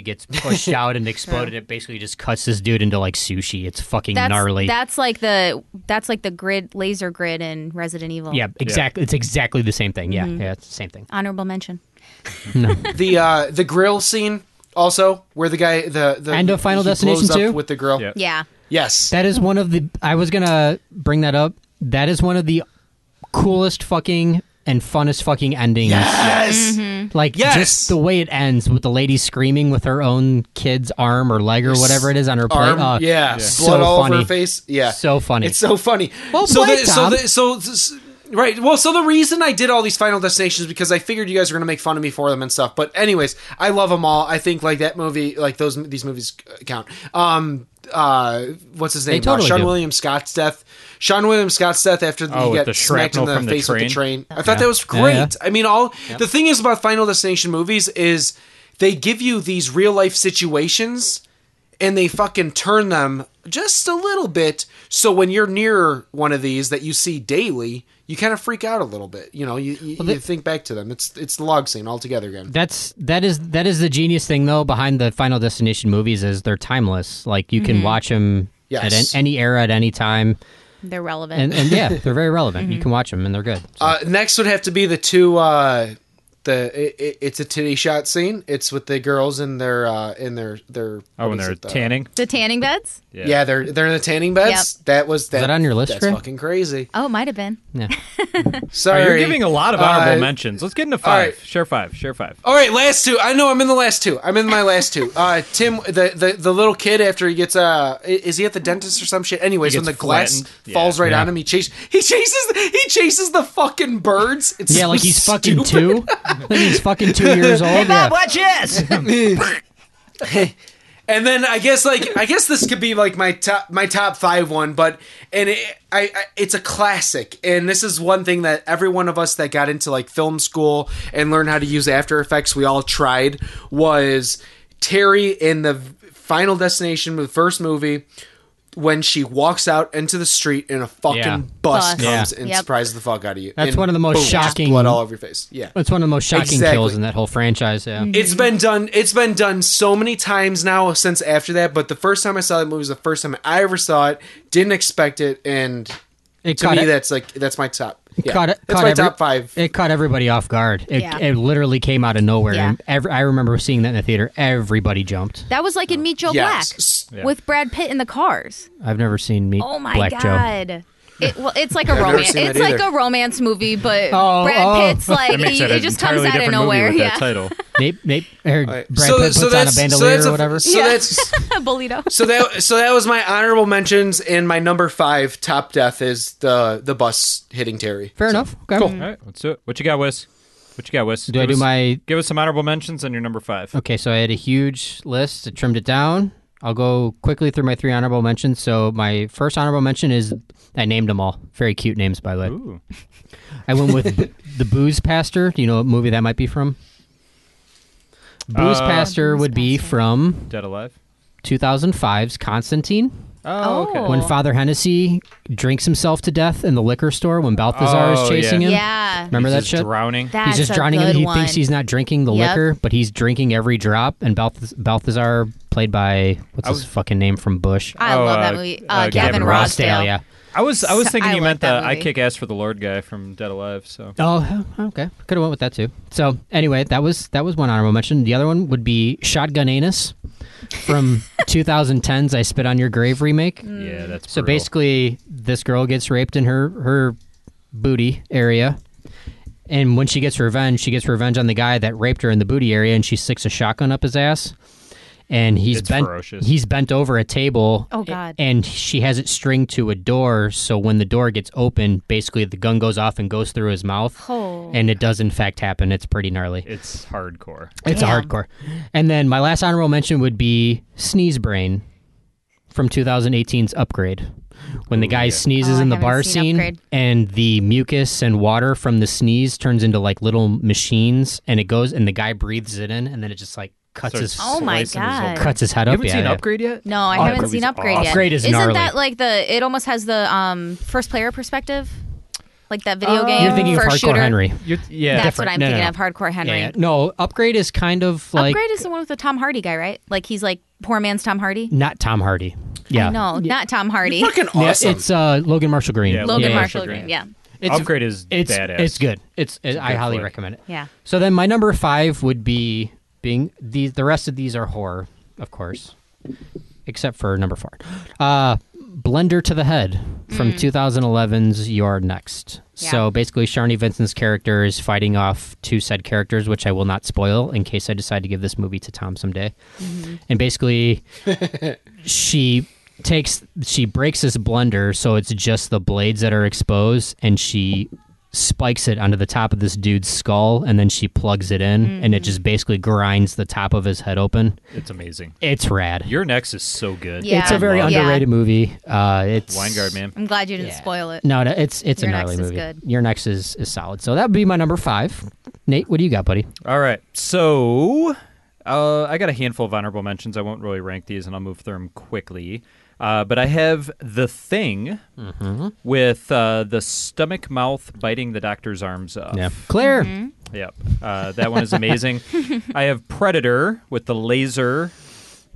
Speaker 4: gets pushed out and exploded. It basically just cuts this dude into like sushi. It's fucking
Speaker 3: That's
Speaker 4: gnarly.
Speaker 3: that's like the that's like the grid laser grid in Resident Evil. Mm-hmm.
Speaker 4: yeah, exactly. It's exactly the same thing. Yeah, yeah, it's the same thing.
Speaker 3: Honorable mention.
Speaker 10: the uh, the grill scene also where the guy the the
Speaker 4: End of Final
Speaker 10: he
Speaker 4: Destination
Speaker 10: blows up
Speaker 4: 2?
Speaker 10: with the grill.
Speaker 3: Yeah.
Speaker 10: Yes.
Speaker 4: That is one of the. I was gonna bring that up. That is one of the coolest fucking and funnest fucking endings.
Speaker 3: Mm-hmm.
Speaker 10: Yes.
Speaker 4: Like just the way it ends with the lady screaming with her own kid's arm or leg or whatever it is on her plate.
Speaker 10: Arm,
Speaker 4: Uh,
Speaker 10: yeah,
Speaker 4: so
Speaker 10: blood all
Speaker 4: funny.
Speaker 10: over her face. Yeah,
Speaker 4: so funny.
Speaker 10: It's so funny.
Speaker 4: Well
Speaker 10: so
Speaker 4: played,
Speaker 10: the, so
Speaker 4: Tom.
Speaker 10: the, so s- right. Well, so the reason I did all these Final Destinations because I figured you guys were gonna make fun of me for them and stuff. But anyways, I love them all. I think like that movie, like those these movies count. Um, uh, what's his
Speaker 4: They
Speaker 10: name? Uh,
Speaker 4: totally
Speaker 10: Sean
Speaker 4: do.
Speaker 10: William Scott's death. Sean William Scott's death after
Speaker 2: Oh,
Speaker 10: he
Speaker 2: with
Speaker 10: got
Speaker 2: the
Speaker 10: smacked in
Speaker 2: shrapnel
Speaker 10: the
Speaker 2: from the
Speaker 10: face with the
Speaker 2: train?
Speaker 10: train. I thought
Speaker 2: Yeah.
Speaker 10: that was
Speaker 2: Yeah,
Speaker 10: great.
Speaker 2: yeah.
Speaker 10: I mean, all
Speaker 2: Yeah.
Speaker 10: the thing is about Final Destination movies is they give you these real life situations and they fucking turn them just a little bit so when you're near one of these that you see daily you kind of freak out a little bit you know you, you, you think back to them it's it's the log scene altogether again
Speaker 4: That's that is that is the genius thing though behind the Final Destination movies is they're timeless. Like you can
Speaker 3: Mhm.
Speaker 4: watch them at an,
Speaker 10: Yes.
Speaker 4: any era at any time,
Speaker 3: They're relevant.
Speaker 4: and, and yeah, they're very relevant. You can watch them and they're good.
Speaker 10: uh, next would have to be the two uh the it, it, it's a titty shot scene it's with the girls in their uh in their their
Speaker 2: Oh, when
Speaker 10: what is
Speaker 2: they're
Speaker 10: it, the-
Speaker 2: tanning.
Speaker 3: The tanning beds?
Speaker 10: yeah. they're they're in the tanning beds that was that,
Speaker 4: that on your list,
Speaker 10: that's
Speaker 4: Trey?
Speaker 10: fucking crazy
Speaker 3: Oh, it might have been.
Speaker 4: Yeah.
Speaker 10: sorry
Speaker 2: you're giving a lot of honorable
Speaker 10: Uh,
Speaker 2: mentions. Let's get into
Speaker 10: all
Speaker 2: five.
Speaker 10: right.
Speaker 2: Share five. Share five.
Speaker 10: All right, last two. I know I'm in the last two. I'm in my last two. Uh, Tim, the, the the little kid after he gets uh, i- is he at the dentist or some shit? Anyways,
Speaker 2: He
Speaker 10: when the
Speaker 2: gets
Speaker 10: glass
Speaker 2: flattened. Yeah.
Speaker 10: falls right
Speaker 2: Yeah.
Speaker 10: on him, he chases he chases he chases the fucking birds. It's
Speaker 4: yeah,
Speaker 10: so
Speaker 4: like he's fucking
Speaker 10: stupid.
Speaker 4: two. Like he's fucking two years old. yeah.
Speaker 14: watch this!
Speaker 10: And then I guess like I guess this could be like my top my top five one, but and it, I, I it's a classic, and this is one thing that every one of us that got into like film school and learned how to use After Effects, we all tried was Terry in the Final Destination, the first movie, when she walks out into the street and a fucking
Speaker 4: Yeah.
Speaker 10: bus,
Speaker 4: Bus.
Speaker 10: comes
Speaker 4: Yeah.
Speaker 10: and
Speaker 4: Yep.
Speaker 10: surprises the fuck out of you.
Speaker 4: That's
Speaker 10: And
Speaker 4: one of the most
Speaker 10: boom, just
Speaker 4: shocking-
Speaker 10: blood all over your face. Yeah,
Speaker 4: It's one of the most shocking
Speaker 10: Exactly. Mm.
Speaker 4: kills in that whole franchise. Yeah.
Speaker 10: It's been done. It's been done so many times now since after that. But the first time I saw that movie was the first time I ever saw it. Didn't expect it, and
Speaker 4: It
Speaker 10: to
Speaker 4: caught
Speaker 10: me,
Speaker 4: it-
Speaker 10: that's like that's my top. Yeah,
Speaker 4: Caught, e-
Speaker 10: that's
Speaker 4: caught
Speaker 10: my
Speaker 4: every-
Speaker 10: top five.
Speaker 4: It caught everybody off guard. It,
Speaker 3: Yeah.
Speaker 4: it literally came out of nowhere.
Speaker 3: Yeah.
Speaker 4: And every, I remember seeing that in the theater. Everybody jumped.
Speaker 3: That was like in Meet Joe
Speaker 10: Yes.
Speaker 3: Black
Speaker 4: Yeah.
Speaker 3: with Brad Pitt in the cars.
Speaker 4: I've never seen me.
Speaker 3: Oh my
Speaker 4: Black Joe.
Speaker 3: god. It, well, it's like a
Speaker 10: I've never
Speaker 3: romance.
Speaker 10: seen
Speaker 3: It's
Speaker 10: that
Speaker 3: like
Speaker 10: either.
Speaker 3: a romance movie, but
Speaker 4: Oh,
Speaker 3: Brad
Speaker 4: oh.
Speaker 3: Pitt's like
Speaker 2: That makes
Speaker 3: he,
Speaker 2: that
Speaker 3: he
Speaker 2: an
Speaker 3: just comes
Speaker 2: entirely
Speaker 3: out of
Speaker 2: different movie
Speaker 3: nowhere.
Speaker 2: with
Speaker 3: yeah,
Speaker 2: that title.
Speaker 4: They, they, or Brad
Speaker 10: So-
Speaker 4: Pitt
Speaker 10: so
Speaker 4: puts on a
Speaker 10: that's- so
Speaker 4: bandolier
Speaker 10: that's a-
Speaker 4: or whatever.
Speaker 10: So that's
Speaker 3: Bolito.
Speaker 10: so that so that was my honorable mentions, and my number five top death is the the bus hitting Terry.
Speaker 4: Fair
Speaker 10: So-
Speaker 4: enough. Okay.
Speaker 10: Cool.
Speaker 2: All right, let's do it. What you got, Wes? What you got, Wes?
Speaker 4: Do I
Speaker 2: Give
Speaker 4: do
Speaker 2: us-
Speaker 4: my?
Speaker 2: Give us some honorable mentions on your number five.
Speaker 4: Okay, so I had a huge list. I trimmed it down. I'll go quickly through my three honorable mentions. So my first honorable mention is I named them all. Very cute names, by the way.
Speaker 2: Ooh.
Speaker 4: I went with B- the Booze Pastor. Do you know what movie that might be from? Booze
Speaker 2: Uh,
Speaker 4: Pastor would be from
Speaker 2: Dead Alive.
Speaker 4: 2005's Constantine.
Speaker 2: Oh, okay.
Speaker 3: Oh.
Speaker 4: When Father Hennessy drinks himself to death in the liquor store when Balthazar
Speaker 2: Oh,
Speaker 4: is chasing
Speaker 2: yeah.
Speaker 4: him.
Speaker 3: yeah.
Speaker 4: Remember
Speaker 2: He's
Speaker 4: that
Speaker 2: just
Speaker 4: shit?
Speaker 2: Drowning.
Speaker 3: That's
Speaker 4: he's just
Speaker 3: a
Speaker 4: drowning
Speaker 3: good
Speaker 4: and he
Speaker 3: one.
Speaker 4: thinks he's not drinking the
Speaker 3: Yep.
Speaker 4: liquor, but he's drinking every drop. And Balth- Balthazar, played by, what's his fucking name from Bush?
Speaker 3: I
Speaker 2: Oh,
Speaker 3: love that
Speaker 2: uh,
Speaker 3: movie. Uh,
Speaker 2: uh, Gavin
Speaker 3: Gavin, Rossdale.
Speaker 4: yeah.
Speaker 2: I was I was
Speaker 3: So-
Speaker 2: thinking
Speaker 3: I
Speaker 2: you
Speaker 3: like
Speaker 2: meant
Speaker 3: that
Speaker 2: the I
Speaker 3: movie.
Speaker 2: kick ass for the Lord guy from Dead Alive. So
Speaker 4: Oh, okay. Could have went with that too. So anyway, that was that was one honorable mention. The other one would be Shotgun Anus from 2010's "I Spit on Your Grave" remake.
Speaker 3: Mm.
Speaker 2: yeah, that's
Speaker 4: So
Speaker 2: brutal.
Speaker 4: basically, this girl gets raped in her her booty area, and when she gets revenge, she gets revenge on the guy that raped her in the booty area, and she sticks a shotgun up his ass. And he's
Speaker 2: It's
Speaker 4: bent.
Speaker 2: ferocious.
Speaker 4: He's bent over a table.
Speaker 3: Oh, God.
Speaker 4: And she has it stringed to a door, so when the door gets open, basically the gun goes off and goes through his mouth.
Speaker 3: Oh.
Speaker 4: And it does in fact happen. It's pretty gnarly.
Speaker 2: it's hardcore.
Speaker 4: It's a
Speaker 3: Damn.
Speaker 4: hardcore. And then my last honorable mention would be Sneeze Brain from 2018's Upgrade. When the guy sneezes
Speaker 3: Oh, I
Speaker 4: in the
Speaker 3: haven't
Speaker 4: bar
Speaker 3: seen
Speaker 4: scene
Speaker 3: Upgrade.
Speaker 4: and the mucus and water from the sneeze turns into like little machines and it goes and the guy breathes it in and then it just like cuts
Speaker 2: Starts
Speaker 4: his
Speaker 3: Oh my
Speaker 2: slicing his whole-
Speaker 3: God.
Speaker 4: cuts his head
Speaker 2: You
Speaker 4: up.
Speaker 2: haven't
Speaker 4: yeah,
Speaker 2: seen
Speaker 4: yeah.
Speaker 2: Upgrade yet?
Speaker 3: No, I
Speaker 2: Oh,
Speaker 3: haven't
Speaker 2: Upgrade
Speaker 3: seen
Speaker 2: was
Speaker 3: Upgrade
Speaker 2: awesome.
Speaker 3: yet.
Speaker 4: Upgrade is
Speaker 3: Isn't
Speaker 4: gnarly.
Speaker 3: that like the? It almost has the um, first player perspective, like that video game.
Speaker 4: Oh. You're thinking of
Speaker 3: first
Speaker 4: Hardcore
Speaker 3: shooter.
Speaker 4: Henry.
Speaker 2: You're, yeah,
Speaker 3: That's
Speaker 4: different.
Speaker 3: what I'm
Speaker 4: No, no,
Speaker 3: thinking
Speaker 4: no.
Speaker 3: of. Hardcore Henry.
Speaker 4: Yeah, yeah. No, Upgrade is kind of like
Speaker 3: Upgrade is the one with the Tom Hardy guy, right? Like he's like poor man's Tom Hardy.
Speaker 4: not Tom Hardy. Yeah.
Speaker 3: No, not Tom Hardy.
Speaker 10: Fucking
Speaker 4: Yeah,
Speaker 10: awesome.
Speaker 4: it's uh, Logan Marshall Green.
Speaker 2: Yeah,
Speaker 3: Logan
Speaker 2: Yeah.
Speaker 3: Marshall
Speaker 2: Green.
Speaker 3: Green. Yeah.
Speaker 2: Upgrade is
Speaker 4: it's,
Speaker 2: badass.
Speaker 4: It's good. It's,
Speaker 2: It's a
Speaker 4: I
Speaker 2: good
Speaker 4: highly
Speaker 2: flick.
Speaker 4: recommend it.
Speaker 3: Yeah.
Speaker 4: So then my number five would be being these. The rest of these are horror, of course, except for number four. Uh, Blender to the Head from
Speaker 8: Mm.
Speaker 4: 2011's You're Next. So basically, Sharni Vincent's character is fighting off two said characters, which I will not spoil in case I decide to give this movie to Tom someday.
Speaker 8: Mhm.
Speaker 4: And basically, she takes she breaks this blender so it's just the blades that are exposed and she spikes it onto the top of this dude's skull and then she plugs it in and
Speaker 3: Mm.
Speaker 4: it just basically grinds the top of his head open
Speaker 2: It's amazing.
Speaker 4: it's rad
Speaker 2: Your next is so good.
Speaker 3: Yeah.
Speaker 4: it's a very
Speaker 3: Yeah.
Speaker 4: underrated movie uh it's
Speaker 2: Weingard, man.
Speaker 3: I'm glad you didn't spoil it.
Speaker 4: no, no it's it's
Speaker 3: Your
Speaker 4: a gnarly
Speaker 3: Next is
Speaker 4: movie
Speaker 3: good.
Speaker 4: your next is is solid so that would be my number five nate what do you got buddy
Speaker 2: All right. So uh, I got a handful of honorable mentions. I won't really rank these and I'll move through them quickly. Uh, but I have The Thing
Speaker 4: Mhm.
Speaker 2: with uh, the stomach mouth biting the doctor's arms off.
Speaker 4: Yeah. Claire.
Speaker 3: Mm-hmm.
Speaker 4: Mhm.
Speaker 2: Yep. Uh, that one is amazing. I have Predator with the laser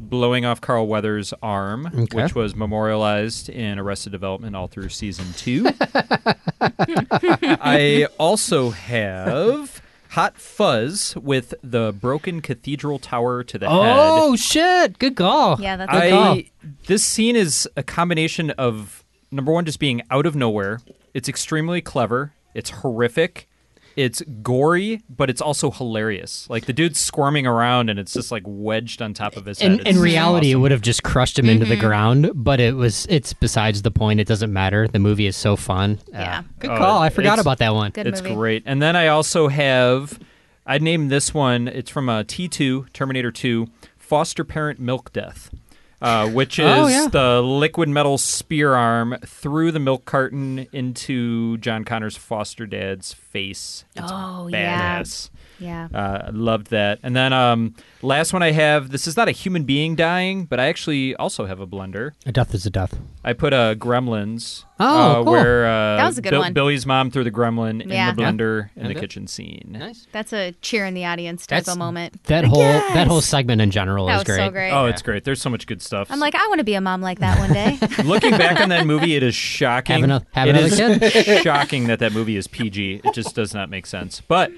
Speaker 2: blowing off Carl Weathers' arm,
Speaker 4: Okay.
Speaker 2: which was memorialized in Arrested Development all through season two. I also have Hot Fuzz with the broken cathedral tower to the head.
Speaker 4: oh shit good call
Speaker 3: yeah that's
Speaker 2: I, This scene is a combination of number one, just being out of nowhere. It's extremely clever. It's horrific. It's gory, but it's also hilarious. Like the dude's squirming around, and it's just like wedged on top of his head.
Speaker 4: in,
Speaker 2: It's
Speaker 4: in reality, it would have just crushed him into the
Speaker 3: Mm-hmm.
Speaker 4: ground, but it was it's besides the point. It doesn't matter. The movie is so fun. Yeah. good
Speaker 2: Oh,
Speaker 4: call. I forgot
Speaker 2: it's-
Speaker 4: about that one.
Speaker 2: it's great. And then I also have, I named this one. It's from uh, T2 Terminator 2, foster parent milk death, uh, which is
Speaker 4: Oh, yeah.
Speaker 2: the liquid metal spear arm through the milk carton into John Connor's foster dad's face. It's
Speaker 3: Oh, yeah.
Speaker 2: badass.
Speaker 3: Yeah.
Speaker 2: Uh, I loved that. And then um, last one I have. This is not a human being dying, but I actually also have a blender.
Speaker 4: A death is a death.
Speaker 2: I put uh, Gremlins.
Speaker 4: Oh,
Speaker 2: uh,
Speaker 4: cool.
Speaker 2: where uh,
Speaker 3: That was a good
Speaker 2: Bill-
Speaker 3: one.
Speaker 2: Billy's mom threw the gremlin
Speaker 3: Yeah.
Speaker 2: in the blender
Speaker 4: Yeah.
Speaker 2: in the
Speaker 4: Okay.
Speaker 2: kitchen scene. Nice.
Speaker 3: That's a cheer in the audience type
Speaker 4: That's-
Speaker 3: of moment.
Speaker 4: That
Speaker 3: Like,
Speaker 4: whole
Speaker 3: yes!
Speaker 4: that whole segment in general
Speaker 3: That
Speaker 4: is
Speaker 3: was so great.
Speaker 2: Oh, it's great. There's so much good stuff.
Speaker 3: I'm like, I want to be a mom like that one day.
Speaker 2: Looking back on that movie, it is shocking.
Speaker 4: Have ano- have
Speaker 2: It
Speaker 4: another
Speaker 2: is
Speaker 4: kid.
Speaker 2: shocking that that movie is PG. It just does not make sense. But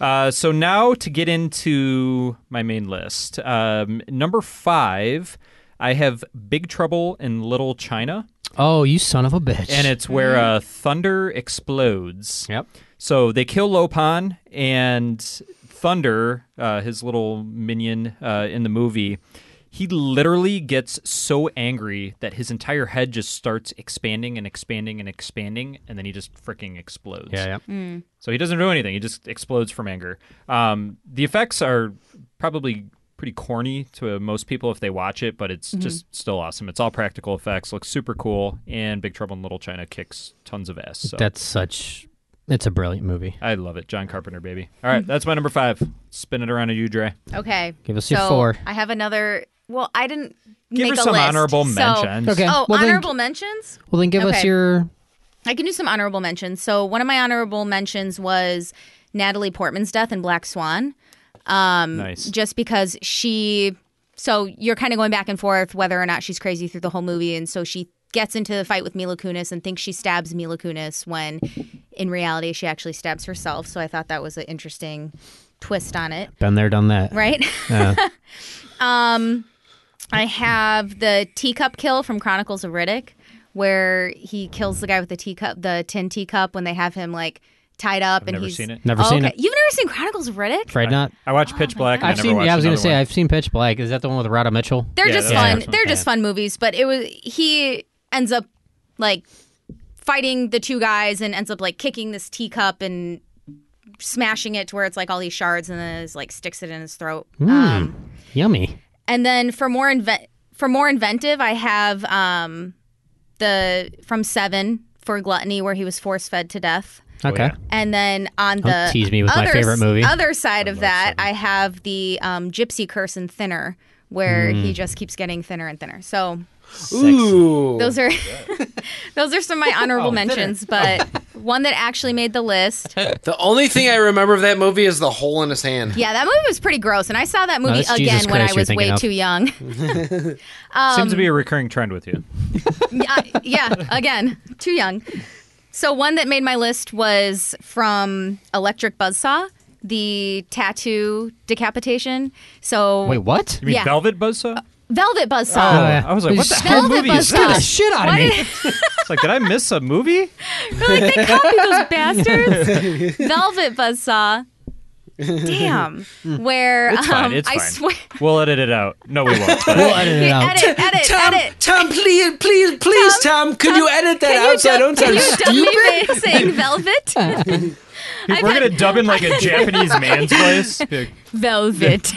Speaker 2: uh, so now to get into my main list, um, number five, I have Big Trouble in Little China.
Speaker 4: Oh, you son of a bitch!
Speaker 2: And it's where
Speaker 3: Mm-hmm.
Speaker 2: uh, Thunder explodes. Yep. So they kill Lopan and Thunder, uh, his little minion uh, in the movie. He literally gets so angry that his entire head just starts expanding and expanding and expanding, and then he just freaking explodes.
Speaker 4: Yeah, yeah.
Speaker 8: Mm.
Speaker 2: So he doesn't do anything; he just explodes from anger. Um, the effects are probably pretty corny to most people if they watch it, but it's
Speaker 8: Mhm.
Speaker 2: just still awesome. It's all practical effects, looks super cool, and Big Trouble in Little China kicks tons of ass. So
Speaker 4: That's such. It's a brilliant movie.
Speaker 2: I love it. John Carpenter, baby. All right, that's my number five. Spin it around to you, Dre.
Speaker 3: Okay.
Speaker 2: Give us your
Speaker 3: so
Speaker 2: four.
Speaker 3: I have another. Well, I didn't
Speaker 2: Give
Speaker 3: make
Speaker 2: her
Speaker 3: a
Speaker 2: some
Speaker 3: list,
Speaker 2: honorable
Speaker 3: so-
Speaker 2: mentions. Okay,
Speaker 3: Oh,
Speaker 4: well then-
Speaker 3: honorable mentions.
Speaker 4: Well, then give us
Speaker 3: Okay.
Speaker 4: your.
Speaker 3: I can do some honorable mentions. So one of my honorable mentions was Natalie Portman's death in Black Swan. Um,
Speaker 8: Nice.
Speaker 3: Just because she, so you're kind of going back and forth whether or not she's crazy through the whole movie, and so she gets into the fight with Mila Kunis and thinks she stabs Mila Kunis when, in reality, she actually stabs herself. So I thought that was an interesting twist on it.
Speaker 4: Been there, done that.
Speaker 3: Right?
Speaker 4: Yeah.
Speaker 3: Um, I have the teacup kill from Chronicles of Riddick, where he kills the guy with the teacup, the tin teacup, when they have him like tied up.
Speaker 2: I've
Speaker 3: and
Speaker 2: never
Speaker 3: he's,
Speaker 2: seen it.
Speaker 4: Never
Speaker 3: Oh,
Speaker 4: seen
Speaker 3: okay.
Speaker 4: it.
Speaker 3: You've never seen Chronicles of Riddick?
Speaker 4: Afraid not.
Speaker 2: I watched
Speaker 3: Oh
Speaker 2: Pitch Black. and I
Speaker 4: I've
Speaker 2: never
Speaker 4: seen.
Speaker 2: watched
Speaker 4: Yeah, I was gonna
Speaker 2: another
Speaker 4: say
Speaker 2: one.
Speaker 4: I've seen Pitch Black. Is that the one with Rada Mitchell?
Speaker 3: They're just fun. They're just
Speaker 4: Yeah.
Speaker 3: fun movies, but it was he ends up like fighting the two guys and ends up like kicking this teacup and smashing it to where it's like all these shards and then is like sticks it in his throat. Um,
Speaker 4: Mm, yummy.
Speaker 3: And then for more invent for more inventive, I have um, the from Seven for Gluttony, where he was force fed to death.
Speaker 2: Oh,
Speaker 4: Okay.
Speaker 3: And then on
Speaker 4: Don't
Speaker 3: the
Speaker 4: tease me with my
Speaker 3: other,
Speaker 4: favorite movie.
Speaker 3: other side of that, I have the um, Gypsy Curse and Thinner, where
Speaker 4: Mm.
Speaker 3: he just keeps getting thinner and thinner. So
Speaker 10: Ooh.
Speaker 3: those are those are some of my honorable
Speaker 10: Oh, thinner.
Speaker 3: mentions, but one that actually made the list.
Speaker 10: The only thing I remember of that movie is the hole in his hand.
Speaker 3: Yeah, that movie was pretty gross, and I saw that
Speaker 10: No,
Speaker 3: movie
Speaker 10: that's Jesus
Speaker 3: again when I
Speaker 10: Christ
Speaker 3: was
Speaker 10: you're
Speaker 3: way
Speaker 10: thinking of.
Speaker 3: too young. Um,
Speaker 2: Seems to be a recurring trend with you.
Speaker 3: uh, yeah, yeah, again, too young. So one that made my list was from Electric Buzzsaw, the tattoo decapitation. So
Speaker 4: Wait, what?
Speaker 2: You mean
Speaker 3: yeah.
Speaker 2: Velvet
Speaker 4: Uh,
Speaker 2: Buzzsaw?
Speaker 3: Velvet Buzzsaw.
Speaker 2: Oh, yeah. I was like, what the hell
Speaker 3: Velvet
Speaker 2: movie is
Speaker 3: Buzzsaw.
Speaker 2: that? shit out of
Speaker 3: Why
Speaker 2: me.
Speaker 3: did-
Speaker 2: it's like, did I miss a movie?
Speaker 3: Like they copied those bastards. Velvet Buzzsaw. Damn. Where
Speaker 2: It's fine.
Speaker 3: um,
Speaker 2: It's
Speaker 3: I
Speaker 2: fine.
Speaker 3: swear.
Speaker 2: We'll edit it out. No, we won't.
Speaker 3: We'll edit it out. Edit, edit,
Speaker 10: Tom,
Speaker 3: edit.
Speaker 10: Tom, please, please, please, Tom, could you edit that
Speaker 3: Can
Speaker 10: out
Speaker 3: you
Speaker 10: so I
Speaker 3: dub,
Speaker 10: don't
Speaker 3: can
Speaker 10: sound
Speaker 3: you dub me
Speaker 10: stupid?
Speaker 3: by saying velvet?
Speaker 2: We're gonna dub in like a Japanese man's voice.
Speaker 3: velvet.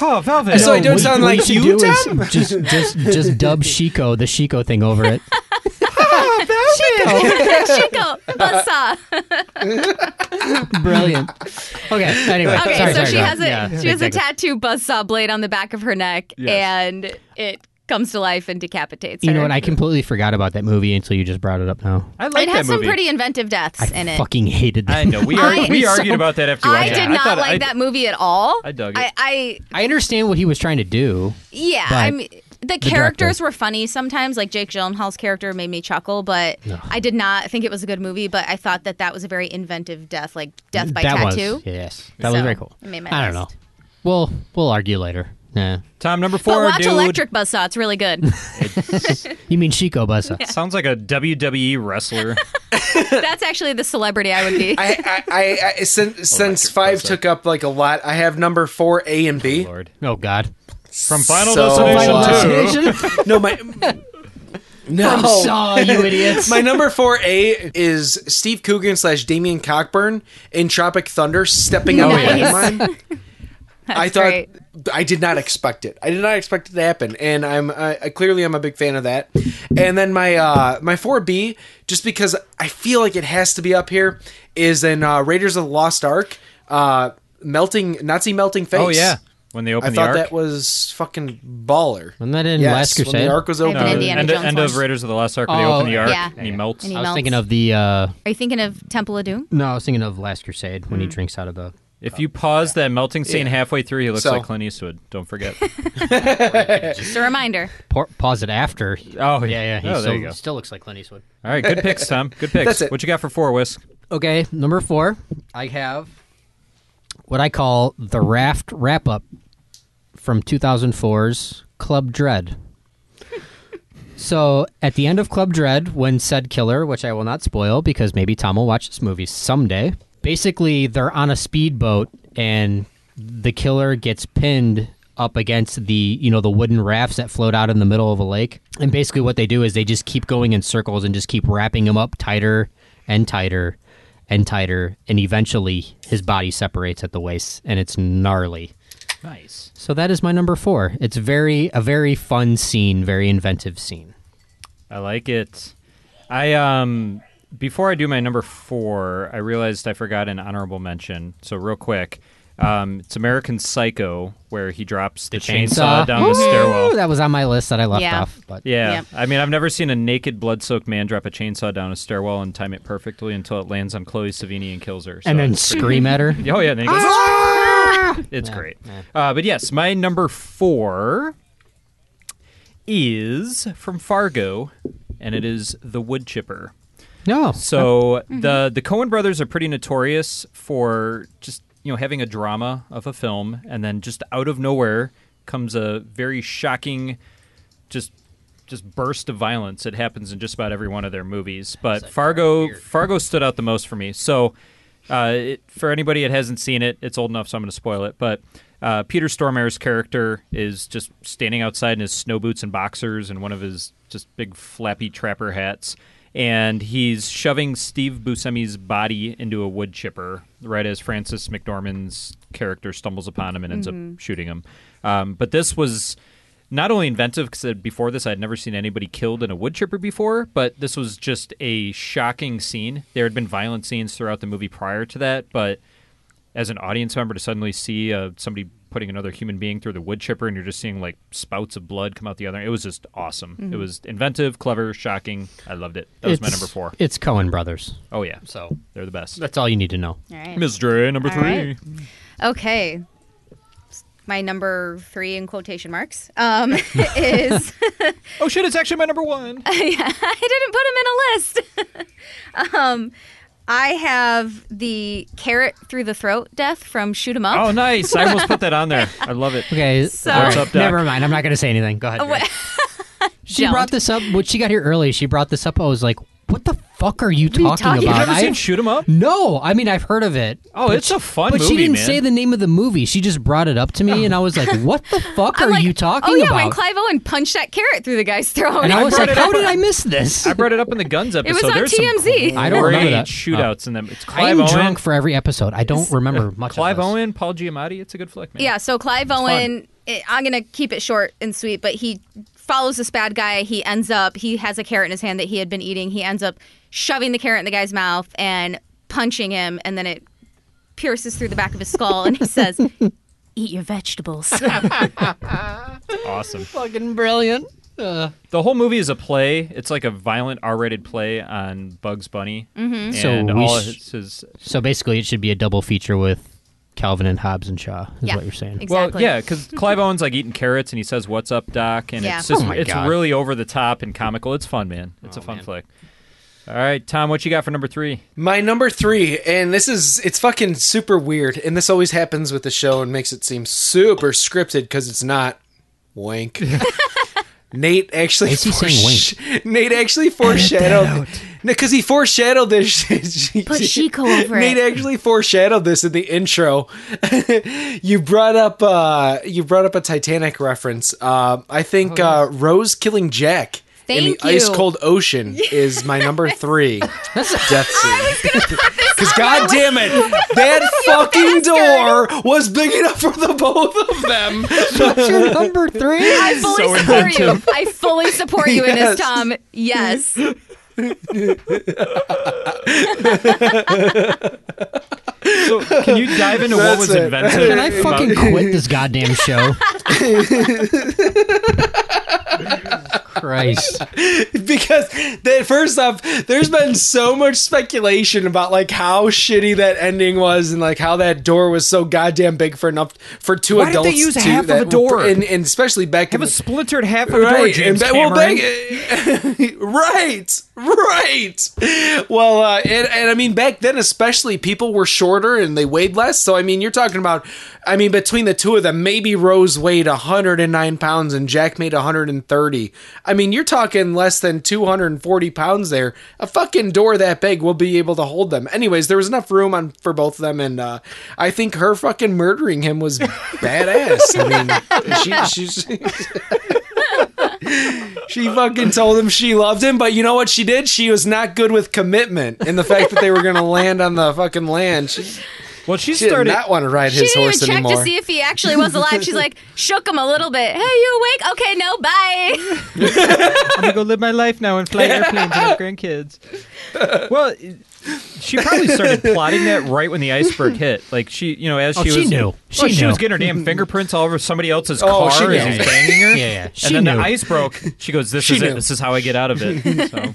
Speaker 2: oh, velvet.
Speaker 10: So I don't
Speaker 4: what-
Speaker 10: sound
Speaker 4: what
Speaker 10: like
Speaker 4: should
Speaker 10: you,
Speaker 4: do is
Speaker 10: Tom?
Speaker 4: Just, just, just dub Shiko the Shiko thing over it.
Speaker 3: Chico. Buzzsaw.
Speaker 4: Brilliant. Okay. Anyway,
Speaker 3: Okay,
Speaker 4: sorry,
Speaker 3: so
Speaker 4: sorry,
Speaker 3: she
Speaker 4: sorry.
Speaker 3: has a
Speaker 4: Yeah,
Speaker 3: she has a
Speaker 4: exactly.
Speaker 3: tattoo buzzsaw blade on the back of her neck,
Speaker 4: Yes.
Speaker 3: and it comes to life and decapitates
Speaker 4: You
Speaker 3: her.
Speaker 4: know what? I completely forgot about that movie until you just brought it up now.
Speaker 2: I
Speaker 3: it has some pretty inventive deaths in it.
Speaker 4: Fucking hated that.
Speaker 2: I know. We,
Speaker 3: I-
Speaker 2: ar- we argued about that after you
Speaker 3: I
Speaker 2: watched it.
Speaker 3: did not
Speaker 2: thought
Speaker 3: like that movie at all.
Speaker 4: I dug it.
Speaker 3: I, I
Speaker 4: I understand what he was trying to do.
Speaker 3: yeah.
Speaker 4: but
Speaker 3: I mean, the
Speaker 4: the
Speaker 3: characters
Speaker 4: director-
Speaker 3: were funny sometimes. Like Jake Gyllenhaal's character made me chuckle, but I did not think it was a good movie. But I thought that that was a very inventive death, like death by
Speaker 4: that
Speaker 3: tattoo.
Speaker 4: was yes, that was
Speaker 3: So,
Speaker 4: very cool.
Speaker 3: it made my
Speaker 4: I don't know. We'll we'll argue later. Yeah.
Speaker 2: Tom number
Speaker 3: But
Speaker 2: four,
Speaker 3: watch
Speaker 2: dude.
Speaker 3: Electric Buzzsaw; it's really good.
Speaker 4: You mean Shiko Bussa?
Speaker 2: Sounds like a WWE wrestler.
Speaker 3: That's actually the celebrity I would be.
Speaker 10: I, I, I since, since five took up like a lot, I have number four A and B.
Speaker 4: Oh God.
Speaker 2: From Final Destination
Speaker 10: no, my no.
Speaker 4: From Saw, Oh, you idiots.
Speaker 10: My number four A is Steve Coogan slash Damien Cockburn in Tropic Thunder stepping on a
Speaker 6: Nice.
Speaker 10: landmine. I
Speaker 6: That's
Speaker 10: thought
Speaker 6: great.
Speaker 10: I did not expect it. I did not expect it to happen, and I'm I, I clearly I'm a big fan of that. And then my uh, my four B, just because I feel like it has to be up here, is in uh, Raiders of the Lost Ark, uh, melting Nazi melting face.
Speaker 2: Oh, yeah. When they
Speaker 10: I
Speaker 2: opened the
Speaker 10: thought
Speaker 2: Ark.
Speaker 10: that was fucking baller.
Speaker 4: Wasn't that in
Speaker 10: yes,
Speaker 4: Last
Speaker 10: when
Speaker 4: Crusade?
Speaker 10: the Ark was
Speaker 3: I have
Speaker 10: open.
Speaker 3: an Indiana
Speaker 2: end,
Speaker 3: Jones
Speaker 2: end
Speaker 3: voice.
Speaker 2: of Raiders of the Lost Ark where they
Speaker 4: Oh,
Speaker 2: open the Ark
Speaker 3: yeah.
Speaker 2: and he melts.
Speaker 3: And he
Speaker 4: I was
Speaker 3: melts.
Speaker 4: thinking of the. uh
Speaker 3: Are you thinking of Temple of Doom?
Speaker 4: No, I was thinking of Last Crusade when he
Speaker 2: Hmm.
Speaker 4: drinks out of the.
Speaker 2: If you pause that melting scene
Speaker 4: Yeah.
Speaker 2: halfway through, he looks
Speaker 4: So-
Speaker 2: like Clint Eastwood. Don't forget.
Speaker 3: Just a reminder.
Speaker 4: Por- pause it after.
Speaker 2: Oh
Speaker 4: yeah, yeah. He
Speaker 2: Oh, there
Speaker 4: still,
Speaker 2: you go.
Speaker 4: still looks like Clint Eastwood.
Speaker 2: All right, good picks, Tom. Good picks.
Speaker 4: That's it.
Speaker 2: What you got for four, Whisk?
Speaker 4: Okay, number four. I have what I call the raft wrap up from 2004's Club Dread. so at the end of Club Dread, when said killer, which I will not spoil because maybe Tom will watch this movie someday, basically they're on a speedboat and the killer gets pinned up against the you know the wooden rafts that float out in the middle of a lake and basically what they do is they just keep going in circles and just keep wrapping him up tighter and tighter and tighter and eventually his body separates at the waist and it's gnarly
Speaker 2: Nice.
Speaker 4: so that is my number four. It's very a very fun scene, very inventive scene.
Speaker 2: I like it. I um before I do my number four, I realized I forgot an honorable mention. So real quick, um, it's American Psycho where he drops the, chainsaw, down
Speaker 4: Woo!
Speaker 2: the stairwell.
Speaker 4: That was on my list that I left off. But
Speaker 2: Yeah.
Speaker 4: Yep.
Speaker 2: I mean, I've never seen a naked, blood-soaked man drop a chainsaw down a stairwell and time it perfectly until it lands on Chloe Savini and kills her. So
Speaker 4: And then
Speaker 2: it's pretty-
Speaker 4: scream at her.
Speaker 2: Oh yeah, then he goes, "Ah!" It's great. Uh, but yes, my number four is from Fargo, and it is the wood chipper.
Speaker 4: No.
Speaker 2: So the the Cohen brothers are pretty notorious for just you know having a drama of a film, and then just out of nowhere comes a very shocking, just just burst of violence. It happens in just about every one of their movies, but Fargo Fargo stood out the most for me. So. Uh, it, for anybody that hasn't seen it, it's old enough, so I'm going to spoil it. But uh, Peter Stormare's character is just standing outside in his snow boots and boxers and one of his just big flappy trapper hats, and he's shoving Steve Buscemi's body into a wood chipper right as Francis McDormand's character stumbles upon him and ends
Speaker 8: Mhm.
Speaker 2: up shooting him. Um, but this was not only inventive because before this I'd never seen anybody killed in a wood chipper before, but this was just a shocking scene. There had been violent scenes throughout the movie prior to that, but as an audience member to suddenly see uh, somebody putting another human being through the wood chipper and you're just seeing like spouts of blood come out the other, it was just awesome.
Speaker 4: Mhm.
Speaker 2: It was inventive, clever, shocking. I loved it. That was my
Speaker 4: It's-
Speaker 2: number four.
Speaker 4: It's Cohen Brothers.
Speaker 2: Oh yeah,
Speaker 4: so
Speaker 2: they're the best.
Speaker 4: That's all you need to know.
Speaker 3: All right.
Speaker 2: Ms. Dre, number
Speaker 3: All
Speaker 2: three.
Speaker 3: right. Okay. My number three in quotation marks um, is.
Speaker 2: oh shit! It's actually my number one.
Speaker 3: I didn't put him in a list. Um, I have the carrot through the throat death from Shoot 'Em Up.
Speaker 2: Oh, nice! I almost put that on there. I love it.
Speaker 4: Okay,
Speaker 3: So-
Speaker 4: all right,
Speaker 2: What's up, Doc?
Speaker 4: never mind. I'm not going to say anything. Go ahead. Greg. she
Speaker 3: Don't.
Speaker 4: brought this up when she got here early. She brought this up. I was like, "What the fuck are you
Speaker 2: you
Speaker 4: talking,
Speaker 2: talking
Speaker 4: about?"
Speaker 2: about? You've never
Speaker 4: I-
Speaker 2: seen Shoot 'Em Up?
Speaker 4: No, I mean I've heard of it.
Speaker 2: Oh,
Speaker 4: But
Speaker 2: it's a fun
Speaker 4: But she
Speaker 2: movie,
Speaker 4: didn't
Speaker 2: man.
Speaker 4: say the name of the movie. She just brought it up to me, and I was like, "What the fuck are you talking
Speaker 3: oh yeah, when
Speaker 4: about?"
Speaker 3: Clive Owen punched that carrot through the guy's throat.
Speaker 4: And I was
Speaker 2: brought
Speaker 4: like,
Speaker 2: it
Speaker 4: "How
Speaker 2: up-
Speaker 4: did I miss this?"
Speaker 2: I brought it up in the guns
Speaker 3: was
Speaker 2: episode.
Speaker 3: on
Speaker 2: There's
Speaker 3: TMZ.
Speaker 2: Some
Speaker 4: I don't remember
Speaker 2: great
Speaker 4: that. Oh.
Speaker 2: shootouts in them. It's
Speaker 4: I
Speaker 2: Clive
Speaker 4: am
Speaker 2: Owen,
Speaker 4: drunk for every episode. I don't remember much.
Speaker 2: Clive
Speaker 4: of this.
Speaker 2: Owen, Paul Giamatti. It's a good flick, man.
Speaker 3: Yeah, so Clive
Speaker 2: fun.
Speaker 3: Owen, i I'm going to keep it short and sweet, but he follows this bad guy. He ends up, he has a carrot in his hand that he had been eating. He ends up shoving the carrot in the guy's mouth and punching him, and then it pierces through the back of his skull, and he says, Eat your vegetables.
Speaker 2: Awesome.
Speaker 4: Fucking brilliant.
Speaker 2: The whole movie is a play. It's like a violent R-rated play on Bugs Bunny.
Speaker 3: Mhm.
Speaker 4: So
Speaker 2: And
Speaker 4: we
Speaker 2: all
Speaker 4: sh-
Speaker 2: his, his
Speaker 4: So basically, it should be a double feature with Calvin and Hobbes and Shaw. Is
Speaker 3: Yeah,
Speaker 4: what you're saying?
Speaker 2: Well, yeah, because Clive Owen's like eating carrots and he says, "What's up, Doc?" And
Speaker 3: Yeah.
Speaker 2: it's just
Speaker 4: Oh my
Speaker 2: it's
Speaker 4: God.
Speaker 2: really over the top and comical. It's fun, man. It's
Speaker 3: Oh,
Speaker 2: a fun flick. All right, Tom, what you got for number three?
Speaker 10: My number three, and this is it's fucking super weird, and this always happens with the show and makes it seem super scripted because it's not. Wank. Nate actually
Speaker 4: Is he saying
Speaker 10: foresh- Nate actually foreshadowed because he foreshadowed this.
Speaker 3: Put Chico over
Speaker 10: Nate
Speaker 3: it.
Speaker 10: actually foreshadowed this in the intro. you brought up uh, you brought up a Titanic reference. Um I think uh, Rose killing Jack in the
Speaker 3: Oh, Thank you.
Speaker 10: ice cold ocean is my number three death scene. Because god damn it, that fucking door was big enough for the both of them.
Speaker 4: That's your number three.
Speaker 3: I fully
Speaker 2: So
Speaker 3: support
Speaker 2: inventive.
Speaker 3: you. I fully support you in
Speaker 10: Yes.
Speaker 3: this, Tom. Yes.
Speaker 2: So, can you dive into what
Speaker 10: That's
Speaker 2: was
Speaker 10: it.
Speaker 2: invented?
Speaker 4: Can I
Speaker 2: about-
Speaker 4: fucking quit this goddamn show? Christ.
Speaker 10: because that first off, there's been so much speculation about like how shitty that ending was and like how that door was so goddamn big for enough for two
Speaker 2: Why did they
Speaker 10: adults
Speaker 2: use
Speaker 10: to
Speaker 2: half of
Speaker 10: that,
Speaker 2: a door?
Speaker 10: and, and especially back
Speaker 2: have a
Speaker 10: in the-
Speaker 2: splintered half of a door, James
Speaker 10: and ba-
Speaker 2: Cameron?
Speaker 10: well, back- right, right. Well, uh, and, and I mean, back then, especially, people were shorter and they weighed less. So, I mean, you're talking about, I mean, between the two of them, maybe Rose weighed 109 pounds and Jack made 130. I mean, you're talking less than 240 pounds there. A fucking door that big will be able to hold them. Anyways, there was enough room on for both of them, and uh, I think her fucking murdering him was badass. I mean, she, she's. She fucking told him she loved him, but you know what she did? She was not good with commitment and the fact that they were going to land on the fucking land. She,
Speaker 2: well, she
Speaker 10: she did
Speaker 2: started.
Speaker 10: not want to ride
Speaker 3: She
Speaker 10: his
Speaker 3: didn't even
Speaker 10: horse
Speaker 3: check
Speaker 10: anymore.
Speaker 3: to see if he actually was alive. She's like, shook him a little bit. Hey, you awake? Okay, no, bye.
Speaker 2: I'm gonna go live my life now and fly airplanes and have grandkids. Well, she probably started plotting that right when the iceberg hit. Like she, you know, as
Speaker 4: Oh,
Speaker 2: she,
Speaker 4: she
Speaker 2: was,
Speaker 4: knew.
Speaker 2: Well,
Speaker 4: She
Speaker 2: she
Speaker 4: knew. Mm-hmm.
Speaker 2: was getting her damn fingerprints all over somebody else's
Speaker 10: Oh,
Speaker 2: car
Speaker 10: she
Speaker 2: as
Speaker 10: knew.
Speaker 2: he's banging her.
Speaker 4: Yeah, yeah.
Speaker 2: and
Speaker 4: She
Speaker 2: then
Speaker 4: knew.
Speaker 2: the ice broke. She goes, "This
Speaker 10: She
Speaker 2: is
Speaker 10: knew.
Speaker 2: it. This is how I get out of it." So,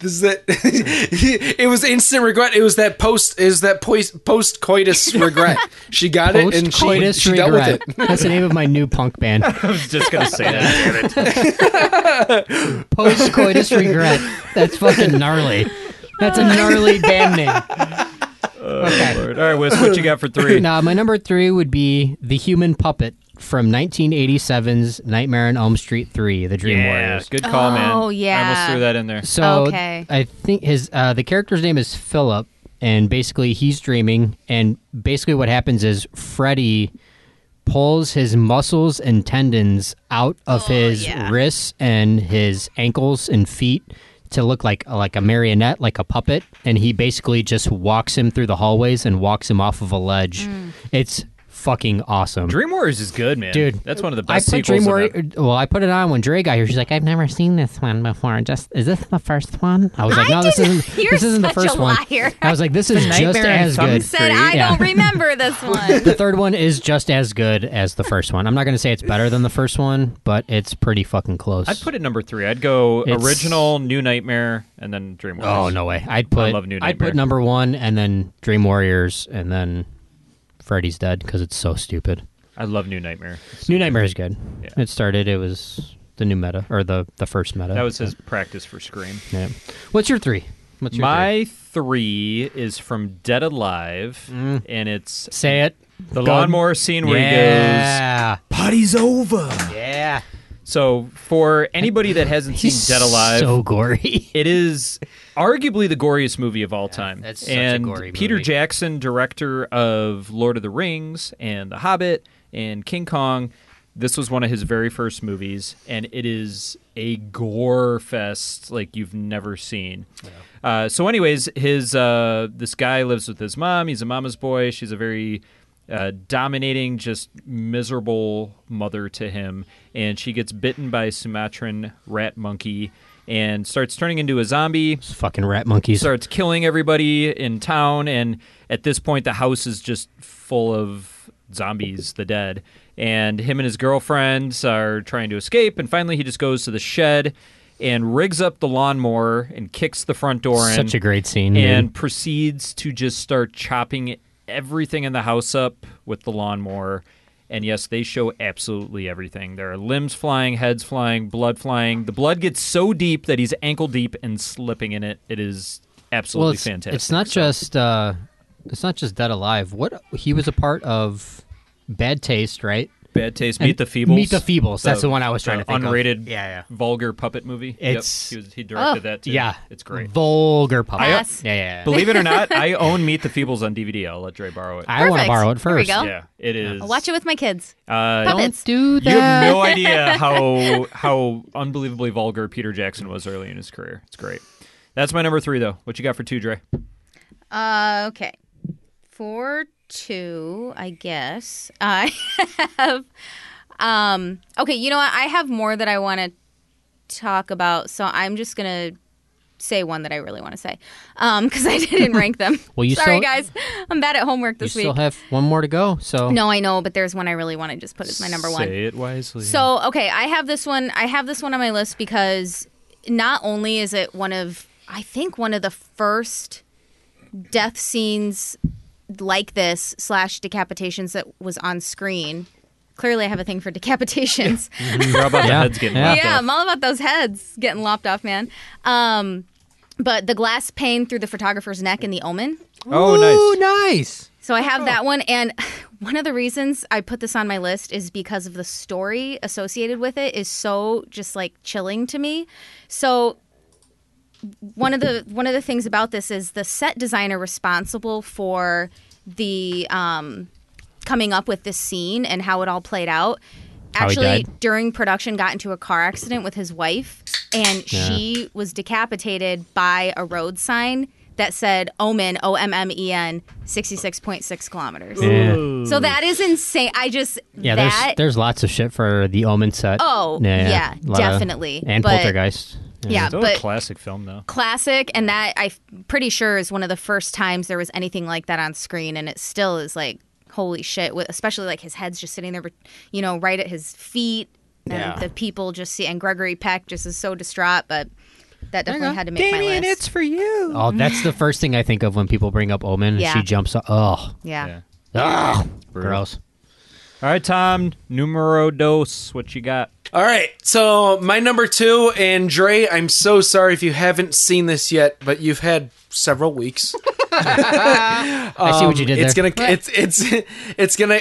Speaker 10: This is that, it was instant regret. It was that post is that post coitus regret. She got it and she,
Speaker 4: Post-coitus
Speaker 10: she dealt with
Speaker 4: regret.
Speaker 10: it.
Speaker 4: That's the name of my new punk band.
Speaker 2: I was just gonna say that.
Speaker 4: Post-coitus regret. That's fucking gnarly. That's a gnarly band name. Okay.
Speaker 2: Lord. All right, Wes, what you got for three?
Speaker 4: Now, my number three would be The Human Puppet from 1987's Nightmare on Elm Street 3, The Dream
Speaker 2: Yeah,
Speaker 4: Warriors.
Speaker 2: good call, man. I
Speaker 3: Oh,
Speaker 2: almost
Speaker 3: yeah.
Speaker 2: threw that in there.
Speaker 4: So
Speaker 3: Okay.
Speaker 4: I think his uh, the character's name is Philip, and basically he's dreaming, and basically what happens is Freddy pulls his muscles and tendons out of his
Speaker 3: Oh, yeah.
Speaker 4: wrists and his ankles and feet to look like like a marionette, like a puppet, and he basically just walks him through the hallways and walks him off of a ledge.
Speaker 3: Mm.
Speaker 4: It's fucking awesome.
Speaker 2: Dream Warriors is good, man.
Speaker 4: Dude,
Speaker 2: that's one of the
Speaker 4: I
Speaker 2: best
Speaker 4: put
Speaker 2: sequels.
Speaker 4: Dream
Speaker 2: in
Speaker 4: Warrior.
Speaker 2: that-
Speaker 4: Well, I put it on when Dre got here. She's like, "I've never seen this one before. Just is this the first one?" I was like,
Speaker 3: I
Speaker 4: "No, this
Speaker 3: didn't-
Speaker 4: isn't.
Speaker 3: you're
Speaker 4: This isn't the
Speaker 3: such
Speaker 4: first
Speaker 3: a
Speaker 4: one."
Speaker 3: liar.
Speaker 4: I was like, "This is just
Speaker 2: Nightmare on
Speaker 4: as
Speaker 2: Elm
Speaker 4: good."
Speaker 3: Said,
Speaker 2: Street,
Speaker 3: I
Speaker 4: yeah.
Speaker 3: don't remember this one.
Speaker 4: The third one is just as good as the first one. I'm not going to say it's better than the first one, but it's pretty fucking close.
Speaker 2: I'd put it number three. I'd go
Speaker 4: It's-
Speaker 2: original, New Nightmare, and then Dream Warriors.
Speaker 4: Oh no way! I'd put.
Speaker 2: love New
Speaker 4: I'd
Speaker 2: Nightmare.
Speaker 4: put number one, and then Dream Warriors, and then Freddy's Dead because it's so stupid.
Speaker 2: I love New Nightmare.
Speaker 4: New Nightmare is good.
Speaker 2: Yeah.
Speaker 4: It started. It was the new meta or the the first meta.
Speaker 2: That was his practice for Scream.
Speaker 4: Yeah. What's your three? What's your
Speaker 2: My three? is from Dead Alive,
Speaker 4: Mm.
Speaker 2: and it's
Speaker 4: say it.
Speaker 2: The
Speaker 4: Gun.
Speaker 2: lawnmower scene where
Speaker 4: Yeah.
Speaker 2: he goes, "Putty's over."
Speaker 4: Yeah.
Speaker 2: So for anybody that hasn't
Speaker 4: He's
Speaker 2: seen Dead Alive,
Speaker 4: so gory.
Speaker 2: it is arguably the goriest movie of all time.
Speaker 4: that's such a
Speaker 2: and
Speaker 4: gory
Speaker 2: Peter
Speaker 4: movie.
Speaker 2: Jackson, director of Lord of the Rings and The Hobbit and King Kong, this was one of his very first movies, and it is a gore fest like you've never seen. Uh, so, anyways, his uh, this guy lives with his mom. He's a mama's boy. She's a very uh, dominating, just miserable mother to him, and she gets bitten by a Sumatran rat monkey and starts turning into a zombie.
Speaker 4: fucking rat monkeys.
Speaker 2: Starts killing everybody in town, and at this point, the house is just full of zombies, the dead. And him and his girlfriends are trying to escape, and finally, he just goes to the shed and rigs up the lawnmower and kicks the front door in.
Speaker 4: Such a great scene, dude.
Speaker 2: And proceeds to just start chopping everything in the house up with the lawnmower. And yes, they show absolutely everything. There are limbs flying, heads flying, blood flying. The blood gets so deep that he's ankle deep and slipping in it. It is absolutely
Speaker 4: well, it's,
Speaker 2: fantastic.
Speaker 4: It's not just uh, it's not just Dead Alive. What he was a part of Bad Taste, right?
Speaker 2: Bad Taste.
Speaker 4: And
Speaker 2: Meet the Feebles.
Speaker 4: Meet the Feebles. That's the one I was trying
Speaker 2: the
Speaker 4: to think of.
Speaker 2: unrated, yeah, vulgar puppet movie.
Speaker 4: It's-
Speaker 2: yep. he, was, he directed
Speaker 4: Oh.
Speaker 2: that too.
Speaker 4: Yeah. Mm-hmm.
Speaker 2: it's great.
Speaker 4: Vulgar puppet.
Speaker 2: I-
Speaker 4: Pass. Yeah, yeah, yeah.
Speaker 2: Believe it or not, I own Meet the Feebles on DVD. I'll let Dre borrow it.
Speaker 4: I wanna Perfect. borrow it
Speaker 3: There we go.
Speaker 2: Yeah, it is.
Speaker 3: I'll watch it with my kids.
Speaker 2: Uh,
Speaker 3: Puppets.
Speaker 4: do
Speaker 2: You have no idea how how unbelievably vulgar Peter Jackson was early in his career. It's great. That's my number three, though. What you got for two, Dre?
Speaker 3: Uh, okay. For two, I guess. I have. Um, okay, you know what? I have more that I want to talk about, so I'm just going to say one that I really want to say because I didn't rank them.
Speaker 4: Well, you
Speaker 3: Sorry,
Speaker 4: still-
Speaker 3: guys. I'm bad at homework
Speaker 4: You
Speaker 3: this
Speaker 4: still
Speaker 3: week.
Speaker 4: have one more to go. So
Speaker 3: No, I know, but there's one I really want to just put as my number one.
Speaker 2: it wisely.
Speaker 3: So okay, I have this one. I have this one on my list because not only is it one of I think one of the first death scenes like this slash decapitations that was on screen. Clearly, I have a thing for decapitations.
Speaker 2: How about the heads getting
Speaker 3: Yeah,
Speaker 2: knocked off?
Speaker 3: I'm all about those heads getting lopped off, man. Um, but the glass pane through the photographer's neck in The Omen.
Speaker 2: Oh,
Speaker 4: nice. nice.
Speaker 3: So I have that one, and one of the reasons I put this on my list is because of the story associated with it is so just like chilling to me. So one of the one of the things about this is the set designer responsible for the um, coming up with this scene and how it all played out.
Speaker 8: How he
Speaker 3: Actually,
Speaker 8: died?
Speaker 3: during production, got into a car accident with his wife, and
Speaker 8: Yeah.
Speaker 3: she was decapitated by a road sign that said "Omen" O M M E N, sixty six point six kilometers.
Speaker 4: Yeah. Ooh.
Speaker 3: So that is insane. I just
Speaker 4: Yeah,
Speaker 3: that
Speaker 4: there's there's lots of shit for the Omen set.
Speaker 3: Oh, yeah,
Speaker 4: A lot of-
Speaker 3: definitely.
Speaker 4: and
Speaker 3: But-
Speaker 4: Poltergeist.
Speaker 3: Yeah, Still a but-
Speaker 2: classic film though.
Speaker 3: classic and that i'm pretty sure is one of the first times there was anything like that on screen and it still is like holy shit with especially like his head's just sitting there you know right at his feet and
Speaker 8: Yeah.
Speaker 3: the people just see and gregory peck just is so distraught but that definitely had to make my list it's
Speaker 2: for you
Speaker 4: Oh, that's the first thing I think of when people bring up Omen. and
Speaker 3: Yeah.
Speaker 4: She jumps. up. Oh,
Speaker 3: yeah,
Speaker 4: Ah,
Speaker 2: Brutal.
Speaker 4: gross.
Speaker 2: All right, Tom. Numero dos. What you got?
Speaker 10: All right, so my number two, and Dre, I'm so sorry if you haven't seen this yet, but you've had several weeks.
Speaker 4: I see what
Speaker 2: Um,
Speaker 4: you did
Speaker 10: It's
Speaker 4: there.
Speaker 10: gonna, it's it's it's gonna,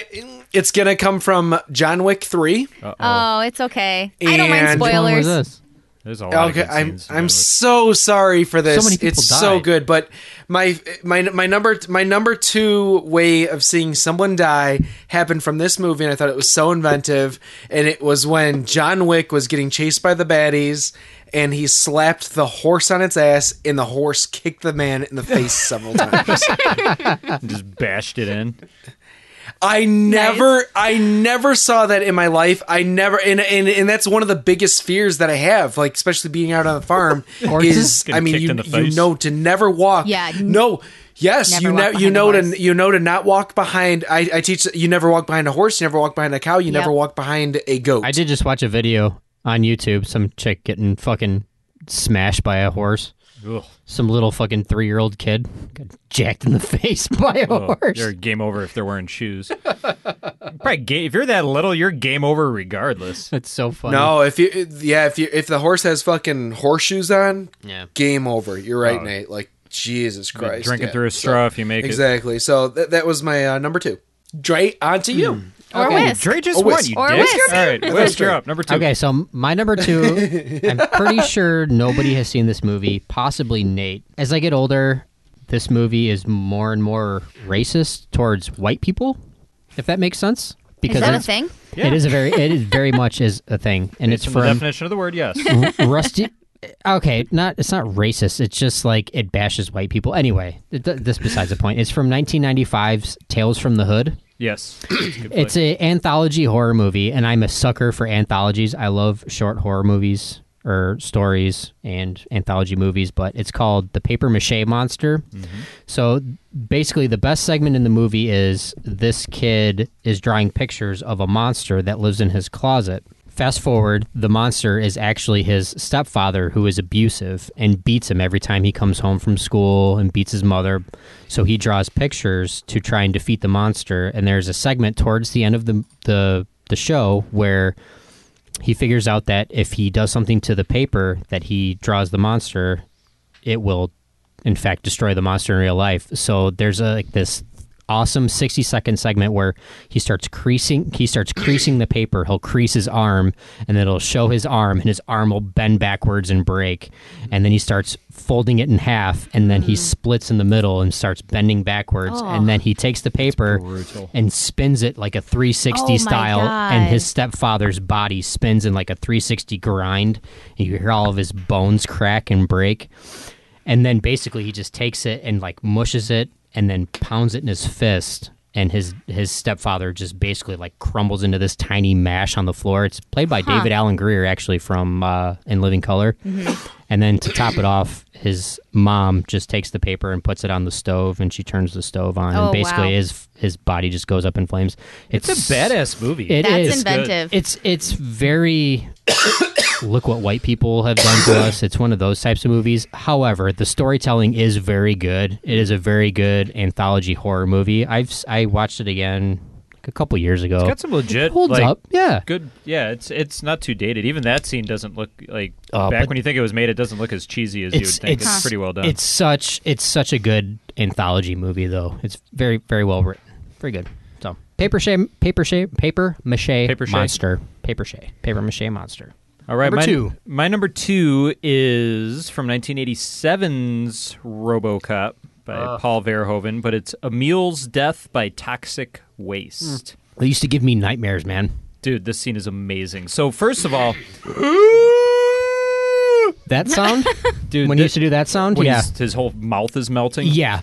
Speaker 10: it's gonna come from John Wick 3
Speaker 3: oh it's okay i don't mind
Speaker 10: And-
Speaker 3: spoilers
Speaker 2: There's a
Speaker 3: lot of
Speaker 10: Okay,
Speaker 3: good
Speaker 10: I'm I'm so sorry for this.
Speaker 3: many people
Speaker 10: it's so
Speaker 3: died.
Speaker 10: good, but my my my number my number two way of seeing someone die happened from this movie, and I thought it was so inventive. And it was when John Wick was getting chased by the baddies, and he slapped the horse on its ass, and the horse kicked the man in the face several times.
Speaker 2: Just bashed it in.
Speaker 10: I never, I never saw that in my life. I never, and, and and that's one of the biggest fears that I have, like especially being out on the farm.
Speaker 2: Horses?
Speaker 10: is I
Speaker 2: Getting
Speaker 10: mean,
Speaker 2: kicked
Speaker 10: you
Speaker 2: in the
Speaker 10: you
Speaker 2: face.
Speaker 10: know to never walk.
Speaker 3: Yeah, n-
Speaker 10: No. Yes,
Speaker 3: never
Speaker 10: you
Speaker 3: walk
Speaker 10: know you
Speaker 3: behind a
Speaker 10: know
Speaker 3: horse.
Speaker 10: to you know to not walk behind. I, I teach that you never walk behind a horse. You never walk behind a cow. You never
Speaker 4: Yep.
Speaker 10: walk behind a goat.
Speaker 4: I did just watch a video on YouTube. Some chick getting fucking smashed by a horse. Some little fucking three year old kid got jacked in the face by a
Speaker 2: Oh,
Speaker 4: horse.
Speaker 2: You're game over if they're wearing shoes. Probably ga- if you're that little, you're game over regardless.
Speaker 4: That's so funny.
Speaker 10: No, if you yeah, if you if the horse has fucking horseshoes on,
Speaker 4: Yeah.
Speaker 10: game over. You're right,
Speaker 2: Oh.
Speaker 10: Nate. Like Jesus Christ,
Speaker 2: drinking
Speaker 10: yeah.
Speaker 2: through a straw if you make it.
Speaker 10: exactly. So that that was my uh, number two. Dre, on to you.
Speaker 3: Or
Speaker 10: Okay.
Speaker 3: whisk.
Speaker 2: Dre just won, you dick. All right,
Speaker 10: Oh, That's
Speaker 2: Wes, you're
Speaker 10: right.
Speaker 2: up. Number two.
Speaker 4: Okay, so m- my number two, I'm pretty sure nobody has seen this movie, possibly Nate. As I get older, this movie is more and more racist towards white people, if that makes sense.
Speaker 3: that a
Speaker 4: it's-
Speaker 3: thing?
Speaker 4: It is a very, it is very much is a thing, and it's
Speaker 2: From the
Speaker 4: from
Speaker 2: definition of the word, yes.
Speaker 4: R- rusty. Okay, not it's not racist. It's just like it bashes white people. Anyway, th- th- this besides the point. It's from 1995's Tales from the Hood.
Speaker 2: yes.
Speaker 4: It's an anthology horror movie, and I'm a sucker for anthologies. I love short horror movies or stories and anthology movies, but it's called The Paper Mache Monster. So basically, the best segment in the movie is this kid is drawing pictures of a monster that lives in his closet. Fast forward, the monster is actually his stepfather who is abusive and beats him every time he comes home from school and beats his mother. So he draws pictures to try and defeat the monster. And there's a segment towards the end of the the, the show where he figures out that if he does something to the paper that he draws the monster, it will in fact destroy the monster in real life. So there's a like this awesome 60 second segment where he starts creasing he starts creasing the paper he'll crease his arm and then it'll show his arm and his arm will bend backwards and break and then he starts folding it in half and then he
Speaker 3: Mm-hmm.
Speaker 4: splits in the middle and starts bending backwards
Speaker 3: Oh.
Speaker 4: and then he takes the paper and spins it like a 360
Speaker 3: Oh my
Speaker 4: style and
Speaker 3: God.
Speaker 4: his stepfather's body spins in like a 360 grind and you hear all of his bones crack and break and then basically he just takes it and like mushes it and then pounds it in his fist and his his stepfather just basically like crumbles into this tiny mash on the floor it's played by
Speaker 3: Huh.
Speaker 4: david alan greer actually from uh, in living color
Speaker 3: Mm-hmm.
Speaker 4: and then to top it off his mom just takes the paper and puts it on the stove and she turns the stove on
Speaker 3: Oh,
Speaker 4: and basically
Speaker 3: wow.
Speaker 4: his his body just goes up in flames it's,
Speaker 2: a badass movie.
Speaker 4: It
Speaker 3: That's
Speaker 4: is.
Speaker 3: inventive.
Speaker 4: It's it's very look what white people have done to us. It's one of those types of movies. However, the storytelling is very good. It is a very good anthology horror movie. I've s- I watched it again like a couple years ago.
Speaker 2: It's got some legit.
Speaker 4: holds
Speaker 2: like,
Speaker 4: up. Yeah.
Speaker 2: Good. Yeah, it's it's not too dated. Even that scene doesn't look like
Speaker 4: Uh,
Speaker 2: back
Speaker 4: but-
Speaker 2: when you think it was made. It doesn't look as cheesy as you would think. It's, pretty well done.
Speaker 4: It's such it's such a good anthology movie though. It's very very well written. Very good. So paper shame paper shame paper mache
Speaker 2: mache.
Speaker 4: monster paper mache paper mache monster.
Speaker 2: All right,
Speaker 4: Number
Speaker 2: my,
Speaker 4: two.
Speaker 2: My number two is from 1987's RoboCop by Paul Verhoeven, but it's Emile's death by toxic waste.
Speaker 4: They used to give me nightmares, man.
Speaker 2: Dude, this scene is amazing. So first of all,
Speaker 4: That sound?
Speaker 2: dude,
Speaker 4: when
Speaker 2: thi-
Speaker 4: he used to do that sound?
Speaker 2: when
Speaker 4: Yeah.
Speaker 2: his, his whole mouth is melting.
Speaker 4: Yeah.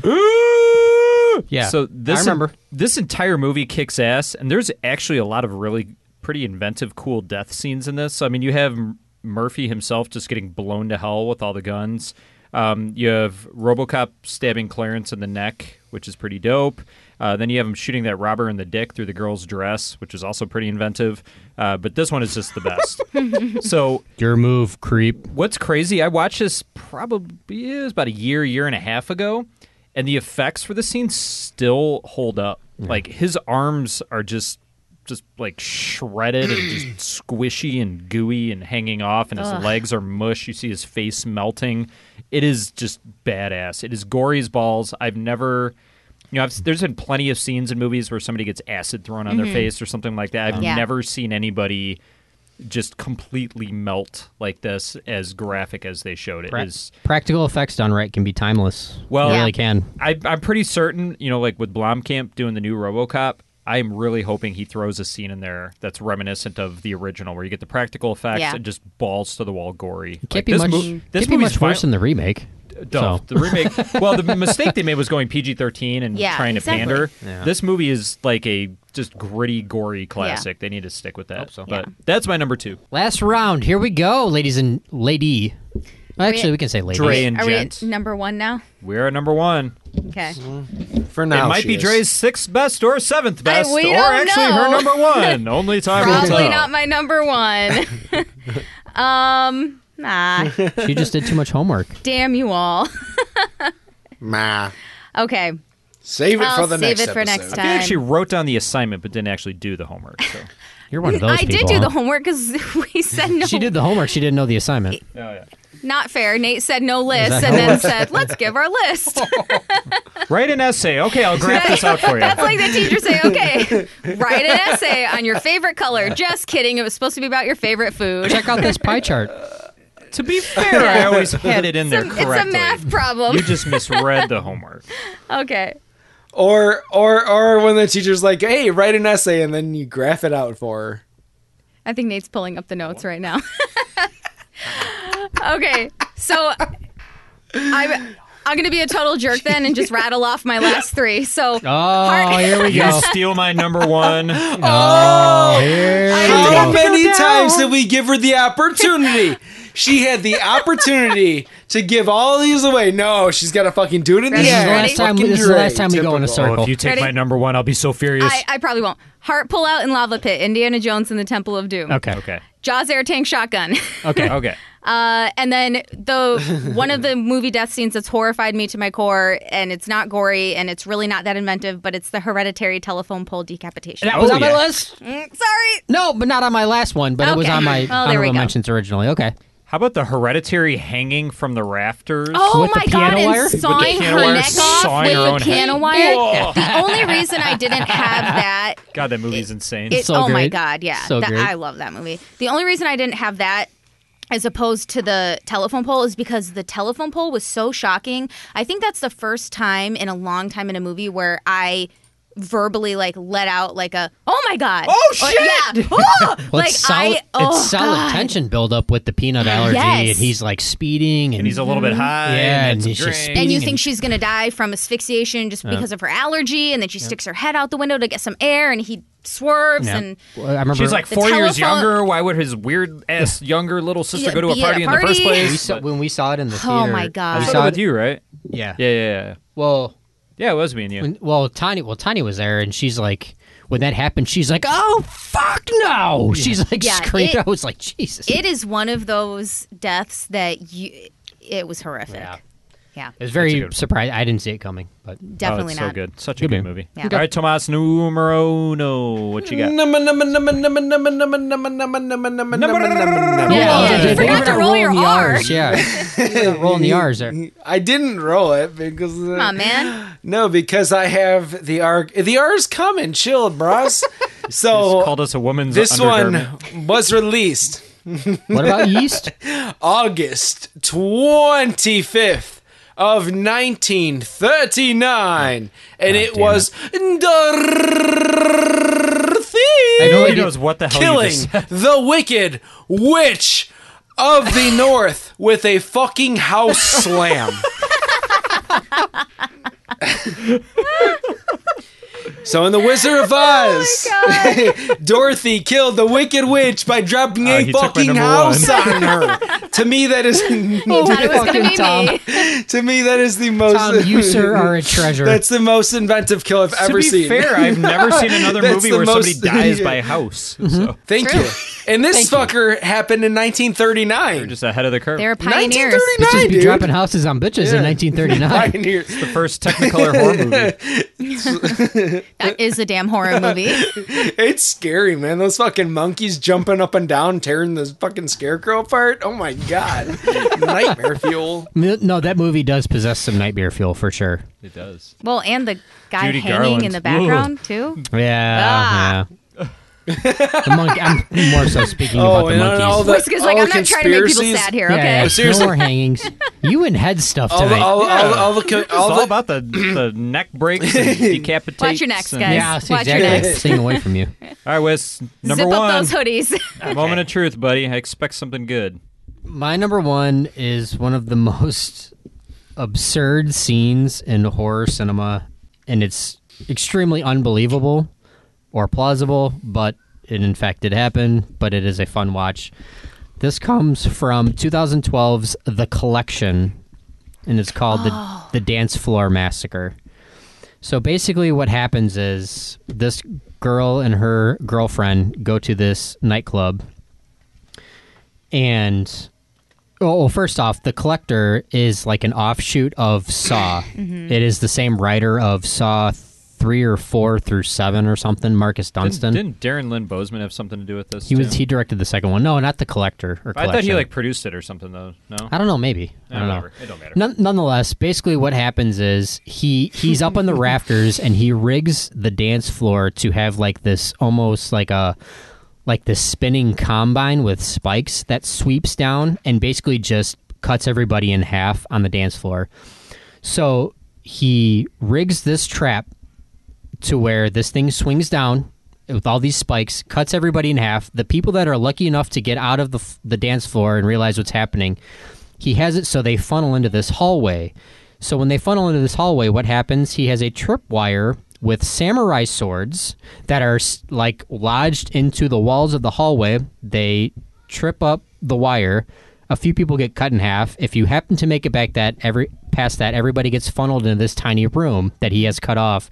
Speaker 4: yeah.
Speaker 2: So this
Speaker 4: I remember.
Speaker 2: this entire movie kicks ass, and there's actually a lot of really pretty inventive, cool death scenes in this. I mean, you have M- Murphy himself just getting blown to hell with all the guns. Um, you have RoboCop stabbing Clarence in the neck, which is pretty dope. Uh, then you have him shooting that robber in the dick through the girl's dress, which is also pretty inventive. Uh, but this one is just the best. so
Speaker 4: Your move, creep.
Speaker 2: What's crazy? I watched this probably it was about a year, year and a half ago, and the effects for the scene still hold up. Like his arms are just, just like shredded and just squishy and gooey and hanging off, and his legs are mush. You see his face melting. It is just badass. It is gory as balls. I've never. You know, I've, there's been plenty of scenes in movies where somebody gets acid thrown on their face or something like that. I've
Speaker 3: Yeah.
Speaker 2: never seen anybody just completely melt like this as graphic as they showed it
Speaker 4: Pra-
Speaker 2: is
Speaker 4: practical effects done right can be timeless.
Speaker 2: Well-
Speaker 4: they
Speaker 2: Yeah.
Speaker 4: really can.
Speaker 2: I, i'm pretty certain you know like with blomkamp doing the new robocop i'm really hoping he throws a scene in there that's reminiscent of the original where you get the practical effects
Speaker 3: Yeah.
Speaker 2: and just balls to the wall gory
Speaker 4: It can't be much. can't be much worse than the remake.
Speaker 2: Duff.
Speaker 4: So.
Speaker 2: The remake. well, the mistake they made was going PG thirteen and
Speaker 3: Yeah,
Speaker 2: trying
Speaker 3: exactly.
Speaker 2: to pander.
Speaker 4: Yeah.
Speaker 2: This movie is like a just gritty, gory classic. They need to stick with that.
Speaker 4: Hope so.
Speaker 2: But that's my number two.
Speaker 4: Last round. Here we go, ladies and lady. Well, actually, we can say lady.
Speaker 2: Dre and
Speaker 3: Are we
Speaker 2: gents.
Speaker 3: at number one now?
Speaker 2: We're at number one.
Speaker 3: Okay.
Speaker 10: For now,
Speaker 2: it might
Speaker 10: she
Speaker 2: be
Speaker 10: is.
Speaker 2: Dre's sixth best or seventh best,
Speaker 3: we
Speaker 2: or
Speaker 3: don't
Speaker 2: actually her
Speaker 3: know.
Speaker 2: number one. Only time will
Speaker 3: Probably
Speaker 2: tell.
Speaker 3: not my number one. um, Nah.
Speaker 4: she just did too much homework.
Speaker 3: Damn you all.
Speaker 10: Ma.
Speaker 3: Okay.
Speaker 10: Save
Speaker 3: I'll save it for next
Speaker 2: I feel like
Speaker 3: time.
Speaker 2: she wrote down the assignment but didn't actually do the homework. So.
Speaker 4: You're one of those
Speaker 3: I
Speaker 4: people.
Speaker 3: did do
Speaker 4: huh?
Speaker 3: the homework because we said no.
Speaker 4: She did the homework. She didn't know the assignment.
Speaker 3: Not fair. Nate said no
Speaker 4: that
Speaker 3: list
Speaker 4: how
Speaker 3: and
Speaker 4: it
Speaker 3: then
Speaker 4: works?
Speaker 3: said, let's give our list.
Speaker 2: Write an essay. Okay, I'll graph this out for you.
Speaker 3: That's like the teacher say, okay, write an essay on your favorite color. Just kidding. It was supposed to be about your favorite food.
Speaker 4: Check out this pie chart.
Speaker 2: to be fair, I always had it in there
Speaker 3: It's
Speaker 2: correctly.
Speaker 3: a math problem.
Speaker 2: You just misread the homework.
Speaker 3: okay.
Speaker 10: Or or or when the teacher's like, "Hey, write an essay," and then you graph it out for her.
Speaker 3: I think Nate's pulling up the notes right now. okay, so I'm I'm gonna be a total jerk then and just rattle off my last three. So
Speaker 4: Oh, here we
Speaker 2: you
Speaker 4: go.
Speaker 2: steal my number one.
Speaker 4: Oh, here we
Speaker 10: How
Speaker 4: go.
Speaker 10: many times did we give her the opportunity? she had the opportunity to give all these away. No, she's got to fucking do it in
Speaker 3: Ready? This
Speaker 10: the
Speaker 3: is
Speaker 10: end.
Speaker 3: the last
Speaker 4: time-
Speaker 10: Fucking
Speaker 4: this is the last time we go in a
Speaker 10: Typical.
Speaker 4: circle.
Speaker 2: if you take
Speaker 3: Ready?
Speaker 2: my number one, I'll be so furious.
Speaker 3: I, I probably won't. Heart pull out in lava pit. Indiana Jones and the Temple of Doom.
Speaker 4: Okay.
Speaker 2: okay.
Speaker 3: Jaws air tank shotgun.
Speaker 2: Okay. Okay.
Speaker 3: Uh, and then the one of the movie death scenes that's horrified me to my core, and it's not gory and it's really not that inventive, but it's the hereditary telephone pole decapitation.
Speaker 4: That was
Speaker 2: Oh,
Speaker 4: on
Speaker 2: yeah.
Speaker 4: my list.
Speaker 3: Mm, sorry.
Speaker 4: No, but not on my last one. But it was
Speaker 3: Okay.
Speaker 4: on my
Speaker 3: Well, there we
Speaker 4: honorable
Speaker 3: go.
Speaker 4: mentions originally. Okay.
Speaker 2: How about the hereditary hanging from the rafters?
Speaker 3: Oh
Speaker 4: With the
Speaker 3: my god,
Speaker 4: piano
Speaker 3: and
Speaker 4: wire? With the
Speaker 3: sawing
Speaker 2: piano
Speaker 3: her
Speaker 2: wire,
Speaker 3: neck off
Speaker 2: sawing
Speaker 3: with
Speaker 2: her
Speaker 3: the
Speaker 2: own
Speaker 3: piano
Speaker 2: head.
Speaker 3: wire. the only reason I didn't have that
Speaker 2: God, that movie's insane.
Speaker 3: it,
Speaker 4: So
Speaker 3: oh my
Speaker 4: great.
Speaker 3: god, yeah.
Speaker 4: So
Speaker 3: That-
Speaker 4: great.
Speaker 3: I love that movie. The only reason I didn't have that as opposed to the telephone pole is because the telephone pole was so shocking. I think that's the first time in a long time in a movie where I verbally like let out like a oh my god oh shit yeah. oh!
Speaker 4: Well,
Speaker 3: like
Speaker 4: it's solid,
Speaker 3: I oh
Speaker 4: it's solid
Speaker 3: God.
Speaker 4: tension buildup with the peanut allergy,
Speaker 3: Yes.
Speaker 4: and he's like speeding, and,
Speaker 2: and he's a little bit high.
Speaker 4: Yeah,
Speaker 2: and,
Speaker 4: and
Speaker 2: it's
Speaker 4: he's just
Speaker 2: great.
Speaker 4: speaking
Speaker 3: and you
Speaker 4: and-
Speaker 3: think she's gonna die from asphyxiation just
Speaker 2: Uh-huh.
Speaker 3: because of her allergy, and then she sticks her head out the window to get some air, and he swerves
Speaker 4: Yeah.
Speaker 3: and
Speaker 4: Well, I remember
Speaker 2: She's like
Speaker 3: The
Speaker 2: four years
Speaker 3: telephone-
Speaker 2: younger. Why would his weird ass younger little sister
Speaker 3: Yeah,
Speaker 2: go to a
Speaker 3: be at
Speaker 2: party,
Speaker 3: a
Speaker 2: in the first
Speaker 3: party.
Speaker 4: we
Speaker 2: place?
Speaker 4: saw, when we saw it in the theater.
Speaker 3: Oh my God.
Speaker 4: We
Speaker 3: I
Speaker 2: I
Speaker 3: saw
Speaker 4: saw
Speaker 2: saw
Speaker 4: it.
Speaker 2: with you, right?
Speaker 4: Yeah.
Speaker 2: Yeah, yeah, yeah.
Speaker 4: Well,
Speaker 2: Yeah, it was me and you. Oh,
Speaker 4: when, well, Tiny. Well, Tiny was there, and she's like, when that happened, she's like, "Oh fuck no!" She's like
Speaker 3: Yeah,
Speaker 4: screamed.
Speaker 3: it-
Speaker 4: I was like, "Jesus!"
Speaker 3: It is one of those deaths that you. It was horrific.
Speaker 4: Yeah.
Speaker 3: Yeah,
Speaker 4: It was
Speaker 2: That's a
Speaker 4: very
Speaker 2: good-
Speaker 4: surprised. I didn't see it coming, but
Speaker 2: oh,
Speaker 3: definitely
Speaker 2: it's
Speaker 3: not.
Speaker 2: so good. Such a
Speaker 4: Good
Speaker 2: good,
Speaker 4: movie.
Speaker 2: movie.
Speaker 3: Yeah.
Speaker 2: All right, Tomas, numero uno. What you got?
Speaker 10: Number, number, number, number, number, number, number, number, number, number, number, number.
Speaker 3: Yeah, yeah, you forgot to roll your
Speaker 4: the
Speaker 3: R.
Speaker 4: R's. Yeah, rolling the R's there.
Speaker 10: I didn't roll it because
Speaker 3: Come on, man.
Speaker 10: no, because I have the R. The R is coming. Chill, bros.
Speaker 2: Just
Speaker 10: so
Speaker 2: called us a woman's
Speaker 10: this
Speaker 2: undergarment.
Speaker 10: one was released
Speaker 4: What about yeast?
Speaker 10: August twenty fifth of nineteen thirty nine, and it
Speaker 4: damn
Speaker 10: was Dorothy.
Speaker 4: I know
Speaker 2: Nobody
Speaker 4: it-
Speaker 2: knows what the hell you
Speaker 10: killing
Speaker 2: just said.
Speaker 10: the wicked witch of the north with a fucking house slam. so in the Wizard
Speaker 4: Oh
Speaker 10: of Oz, Dorothy killed the wicked witch by dropping
Speaker 2: Uh,
Speaker 10: a
Speaker 2: he took my
Speaker 10: fucking
Speaker 2: number
Speaker 10: house
Speaker 2: one.
Speaker 10: on her. to me, that is
Speaker 3: Thought it was gonna
Speaker 4: Fucking
Speaker 3: be
Speaker 4: Tom.
Speaker 3: me.
Speaker 10: to me that is the most.
Speaker 4: Oh. Tom, you sir are a treasure.
Speaker 10: That's the most inventive kill I've
Speaker 2: To
Speaker 10: ever
Speaker 2: be
Speaker 10: seen.
Speaker 2: fair, I've never seen another
Speaker 10: That's
Speaker 2: movie
Speaker 10: the
Speaker 2: where
Speaker 10: most-
Speaker 2: somebody dies
Speaker 10: yeah.
Speaker 2: by house.
Speaker 3: Mm-hmm.
Speaker 2: So
Speaker 10: Thank
Speaker 3: True.
Speaker 10: you. And this
Speaker 4: Thank
Speaker 10: fucker happened in 1939.
Speaker 2: just ahead of the curve.
Speaker 3: They're pioneers.
Speaker 10: 1939,
Speaker 4: Bitches be
Speaker 10: dude.
Speaker 4: dropping houses on bitches in 1939.
Speaker 10: Pioneers.
Speaker 2: the first Technicolor horror movie.
Speaker 3: That is a damn horror movie.
Speaker 10: It's scary, man. Those fucking monkeys jumping up and down, tearing this fucking scarecrow apart. Oh my god, nightmare fuel.
Speaker 4: N- No, that movie does possess some nightmare fuel for sure.
Speaker 2: It does.
Speaker 3: Well, and the guy
Speaker 2: Judy
Speaker 3: hanging
Speaker 2: Garland.
Speaker 3: in the background too.
Speaker 4: Yeah.
Speaker 3: Ah.
Speaker 4: yeah. the monkey. I'm more so speaking
Speaker 3: Oh,
Speaker 4: about the
Speaker 10: and
Speaker 4: monkeys.
Speaker 10: all the-
Speaker 3: Whiskers like
Speaker 10: all
Speaker 3: I'm not trying to make people
Speaker 10: conspiracies-
Speaker 3: sad here.
Speaker 4: yeah, yeah,
Speaker 3: Okay.
Speaker 10: seriously.
Speaker 4: No more hangings. You and head stuff
Speaker 10: All the
Speaker 4: tonight.
Speaker 10: all, all, all the co-
Speaker 2: It's all,
Speaker 10: all the
Speaker 2: about the, the neck breaks and decapitates.
Speaker 3: Watch your necks,
Speaker 2: and-
Speaker 3: guys.
Speaker 4: yeah, that's
Speaker 3: Watch your
Speaker 4: exactly.
Speaker 3: necks.
Speaker 4: Staying away from you.
Speaker 2: All right, Wes. Number
Speaker 3: Zip
Speaker 2: one.
Speaker 3: up those hoodies.
Speaker 2: Moment of truth, buddy. I expect something good.
Speaker 4: My number one is one of the most absurd scenes in horror cinema, and it's extremely unbelievable or plausible, but it in fact did happen. But it is a fun watch. This comes from 2012's The Collection, and it's called the the Dance Floor Massacre. So basically, what happens is this girl and her girlfriend go to this nightclub, and Oh, well, first off, the collector is like an offshoot of Saw.
Speaker 8: Mhm.
Speaker 4: It is the same writer of Saw three or four through seven or something. Marcus Dunstan.
Speaker 2: Didn't, didn't Darren Lynn Bozeman have something to do with this?
Speaker 4: he was
Speaker 2: too?
Speaker 4: he directed the second one. No, not the collector
Speaker 2: I
Speaker 4: or collection.
Speaker 2: thought he like produced it or something though. No,
Speaker 4: I don't know. Maybe
Speaker 2: Eh,
Speaker 4: I don't
Speaker 2: whatever.
Speaker 4: know.
Speaker 2: It don't matter.
Speaker 4: None, nonetheless, basically what happens is he he's up on the rafters and he rigs the dance floor to have like this almost like a like this spinning combine with spikes that sweeps down and basically just cuts everybody in half on the dance floor. So he rigs this trap to where this thing swings down with all these spikes, cuts everybody in half. The people that are lucky enough to get out of the, f- the dance floor and realize what's happening, he has it so they funnel into this hallway. So when they funnel into this hallway, what happens? He has a tripwire with samurai swords that are s- like lodged into the walls of the hallway. They trip up the wire. A few people get cut in half. If you happen to make it back that every past that, everybody gets funneled into this tiny room that he has cut off.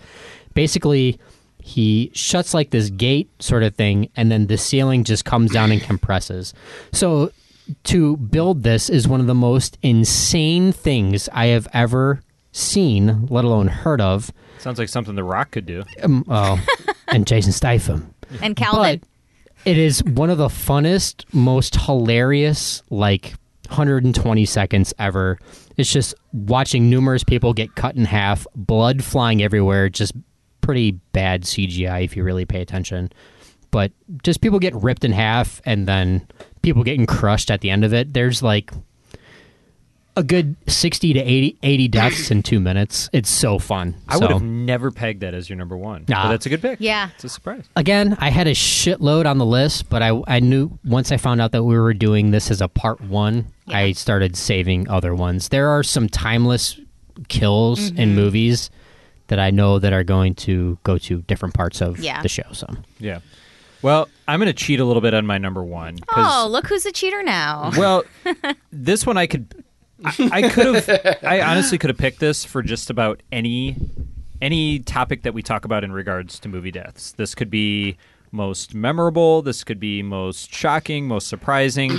Speaker 4: Basically, he shuts like this gate sort of thing, and then the ceiling just comes down and compresses. So to build this is one of the most insane things I have ever seen, let alone heard of.
Speaker 2: Sounds like something The Rock could do.
Speaker 4: Um, oh, and Jason Statham.
Speaker 3: And Calvin.
Speaker 4: It is one of the funnest, most hilarious, like 120 seconds ever. It's just watching numerous people get cut in half, blood flying everywhere, just pretty bad CGI if you really pay attention. But just people get ripped in half and then people getting crushed at the end of it. There's like a good 60 to 80, 80 deaths in two minutes. It's so fun.
Speaker 2: I
Speaker 4: so.
Speaker 2: would have never pegged that as your number one.
Speaker 4: Nah.
Speaker 2: But that's a good pick.
Speaker 3: Yeah.
Speaker 2: It's a surprise.
Speaker 4: Again, I had a shitload on the list, but I, I knew once I found out that we were doing this as a part one, I started saving other ones. There are some timeless kills in
Speaker 3: Mhm.
Speaker 4: movies that I know that are going to go to different parts of
Speaker 3: Yeah.
Speaker 4: the show. So
Speaker 2: Yeah. Well, I'm going to cheat a little bit on my number one. 'cause-
Speaker 3: Oh, look who's a cheater now.
Speaker 2: Well, this one I could, I, I could have, I honestly could have picked this for just about any, any topic that we talk about in regards to movie deaths. This could be most memorable. This could be most shocking, most surprising.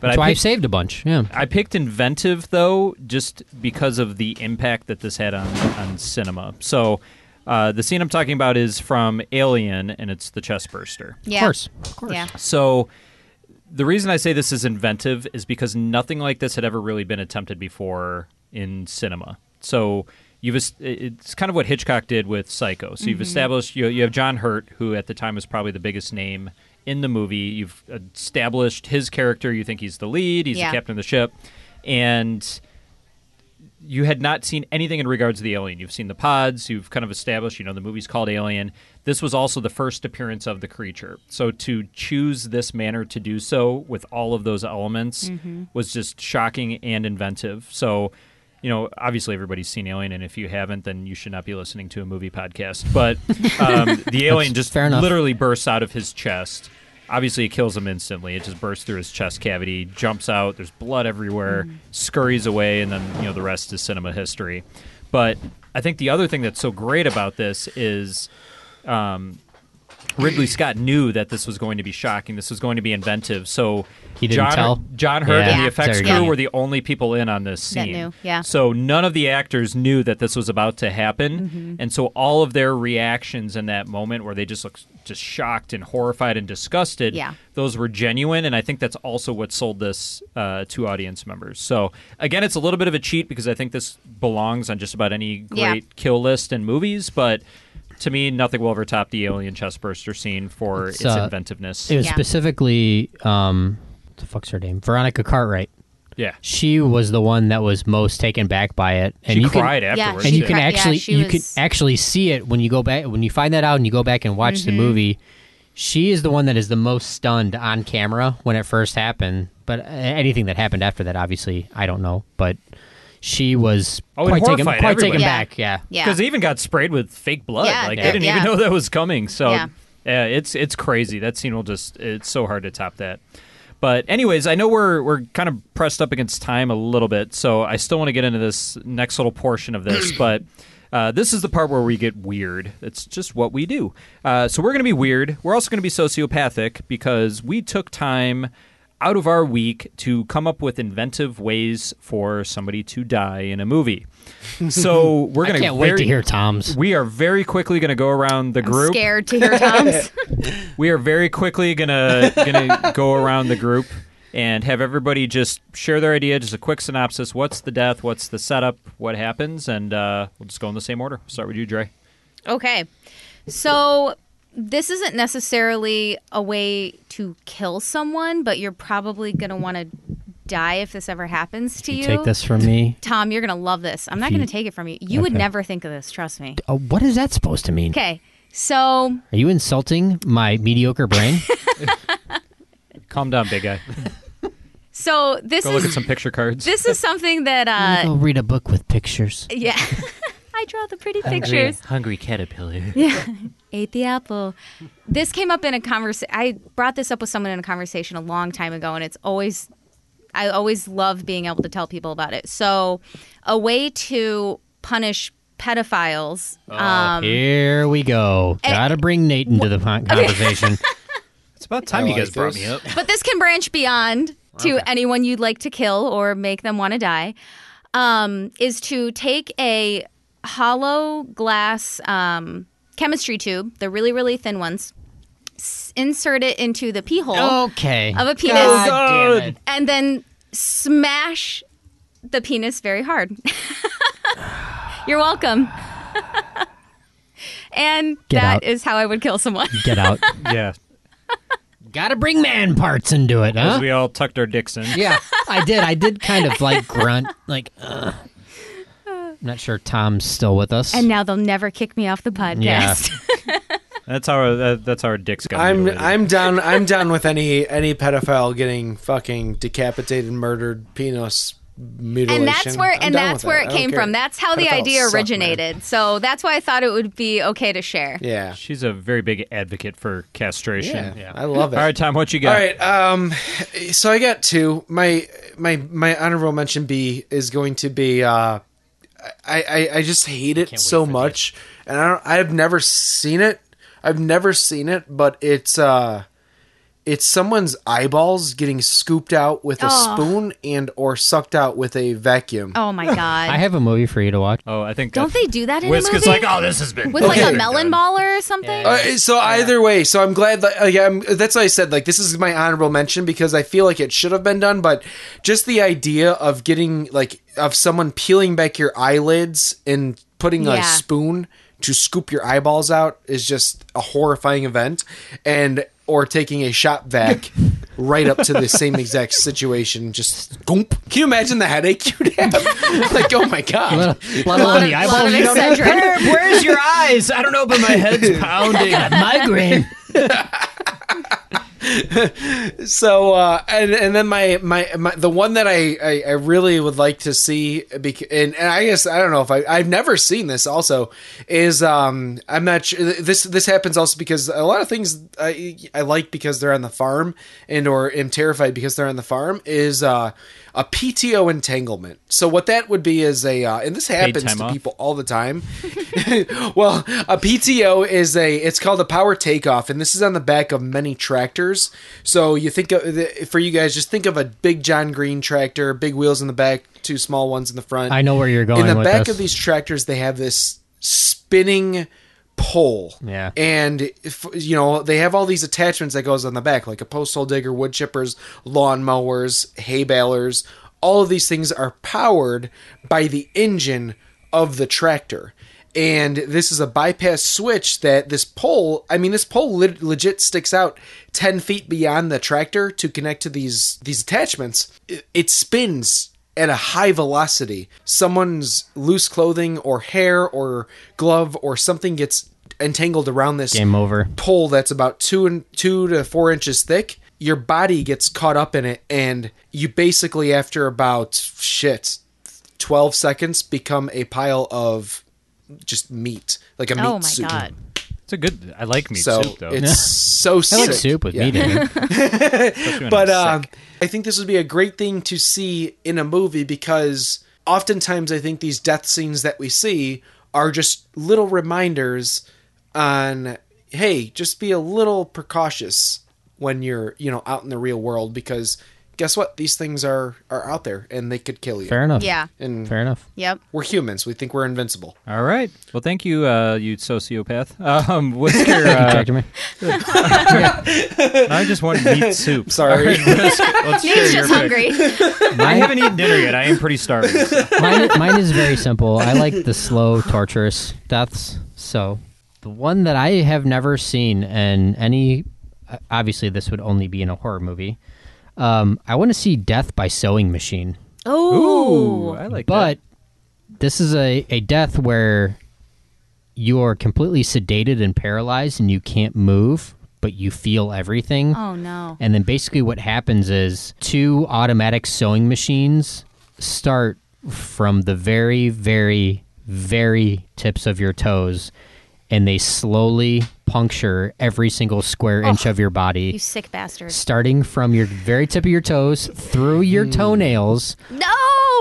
Speaker 2: But
Speaker 4: that's
Speaker 2: I
Speaker 4: why I
Speaker 2: picked-
Speaker 4: saved a bunch. Yeah.
Speaker 2: I picked inventive though, just because of the impact that this had on on cinema. So, uh, the scene I'm talking about is from Alien, and it's the chest burster.
Speaker 3: yeah. Of course. Of course. Yeah.
Speaker 2: So the reason I say this is inventive is because nothing like this had ever really been attempted before in cinema. So you've es- it's kind of what Hitchcock did with Psycho. So you've
Speaker 15: Mhm.
Speaker 2: established you, you have John Hurt, who at the time was probably the biggest name in the movie. You've established his character. You think he's the lead. He's
Speaker 15: Yeah.
Speaker 2: the captain of the ship, and you had not seen anything in regards to the alien. You've seen the pods. You've kind of established, you know, the movie's called Alien. This was also the first appearance of the creature. So to choose this manner to do so with all of those elements
Speaker 15: Mhm.
Speaker 2: was just shocking and inventive. So, you know, obviously everybody's seen Alien, and if you haven't, then you should not be listening to a movie podcast. But um, the alien
Speaker 4: That's
Speaker 2: just
Speaker 4: fair enough.
Speaker 2: literally bursts out of his chest. Obviously, it kills him instantly. It just bursts through his chest cavity, jumps out. There's blood everywhere,
Speaker 3: Mm.
Speaker 2: scurries away, and then you know the rest is cinema history. But I think the other thing that's so great about this is um, Ridley Scott knew that this was going to be shocking. This was going to be inventive. So
Speaker 4: He didn't
Speaker 2: John,
Speaker 4: tell?
Speaker 2: John Hurt
Speaker 4: Yeah.
Speaker 2: and the
Speaker 4: Yeah.
Speaker 2: effects
Speaker 4: There
Speaker 2: crew
Speaker 4: you go.
Speaker 2: were the only people in on this
Speaker 3: That
Speaker 2: scene.
Speaker 3: knew, yeah.
Speaker 2: So none of the actors knew that this was about to happen,
Speaker 3: Mhm.
Speaker 2: and so all of their reactions in that moment, where they just looked just shocked and horrified and disgusted,
Speaker 3: Yeah.
Speaker 2: those were genuine. And I think that's also what sold this uh, to audience members. So again, it's a little bit of a cheat because I think this belongs on just about any great
Speaker 3: Yeah.
Speaker 2: kill list in movies, but. To me, nothing will ever top the alien chestburster scene for its,
Speaker 4: uh,
Speaker 2: inventiveness.
Speaker 4: It was specifically um, what the fuck's her name? Veronica Cartwright.
Speaker 2: Yeah.
Speaker 4: she was the one that was most taken back by it, and
Speaker 2: She
Speaker 4: you
Speaker 2: cried
Speaker 4: can,
Speaker 2: Yeah, afterwards,
Speaker 4: And you
Speaker 2: she
Speaker 4: can
Speaker 2: cried- yeah,
Speaker 4: actually
Speaker 2: she
Speaker 4: you
Speaker 2: was-
Speaker 4: can actually see it when you go back when you find that out and you go back and watch the
Speaker 2: Mhm.
Speaker 4: movie. She is the one that is the most stunned on camera when it first happened. But uh, anything that happened after that, obviously, I don't know. But she was
Speaker 2: Oh,
Speaker 4: quite
Speaker 2: it
Speaker 4: taken,
Speaker 2: horrified
Speaker 4: quite taken
Speaker 2: everybody.
Speaker 4: back. Yeah,
Speaker 2: Because they even got sprayed with fake blood.
Speaker 4: Yeah,
Speaker 2: like
Speaker 4: yeah,
Speaker 2: they didn't
Speaker 4: yeah.
Speaker 2: even know that was coming. So
Speaker 4: Yeah.
Speaker 2: yeah. it's it's crazy. That scene will just it's so hard to top that. But anyways, I know we're we're kind of pressed up against time a little bit, so I still want to get into this next little portion of this, but. Uh, this is the part where we get weird. It's just what we do. Uh, so we're going to be weird. We're also going to be sociopathic because we took time out of our week to come up with inventive ways for somebody to die in a movie. So we're
Speaker 4: I
Speaker 2: gonna
Speaker 4: can't wait
Speaker 2: very-
Speaker 4: to hear Tom's.
Speaker 2: We are very quickly gonna go around the group.
Speaker 3: Scared to hear Tom's.
Speaker 2: We are very quickly gonna gonna go around the group and have everybody just share their idea, just a quick synopsis. What's the death? What's the setup? What happens? And uh, we'll just go in the same order. Start with you, Dre.
Speaker 3: Okay. So this isn't necessarily a way to kill someone, but you're probably going to want to die if this ever happens to you.
Speaker 4: Take this from me.
Speaker 3: Tom, you're going to love this. I'm not
Speaker 4: If you-
Speaker 3: going to take it from you. You would
Speaker 4: Okay.
Speaker 3: never think of this, trust me.
Speaker 4: Uh, what is that supposed to mean?
Speaker 3: Okay. So
Speaker 4: Are you insulting my mediocre brain?
Speaker 2: Calm down, big guy.
Speaker 3: so this
Speaker 2: go look
Speaker 3: is
Speaker 2: at some picture cards.
Speaker 3: this is something that
Speaker 4: I'll
Speaker 3: uh
Speaker 4: read a book with pictures.
Speaker 3: yeah. I draw the pretty pictures.
Speaker 14: Hungry caterpillar.
Speaker 3: Yeah. Ate the apple. This came up in a conversation. I brought this up with someone in a conversation a long time ago, and it's always, I always love being able to tell people about it. So, a way to punish pedophiles.
Speaker 4: Oh.
Speaker 3: um,
Speaker 4: Here we go.
Speaker 3: eh,
Speaker 4: Gotta bring Nate into the pon- conversation.
Speaker 2: it's about time
Speaker 4: I
Speaker 2: you
Speaker 4: like
Speaker 2: guys brought
Speaker 4: this.
Speaker 2: me up.
Speaker 3: but this can branch beyond to anyone you'd like to kill or make them want to die. Um, is to take a hollow glass um, chemistry tube, the really really thin ones, s- insert it into the pee hole.
Speaker 4: Okay. Oh,
Speaker 3: Of a penis.
Speaker 4: God damn it.
Speaker 3: And then smash the penis very hard. You're welcome. and that is
Speaker 4: Get out.
Speaker 3: how I would kill someone.
Speaker 4: Get out.
Speaker 2: yeah.
Speaker 4: Gotta bring man parts into it, huh?
Speaker 2: As we all tucked our dicks in.
Speaker 4: yeah, I did. I did kind of like grunt, like. Uh. I'm not sure Tom's still with us.
Speaker 3: And now they'll never kick me off the podcast.
Speaker 2: That's how that, that's how our dicks got.
Speaker 10: I'm I'm down I'm down with any any pedophile getting fucking decapitated, murdered, penis mutilation.
Speaker 3: And that's where
Speaker 10: I'm
Speaker 3: and
Speaker 10: down
Speaker 3: that's
Speaker 10: with
Speaker 3: where
Speaker 10: I
Speaker 3: it
Speaker 10: don't
Speaker 3: came
Speaker 10: care.
Speaker 3: from. That's how the
Speaker 10: Pedophiles
Speaker 3: idea
Speaker 10: suck, man.
Speaker 3: originated. so that's why I thought it would be okay to share.
Speaker 10: Yeah.
Speaker 2: She's a very big advocate for castration.
Speaker 10: Yeah, I love it.
Speaker 2: All right, Tom, what you got?
Speaker 10: All right, um, so I got two. My my my honorable mention B is going to be uh, I I, I just hate it so much, and I don't, I've never seen it. I've never seen it, but it's uh, it's someone's eyeballs getting scooped out with a
Speaker 3: Oh.
Speaker 10: spoon and or sucked out with a vacuum.
Speaker 3: Oh my god.
Speaker 4: I have a movie for you to watch.
Speaker 2: Oh, I think.
Speaker 3: Don't they do that in
Speaker 10: Whisk
Speaker 3: a
Speaker 10: is
Speaker 3: movie?
Speaker 10: like, "Oh, this has been
Speaker 3: with like
Speaker 10: Okay.
Speaker 3: a melon baller or something.
Speaker 10: Uh, so either way, so I'm glad that like, I'm, that's why I said like this is my honorable mention because I feel like it should have been done, but just the idea of getting like of someone peeling back your eyelids and putting a
Speaker 8: Yeah.
Speaker 10: spoon to scoop your eyeballs out is just a horrifying event, and or taking a shot vac right up to the same exact situation, just goomp. Can you imagine the headache you'd have? like, oh my god,
Speaker 4: lot of- bloody lot of eyeballs you'd have? Excedrin.
Speaker 2: Where- where's your eyes? I don't know, but my head's pounding.
Speaker 4: I got migraine.
Speaker 10: so uh and and then my my, my the one that I, I i really would like to see bec- and, and i guess i don't know if i i've never seen this also is um i'm not sure this this happens also because a lot of things i i like because they're on the farm and or am terrified because they're on the farm is uh a pto entanglement so what that would be is a uh, and this happens
Speaker 2: time
Speaker 10: to
Speaker 2: off?
Speaker 10: people all the time well, a PTO is a it's called a power takeoff, and this is on the back of many tractors. So you think of the, for you guys, just think of a big John Green tractor, big wheels in the back, two small ones in the front.
Speaker 4: I know where you're going
Speaker 10: In the
Speaker 4: with
Speaker 10: back
Speaker 4: this.
Speaker 10: of these tractors, they have this spinning pole.
Speaker 4: Yeah.
Speaker 10: And if, you know they have all these attachments that goes on the back, like a postal digger, wood chippers, lawn mowers, hay balers. All of these things are powered by the engine of the tractor, and this is a bypass switch that this pole. I mean, this pole lit legit sticks out ten feet beyond the tractor to connect to these these attachments. It, it spins at a high velocity. Someone's loose clothing or hair or glove or something gets entangled around this
Speaker 4: Game over.
Speaker 10: pole that's about two and two to four inches thick. Your body gets caught up in it, and you basically, after about shit, twelve seconds, become a pile of just meat, like a meat
Speaker 3: oh my
Speaker 10: soup.
Speaker 3: god.
Speaker 2: It's a good. I like meat
Speaker 10: so
Speaker 2: soup though.
Speaker 10: it's so
Speaker 2: I
Speaker 10: sick.
Speaker 2: like soup with meat in it. when
Speaker 10: but
Speaker 2: I'm
Speaker 10: um, I think this would be a great thing to see in a movie because oftentimes I think these death scenes that we see are just little reminders on hey, just be a little precautious when you're you know out in the real world because guess what? These things are are out there, and they could kill you.
Speaker 2: Fair enough.
Speaker 3: Yeah.
Speaker 10: And
Speaker 2: Fair enough.
Speaker 3: Yep.
Speaker 10: We're humans. We think we're invincible.
Speaker 2: All right. Well, thank you, uh, you sociopath. Um, Whisker. Uh,
Speaker 10: Talking
Speaker 2: I just want meat soup.
Speaker 10: Sorry.
Speaker 2: All right, Whisker, let's
Speaker 3: Nate's
Speaker 2: share your
Speaker 3: just
Speaker 2: pick.
Speaker 3: hungry.
Speaker 2: I haven't eaten dinner yet. I am pretty starving.
Speaker 4: mine, mine is very simple. I like the slow, torturous deaths. So the one that I have never seen in any, obviously this would only be in a horror movie. Um, I want to see death by sewing machine.
Speaker 3: Oh.
Speaker 2: I like
Speaker 4: but this is a, a death where you are completely sedated and paralyzed and you can't move, but you feel everything.
Speaker 3: Oh, no.
Speaker 4: And then basically what happens is two automatic sewing machines start from the very, very, very tips of your toes and they slowly puncture every single square inch of your body.
Speaker 3: You sick bastard.
Speaker 4: Starting from your very tip of your toes through
Speaker 2: Hmm.
Speaker 4: your toenails
Speaker 3: No.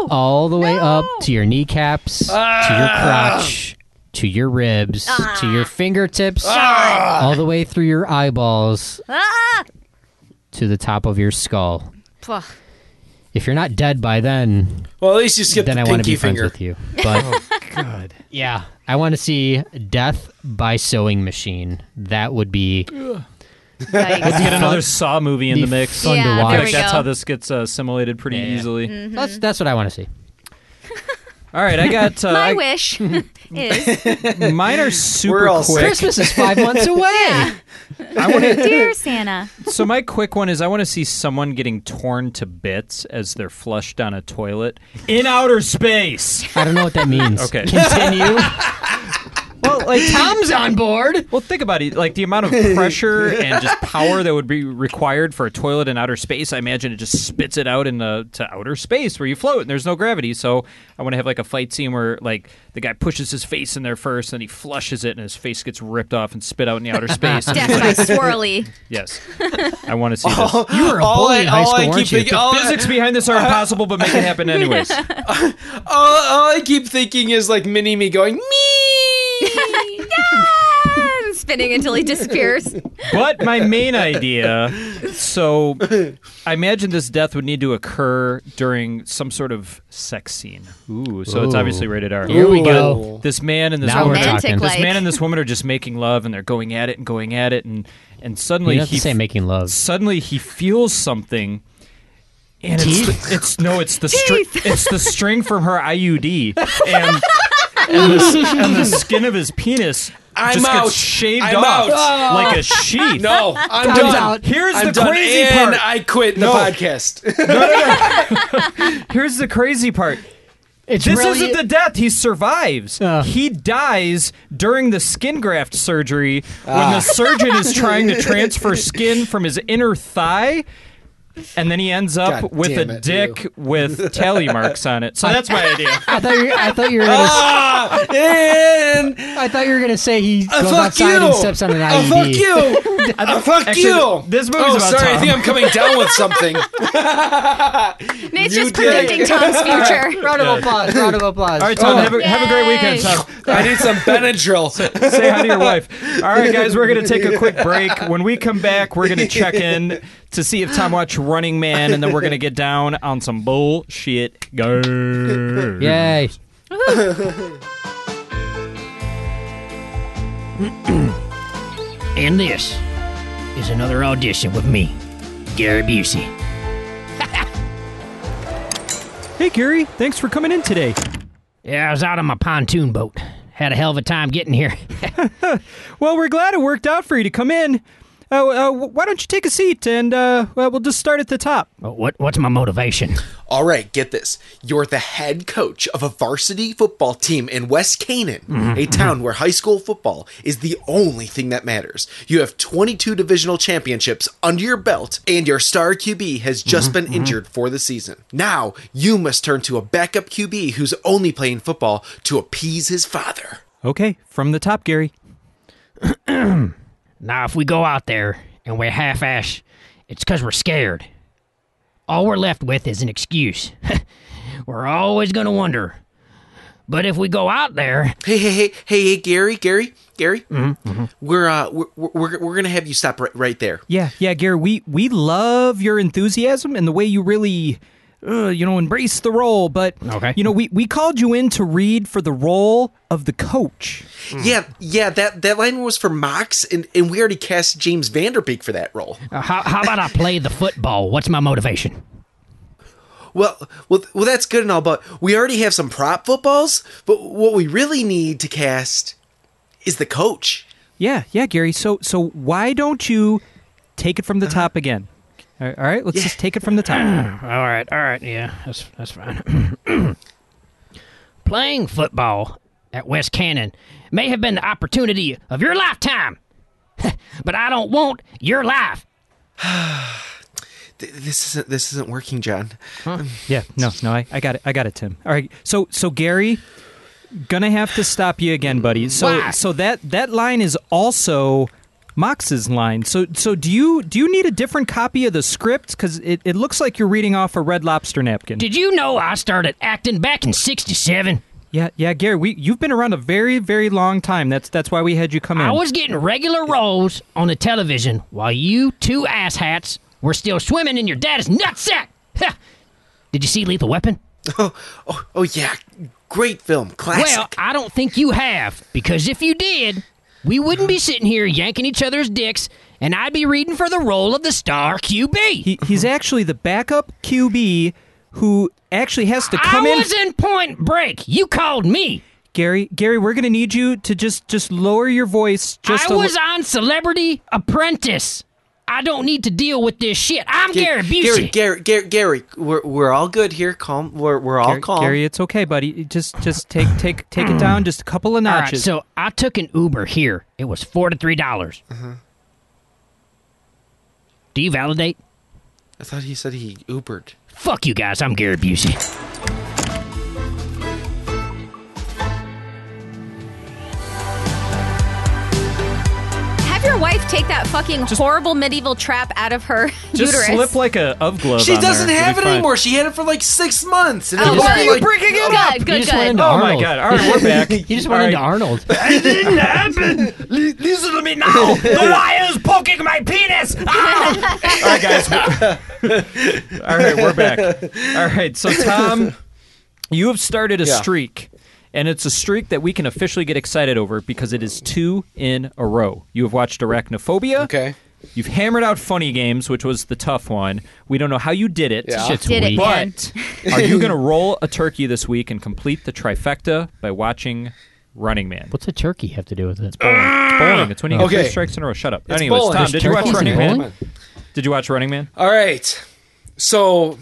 Speaker 4: all the way up to your kneecaps, to your
Speaker 2: Ah!
Speaker 4: crotch, to your ribs, to your fingertips,
Speaker 2: Ah!
Speaker 4: all the way through your eyeballs
Speaker 3: Ah.
Speaker 4: to the top of your skull.
Speaker 3: Pugh.
Speaker 4: If you're not dead by then,
Speaker 10: well, at least you skip
Speaker 4: then
Speaker 10: the
Speaker 4: I want to
Speaker 10: pinky
Speaker 4: be friends
Speaker 10: finger.
Speaker 4: with you. But
Speaker 2: Oh, God.
Speaker 4: yeah, I want to see death by sewing machine. That would be
Speaker 2: Let's get another Saw movie in
Speaker 4: Be
Speaker 2: the mix.
Speaker 4: fun to Yeah,
Speaker 2: I feel
Speaker 4: watch. there
Speaker 2: like
Speaker 4: we
Speaker 2: that's
Speaker 4: go.
Speaker 2: how this gets uh, assimilated pretty easily.
Speaker 3: Mm.
Speaker 4: that's that's what I want to see.
Speaker 2: All right, I got. Uh,
Speaker 3: My
Speaker 2: I-
Speaker 3: wish is
Speaker 2: mine are super
Speaker 4: We're all
Speaker 2: quick.
Speaker 4: Christmas is five months away.
Speaker 2: I want to.
Speaker 3: dear Santa.
Speaker 2: So my quick one is I want to see someone getting torn to bits as they're flushed down a toilet in outer space.
Speaker 4: I don't know what that means.
Speaker 2: Okay.
Speaker 4: Continue.
Speaker 2: Well, like
Speaker 4: Tom's on board.
Speaker 2: Well, think about it. Like the amount of pressure and just power that would be required for a toilet in outer space. I imagine it just spits it out into to outer space where you float and there's no gravity. So I want to have like a fight scene where like the guy pushes his face in there first, and he flushes it, and his face gets ripped off and spit out in the outer space.
Speaker 3: Death by swirly.
Speaker 2: yes, I want to see this.
Speaker 4: You were a
Speaker 10: All
Speaker 4: bully
Speaker 10: I-
Speaker 4: in high
Speaker 10: all
Speaker 4: school,
Speaker 10: I
Speaker 4: weren't
Speaker 10: keep
Speaker 4: you?
Speaker 10: thinking- all I-
Speaker 2: Physics behind this are impossible, but make it happen anyways.
Speaker 10: All, all I keep thinking is like Mini Me going me.
Speaker 3: Ah, spinning until he disappears.
Speaker 2: but my main idea so I imagine this death would need to occur during some sort of sex scene. Ooh, so it's
Speaker 4: Ooh.
Speaker 2: obviously rated R.
Speaker 4: Here we
Speaker 2: But
Speaker 4: go.
Speaker 2: This man and this
Speaker 4: Now we're
Speaker 2: woman
Speaker 4: Romantic, talking.
Speaker 2: this
Speaker 3: like.
Speaker 2: man and this woman are just making love and they're going at it and going at it and and suddenly
Speaker 4: You have
Speaker 2: he
Speaker 4: to say
Speaker 2: f-
Speaker 4: making love.
Speaker 2: suddenly he feels something and it's, the, it's no it's the string it's the string from her IUD and and the, s- and the skin of his penis
Speaker 10: I'm
Speaker 2: just
Speaker 10: out.
Speaker 2: gets shaved
Speaker 10: I'm
Speaker 2: off
Speaker 10: out.
Speaker 2: like a sheath.
Speaker 10: No, I'm
Speaker 4: Time's
Speaker 10: done.
Speaker 4: out.
Speaker 2: Here's
Speaker 10: I'm
Speaker 2: the
Speaker 10: done,
Speaker 2: crazy
Speaker 10: and
Speaker 2: part.
Speaker 10: I quit the
Speaker 2: No.
Speaker 10: podcast.
Speaker 2: Here's the crazy part.
Speaker 4: It's
Speaker 2: This
Speaker 4: really-
Speaker 2: isn't the death. He survives. he dies during the skin graft surgery when
Speaker 10: Ah.
Speaker 2: the surgeon is trying to transfer skin from his inner thigh. And then he ends up
Speaker 10: God
Speaker 2: with
Speaker 10: damn
Speaker 2: a
Speaker 10: it,
Speaker 2: dick with tally marks on it. So that's my idea.
Speaker 4: I thought you. I thought you were gonna.
Speaker 10: Ah.
Speaker 4: s-
Speaker 10: and
Speaker 4: I thought you were gonna say he
Speaker 10: I
Speaker 2: uh,
Speaker 4: goes
Speaker 10: Ah, fuck
Speaker 4: outside
Speaker 10: you.
Speaker 4: and steps on an E
Speaker 10: I
Speaker 4: IED.
Speaker 10: fuck you. I fuck
Speaker 2: Actually,
Speaker 10: you.
Speaker 2: this movie's
Speaker 10: oh,
Speaker 2: about
Speaker 10: sorry. I
Speaker 2: Tom.
Speaker 10: think I'm coming down with something.
Speaker 3: Nate's
Speaker 10: You
Speaker 3: just
Speaker 10: did it.
Speaker 3: predicting Tom's future.
Speaker 4: Round of applause. Round of applause.
Speaker 2: All right, Tom, have, a, have a great
Speaker 3: Yay.
Speaker 2: weekend, Tom.
Speaker 10: I need some Benadryl.
Speaker 2: Say hi to your wife. All right, guys, we're going to take a quick break. When we come back, we're going to check in to see if Tom watched Running Man, and then we're going to get down on some bullshit. Go.
Speaker 4: Yay.
Speaker 14: And this is another audition with me, Gary Busey.
Speaker 2: Hey, Gary, thanks for coming in today.
Speaker 14: Yeah, I was out on my pontoon boat. Had a hell of a time getting here.
Speaker 2: Well, we're glad it worked out for you to come in. Uh, uh, why don't you take a seat and uh, well, we'll just start at the top.
Speaker 14: But what, what's my motivation?
Speaker 10: All right, get this. You're the head coach of a varsity football team in West Canaan, a town where high school football is the only thing that matters. You have 22 divisional championships under your belt, and your star QB has just been injured for the season. Now, you must turn to a backup QB who's only playing football to appease his father.
Speaker 2: Okay, from the top, Gary.
Speaker 14: Now, if we go out there and we're half ass, it's because we're scared. All we're left with is an excuse. we're always going to wonder But if we go out there,
Speaker 10: Hey, hey, hey, hey, hey, Gary, Gary, Gary. We're uh, we're, we're we're gonna have you stop right right there.
Speaker 2: Yeah, yeah, Gary, we we love your enthusiasm and the way you really uh, you know embrace the role, but okay. you know we we called you in to read for the role of the coach.
Speaker 10: Yeah, yeah. That that line was for Mox, and and we already cast James Vanderbeek for that role.
Speaker 14: uh, how, how about I play the football? What's my motivation?
Speaker 10: Well, well, well. That's good and all, but we already have some prop footballs. But what we really need to cast is the coach.
Speaker 2: Yeah, yeah, Gary. So so why don't you take it from the top again? All right, all right, let's just take it from the top.
Speaker 14: all right, all right, yeah, that's that's fine. Playing football at West Cannon may have been the opportunity of your lifetime, but I don't want your life.
Speaker 10: Th- This isn't this isn't working, John.
Speaker 2: yeah, no, no, I, I got it, I got it, Tim. All right, so so Gary, gonna have to stop you again, buddy. So
Speaker 14: Why?
Speaker 2: so that that line is also Mox's line. So so do you do you need a different copy of the script? Because it, it looks like you're reading off a Red Lobster napkin.
Speaker 14: Did you know I started acting back in '67?
Speaker 2: yeah, yeah, Gary, we you've been around a very very long time. That's that's why we had you come in.
Speaker 14: I was getting regular roles on the television while you two asshats were still swimming in your dad's nutsack. Huh. Did you see Lethal Weapon?
Speaker 10: Oh, oh, oh yeah, great film, classic.
Speaker 14: Well, I don't think you have, because if you did, we wouldn't be sitting here yanking each other's dicks, and I'd be reading for the role of the star QB.
Speaker 2: He, he's actually the backup QB who actually has to come
Speaker 14: I
Speaker 2: in.
Speaker 14: was in Point Break. You called me.
Speaker 2: Gary, Gary, we're gonna need you to just just lower your voice. Just
Speaker 14: I
Speaker 2: a li-
Speaker 14: was on Celebrity Apprentice. I don't need to deal with this shit. I'm
Speaker 10: Ga-
Speaker 14: Gary Busey.
Speaker 10: Gary, Gary, Gary, Gary, we're we're all good here. Calm. We're we're all
Speaker 2: Gary,
Speaker 10: calm.
Speaker 2: Gary, it's okay, buddy. Just just take take take
Speaker 10: Hmm.
Speaker 2: it down just a couple of
Speaker 14: All right,
Speaker 2: notches.
Speaker 14: so I took an Uber here. It was four to three dollars.
Speaker 2: Uh-huh.
Speaker 14: Do you validate?
Speaker 10: I thought he said he Ubered.
Speaker 14: Fuck you guys. I'm Gary Busey.
Speaker 3: Have your wife take that fucking horrible medieval trap out of her uterus.
Speaker 2: like a of glove.
Speaker 10: She doesn't have it anymore. She had it for like six months. And
Speaker 3: Oh, why
Speaker 10: it was
Speaker 3: are you
Speaker 10: like-
Speaker 3: bringing it up? Uh, Good, good,
Speaker 4: just went
Speaker 3: good.
Speaker 4: into
Speaker 2: Oh my
Speaker 4: Arnold.
Speaker 2: God. All right, we're back.
Speaker 4: you just
Speaker 2: All
Speaker 4: went
Speaker 2: right.
Speaker 4: into Arnold.
Speaker 11: It didn't happen! Listen to me now! The wire's poking my penis! Ah.
Speaker 2: All right, guys. All right, we're back. All right, so Tom, you have started a
Speaker 10: Yeah.
Speaker 2: streak, and it's a streak that we can officially get excited over because it is two in a row. You have watched Arachnophobia.
Speaker 10: Okay.
Speaker 2: You've hammered out Funny Games, which was the tough one. We don't know how you did it.
Speaker 10: Yeah.
Speaker 4: Shit's
Speaker 3: Did it,
Speaker 4: weak.
Speaker 3: man.
Speaker 2: But are you going to roll a turkey this week and complete the trifecta by watching Running Man?
Speaker 4: What's a turkey have to do with it?
Speaker 2: It's bowling. It's when you get
Speaker 10: Okay.
Speaker 2: three strikes in a row. Shut up.
Speaker 10: It's
Speaker 2: Anyways,
Speaker 10: bowling.
Speaker 2: Tom,
Speaker 10: There's
Speaker 2: did you watch
Speaker 4: turkeys in
Speaker 2: Running Man?
Speaker 4: bowling?
Speaker 2: Did you watch Running Man?
Speaker 10: All right. So,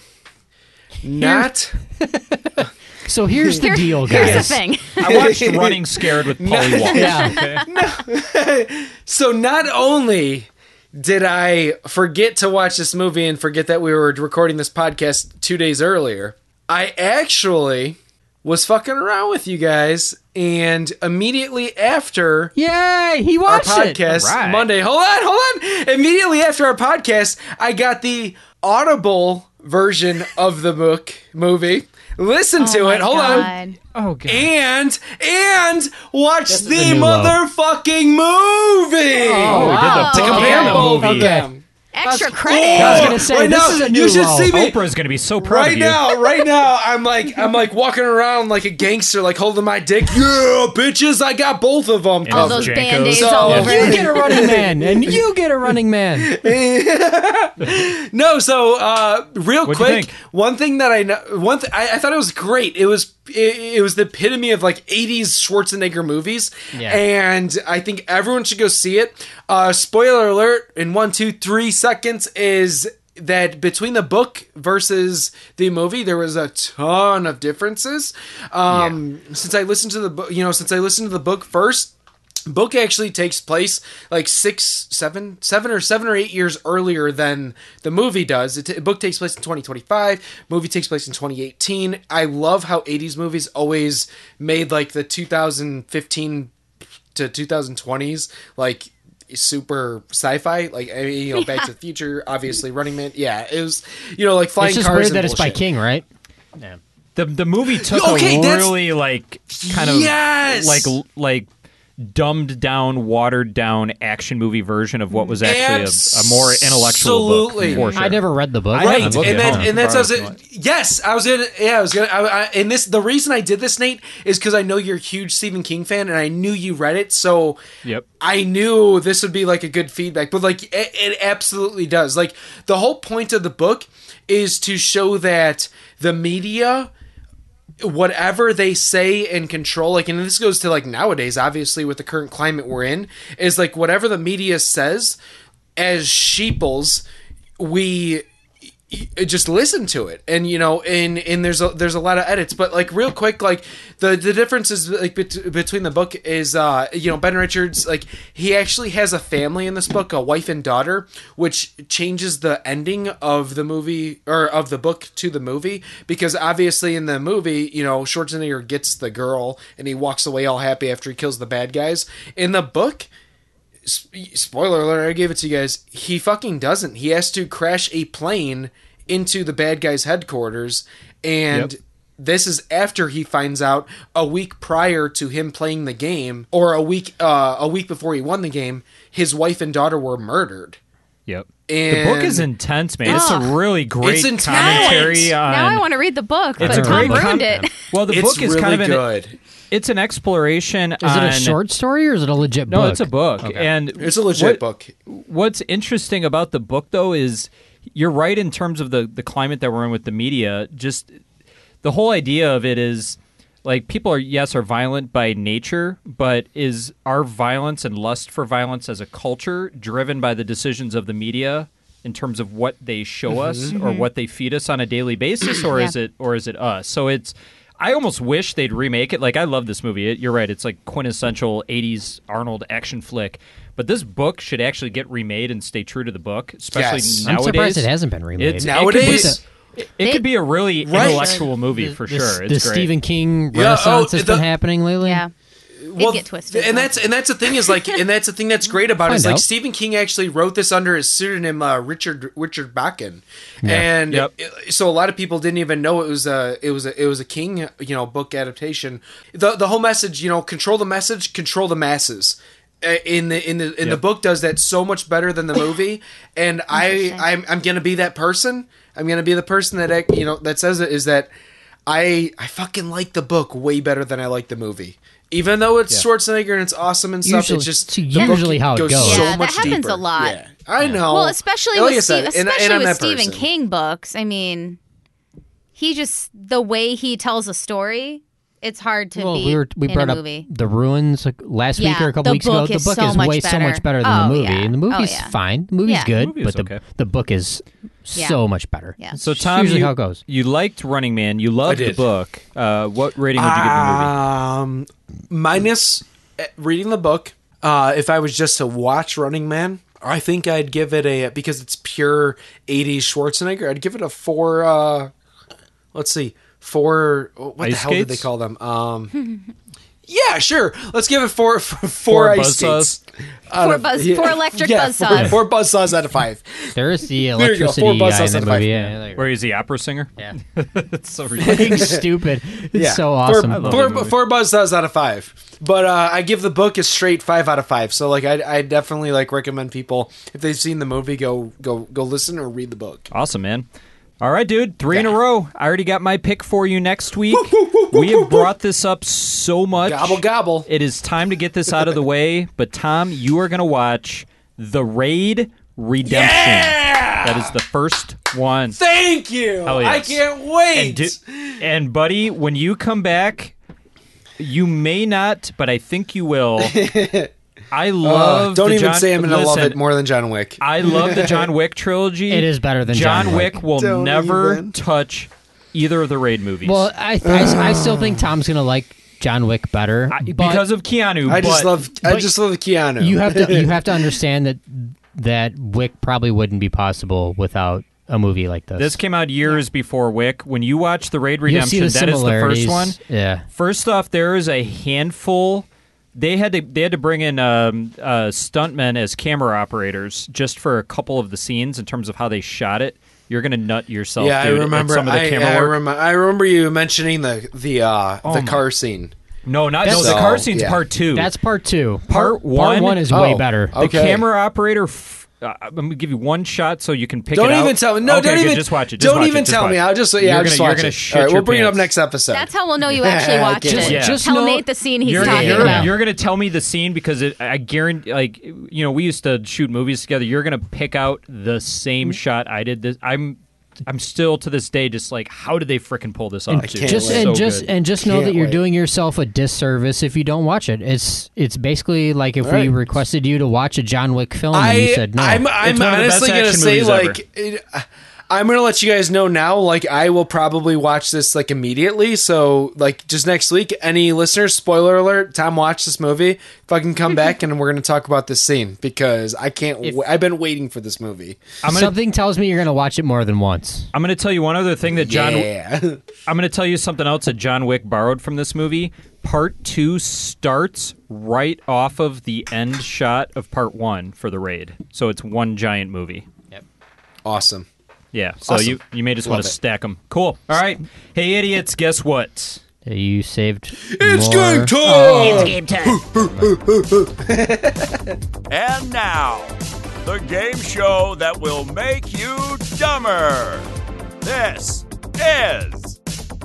Speaker 10: not
Speaker 4: So here's the
Speaker 3: Here-
Speaker 4: deal,
Speaker 3: here's
Speaker 4: guys.
Speaker 3: the thing.
Speaker 2: I watched Running Scared with Polly Walsh.
Speaker 4: Yeah.
Speaker 10: so not only did I forget to watch this movie and forget that we were recording this podcast 2 days earlier, I actually was fucking around with you guys and immediately after
Speaker 4: Yay! He
Speaker 10: our
Speaker 4: watched
Speaker 10: podcast
Speaker 4: it. Alright.
Speaker 10: Monday. Hold on, hold on. Immediately after our podcast, I got the audible version of the book movie. Listen to it. Hold on.
Speaker 2: Oh, God.
Speaker 10: And and watch the
Speaker 4: new low.
Speaker 10: motherfucking movie.
Speaker 4: Oh, we did the
Speaker 10: To
Speaker 4: Paul
Speaker 10: compare
Speaker 4: Hannah
Speaker 10: both of
Speaker 4: movie.
Speaker 10: them.
Speaker 3: Extra
Speaker 4: I
Speaker 3: credit.
Speaker 4: was
Speaker 2: Oh,
Speaker 4: gonna say,
Speaker 10: right
Speaker 4: this
Speaker 10: now,
Speaker 4: is a
Speaker 10: you
Speaker 4: new
Speaker 10: should
Speaker 4: role.
Speaker 10: see me
Speaker 2: Oprah's going to be so proud of
Speaker 10: right
Speaker 2: you.
Speaker 10: now. Right now, I'm like I'm like walking around like a gangster, like holding my dick. Yeah, bitches, I got both of them.
Speaker 3: All those
Speaker 2: Jankos.
Speaker 3: band-aids
Speaker 10: So-
Speaker 3: all over.
Speaker 4: You get a running man, and you get a running man.
Speaker 10: No, so uh, real
Speaker 2: What'd you
Speaker 10: quick,
Speaker 2: think?
Speaker 10: one thing that I know, one th- I, I thought it was great. It was it, it was the epitome of like '80s Schwarzenegger movies,
Speaker 4: Yeah.
Speaker 10: and I think everyone should go see it. Uh, spoiler alert! In one, two, three seconds is that between the book versus the movie there was a ton of differences um since i listened to the book you know since i listened to the book first book actually takes place like six seven seven or seven or eight years earlier than the movie does the t- book takes place in 2025 movie takes place in 2018 i love how 80s movies always made like the 2015 to 2020s like super sci-fi like I mean, you know back to the future obviously running man yeah it was you know like flying
Speaker 4: It's just
Speaker 10: cars
Speaker 4: weird
Speaker 10: and
Speaker 4: that it's by
Speaker 10: bullshit.
Speaker 4: King, right?
Speaker 2: The the movie took
Speaker 10: Okay,
Speaker 2: a
Speaker 10: that's-
Speaker 2: really like kind of
Speaker 10: Yes!
Speaker 2: like like dumbed down, watered down action movie version of what was actually a, a more intellectual
Speaker 10: Absolutely.
Speaker 2: book. for sure.
Speaker 4: Mm, I never read the book. I
Speaker 10: Right,
Speaker 4: have the book
Speaker 10: and
Speaker 4: at
Speaker 10: that,
Speaker 4: home.
Speaker 10: and that's I was, yes, I was gonna, yeah, I was gonna, I, I, and this the reason I did this, Nate, is because I know you're a huge Stephen King fan, and I knew you read it, so
Speaker 2: Yep.
Speaker 10: I knew this would be like a good feedback, but like it, it absolutely does. Like the whole point of the book is to show that the media whatever they say and control like and this goes to like nowadays obviously with the current climate we're in is like whatever the media says as sheeples we it- uh, just listen to it and you know and and there's a there's a lot of edits but like real quick like the the difference is like bet- between the book is uh you know ben richards like he actually has a family in this book a wife and daughter which changes the ending of the movie or of the book to the movie because obviously in the movie you know schwarzenegger gets the girl and he walks away all happy after he kills the bad guys in the book sp- spoiler alert, I gave it to you guys. He fucking doesn't. He has to crash a plane into the bad guy's headquarters and
Speaker 2: Yep.
Speaker 10: this is after he finds out a week prior to him playing the game or a week uh, a week before he won the game, his wife and daughter were murdered.
Speaker 2: Yep. the book is
Speaker 10: And-
Speaker 2: intense, man. It's
Speaker 10: Ugh.
Speaker 2: a really great
Speaker 10: It's intense.
Speaker 2: commentary on
Speaker 3: now I want to read the book, but Tom ruined it.
Speaker 2: Well, the
Speaker 10: It's
Speaker 2: book is kind of
Speaker 10: really
Speaker 2: an,
Speaker 10: good.
Speaker 2: It's an exploration.
Speaker 4: Is it a
Speaker 2: on-
Speaker 4: short story or is it a legit
Speaker 2: No,
Speaker 4: book?
Speaker 2: it's a book,
Speaker 4: Okay.
Speaker 2: and
Speaker 10: It's a legit book.
Speaker 2: What's interesting about the book, though, is you're right in terms of the the climate that we're in with the media. Just the whole idea of it is like people are yes are violent by nature, but is our violence and lust for violence as a culture driven by the decisions of the media in terms of what they show us
Speaker 13: Mhm.
Speaker 2: or
Speaker 13: Mhm.
Speaker 2: what they feed us on a daily basis, or is
Speaker 13: Yeah.
Speaker 2: it or is it us? So it's. I almost wish they'd remake it. Like I love this movie. It, you're right. It's like quintessential 80s Arnold action flick. But this book should actually get remade and stay true to the book, especially
Speaker 4: Yes. I'm
Speaker 2: nowadays.
Speaker 4: surprised it hasn't been remade.
Speaker 2: It's,
Speaker 4: Nowadays-
Speaker 2: it could be, it- it could be a really
Speaker 4: Right.
Speaker 2: intellectual movie for
Speaker 4: The-
Speaker 2: sure.
Speaker 4: the
Speaker 2: It's great.
Speaker 4: Stephen King
Speaker 10: Yeah, oh,
Speaker 4: renaissance has
Speaker 10: the-
Speaker 4: been happening lately.
Speaker 3: Yeah.
Speaker 10: well,
Speaker 3: get twisted,
Speaker 10: and that's and that's the thing is like and that's the thing that's great about it is
Speaker 4: Find
Speaker 10: like
Speaker 4: out.
Speaker 10: Stephen King actually wrote this under his pseudonym uh, Richard Richard Bakken,
Speaker 4: Yeah.
Speaker 10: and
Speaker 2: Yep.
Speaker 10: it- so a lot of people didn't even know it was a it was a it was a King you know book adaptation. the The whole message you know control the message, control the masses. Uh, In the in the in the
Speaker 2: Yep.
Speaker 10: book does that so much better than the movie, and I I'm, I'm gonna be that person. I'm gonna be the person that act- you know that says it is that I I fucking like the book way better than I like the movie. Even though it's
Speaker 4: Yeah.
Speaker 10: Schwarzenegger and it's awesome and stuff,
Speaker 4: Usually-
Speaker 10: it's just
Speaker 4: see,
Speaker 10: the book
Speaker 4: usually how it goes.
Speaker 10: So
Speaker 4: Yeah,
Speaker 3: that
Speaker 10: much
Speaker 3: happens
Speaker 10: deeper.
Speaker 3: a lot.
Speaker 10: Yeah. I know.
Speaker 3: Well, especially
Speaker 10: Like I
Speaker 3: with Steve,
Speaker 10: Oh, said, and-
Speaker 3: especially
Speaker 10: and I'm
Speaker 3: with
Speaker 10: that
Speaker 3: Stephen
Speaker 10: person.
Speaker 3: King books. I mean, he just the way he tells a story, it's hard to
Speaker 4: Well,
Speaker 3: beat
Speaker 4: we were we
Speaker 3: in
Speaker 4: brought
Speaker 3: a
Speaker 4: up
Speaker 3: movie.
Speaker 4: the ruins like, last week
Speaker 3: Yeah,
Speaker 4: or a couple
Speaker 3: the
Speaker 4: weeks ago.
Speaker 3: book
Speaker 4: The
Speaker 3: is
Speaker 4: book
Speaker 3: so
Speaker 4: is
Speaker 3: much
Speaker 4: way so
Speaker 3: better.
Speaker 4: much better than
Speaker 3: Oh,
Speaker 4: the movie,
Speaker 3: yeah.
Speaker 4: and the
Speaker 3: Oh,
Speaker 4: movie's
Speaker 3: yeah.
Speaker 4: fine. The movie's
Speaker 3: Yeah.
Speaker 4: good,
Speaker 3: Movie
Speaker 2: is
Speaker 4: but the
Speaker 2: okay.
Speaker 4: the book is
Speaker 3: Yeah.
Speaker 4: so much better.
Speaker 3: Yeah.
Speaker 2: So Tom,
Speaker 4: usually
Speaker 2: you,
Speaker 4: how it goes.
Speaker 2: you liked Running Man. You loved the
Speaker 10: did.
Speaker 2: book. Uh, what rating would you
Speaker 10: Um, minus uh, reading the book. Uh, if I was just to watch Running Man, I think I'd give it a because it's pure '80s Schwarzenegger. I'd give it a four. Uh, let's see, four. What the
Speaker 2: Ice
Speaker 10: hell did they
Speaker 2: skates?
Speaker 10: call them? Um, yeah, sure. Let's give it four four
Speaker 2: Four
Speaker 10: ice
Speaker 2: buzzsaws?
Speaker 10: skates. Out
Speaker 3: Four
Speaker 10: of-
Speaker 3: buzz- four electric
Speaker 10: four-
Speaker 3: buzzsaws.
Speaker 10: Four buzzsaws out of five.
Speaker 4: There is the
Speaker 10: There you go, four
Speaker 4: electricity guy in
Speaker 10: buzzsaws
Speaker 4: the
Speaker 10: out of five.
Speaker 4: movie. Yeah, there
Speaker 2: give the movie?
Speaker 4: you
Speaker 2: Where he's the opera singer? Yeah. it's so
Speaker 4: fucking
Speaker 2: ridiculous.
Speaker 4: stupid. It's so
Speaker 10: Four-
Speaker 4: awesome.
Speaker 10: Four, four, buzzsaws out of five. But uh, I give the book a straight five out of five. So like I, I definitely like recommend people if they've seen the movie go go go listen or read the book.
Speaker 2: Awesome, man. All right, dude. Three in a row. I already got my pick for you next week. we have brought this up so much.
Speaker 10: Gobble, gobble.
Speaker 2: It is time to get this out of the way. But, Tom, you are going to watch The Raid Redemption. That is the first one.
Speaker 10: Thank you.
Speaker 2: Hell
Speaker 10: I
Speaker 2: yes.
Speaker 10: can't wait.
Speaker 2: And, du- and buddy, when you come back, you may not, but I think you will. I love.
Speaker 10: Uh, don't
Speaker 2: the
Speaker 10: even
Speaker 2: John-
Speaker 10: say I'm gonna love
Speaker 2: Listen,
Speaker 10: it more than John Wick.
Speaker 2: I love the John Wick trilogy.
Speaker 4: It is better than John
Speaker 2: Wick.
Speaker 4: Wick.
Speaker 2: will
Speaker 4: Don't
Speaker 2: never
Speaker 4: even.
Speaker 2: touch either of the Raid movies.
Speaker 4: Well, I, I I still think Tom's gonna like John Wick better but-
Speaker 2: because of Keanu.
Speaker 10: I just
Speaker 2: but-
Speaker 10: love I just love Keanu.
Speaker 4: You have to you have to understand that that Wick probably wouldn't be possible without a movie like this.
Speaker 2: This came out years before Wick. When you watch the Raid
Speaker 4: You'll see
Speaker 2: Redemption,
Speaker 4: the
Speaker 2: that is the first
Speaker 4: similarities.
Speaker 2: one.
Speaker 4: Yeah.
Speaker 2: First off, there is a handful. They had to they had to bring in um, uh, stuntmen as camera operators just for a couple of the scenes in terms of how they shot it. You're gonna nut yourself.
Speaker 10: yeah,
Speaker 2: dude,
Speaker 10: I
Speaker 2: at
Speaker 10: remember.
Speaker 2: some of the
Speaker 10: I,
Speaker 2: camera
Speaker 10: I
Speaker 2: work.
Speaker 10: remi- I remember you mentioning the the uh,
Speaker 2: Oh
Speaker 10: the
Speaker 2: my-
Speaker 10: car scene.
Speaker 2: No, not no.
Speaker 10: So,
Speaker 2: The car scene's
Speaker 10: yeah.
Speaker 2: part two.
Speaker 4: That's part two.
Speaker 2: part Oh, one.
Speaker 4: one is way better.
Speaker 2: The camera operator. F- uh, I'm gonna give you one shot so you can pick
Speaker 10: Don't
Speaker 2: it out.
Speaker 10: even tell me. No,
Speaker 2: Okay,
Speaker 10: don't
Speaker 2: good,
Speaker 10: even
Speaker 2: Just watch it. just
Speaker 10: Don't
Speaker 2: watch it,
Speaker 10: even
Speaker 2: just
Speaker 10: tell
Speaker 2: watch
Speaker 10: me.
Speaker 2: it.
Speaker 10: I'll just yeah.
Speaker 2: You're
Speaker 10: I'll
Speaker 2: gonna,
Speaker 10: just
Speaker 2: you're
Speaker 10: watch
Speaker 2: gonna
Speaker 10: it.
Speaker 2: shit
Speaker 10: All right,
Speaker 2: your
Speaker 10: we'll bring it up
Speaker 2: pants.
Speaker 10: next episode.
Speaker 3: That's how we'll know you actually
Speaker 10: Yeah,
Speaker 3: watched
Speaker 10: get
Speaker 3: it.
Speaker 10: it. Yeah.
Speaker 2: Just
Speaker 3: Tell
Speaker 2: know-
Speaker 3: Nate the scene he's
Speaker 2: you're,
Speaker 3: talking
Speaker 2: you're,
Speaker 3: about.
Speaker 2: You're gonna tell me the scene because it, I guarantee, like you know, we used to shoot movies together. You're gonna pick out the same shot I did. This I'm. I'm still to this day just like, how did they frickin' pull this off?
Speaker 4: And
Speaker 2: dude?
Speaker 4: just
Speaker 2: It's
Speaker 4: and
Speaker 2: so
Speaker 4: just
Speaker 2: good.
Speaker 4: and just know that you're doing yourself a disservice if you don't watch it. It's it's basically like if
Speaker 10: All
Speaker 4: we
Speaker 10: right.
Speaker 4: requested you to watch a John Wick film and you said no.
Speaker 10: I'm, I'm
Speaker 4: one of the best
Speaker 10: honestly gonna
Speaker 4: action
Speaker 10: say
Speaker 4: movies ever.
Speaker 10: like, it, I'm gonna let you guys know now. Like, I will probably watch this like immediately. So like, just next week, any listeners, spoiler alert, Tom watched this movie. Fucking come back and we're gonna talk about this scene because I can't. i I've been waiting for this movie.
Speaker 4: something tells me you're gonna watch it more than once.
Speaker 2: I'm going to tell you one other thing that John.
Speaker 10: Yeah.
Speaker 2: I'm going to tell you something else that John Wick borrowed from this movie. Part two starts right off of the end shot of part one for the raid, so it's one giant movie.
Speaker 4: Yep.
Speaker 10: Awesome.
Speaker 2: Yeah. So
Speaker 10: Awesome.
Speaker 2: you you may just want
Speaker 10: Love
Speaker 2: to
Speaker 10: it.
Speaker 2: stack them. Cool. All right. Hey idiots, guess what?
Speaker 4: You saved.
Speaker 2: It's
Speaker 4: more-
Speaker 2: game time!
Speaker 4: Oh.
Speaker 11: It's game And now, the game show that will make you dumber. This is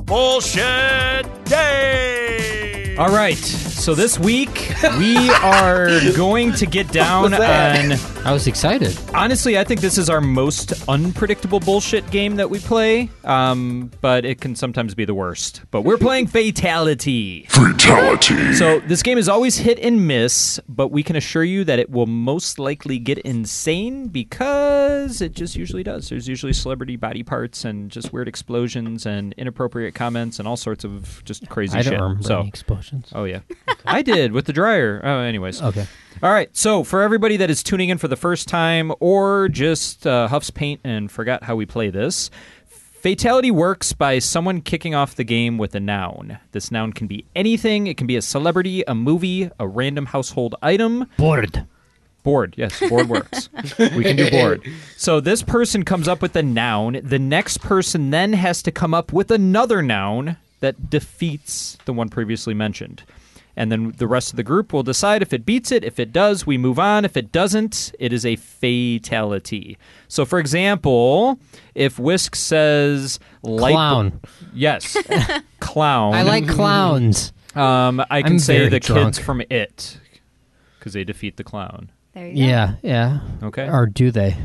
Speaker 11: Bullshit Day.
Speaker 2: All right. So this week we are going to get down
Speaker 4: What was that?
Speaker 2: on.
Speaker 4: I was excited.
Speaker 2: Honestly, I think this is our most unpredictable bullshit game that we play, um, but it can sometimes be the worst. But we're playing Fatality. Fatality. So this game is always hit and miss, but we can assure you that it will most likely get insane because it just usually does. There's usually celebrity body parts and just weird explosions and inappropriate comments and all sorts of just crazy
Speaker 4: I don't
Speaker 2: shit.
Speaker 4: remember
Speaker 2: so
Speaker 4: any explosions.
Speaker 2: Oh yeah, I did with the dryer. Oh, anyways.
Speaker 4: Okay.
Speaker 2: All right. So for everybody that is tuning in for the first time, or just uh, huffs paint and forgot how we play this, fatality works by someone kicking off the game with a noun. This noun can be anything. It can be a celebrity, a movie, a random household item.
Speaker 4: Board.
Speaker 2: Board. Yes, board works. we can do board. So this person comes up with a noun. The next person then has to come up with another noun that defeats the one previously mentioned. And then the rest of the group will decide if it beats it. If it does, we move on. If it doesn't, it is a fatality. So, for example, if Whisk says light
Speaker 4: Clown.
Speaker 2: yes, clown.
Speaker 4: I like clowns.
Speaker 2: Um, I can
Speaker 4: I'm
Speaker 2: say
Speaker 4: very
Speaker 2: the
Speaker 4: drunk.
Speaker 2: kids from it because they defeat the clown.
Speaker 3: There you go.
Speaker 4: Yeah, yeah.
Speaker 2: Okay.
Speaker 4: Or do they?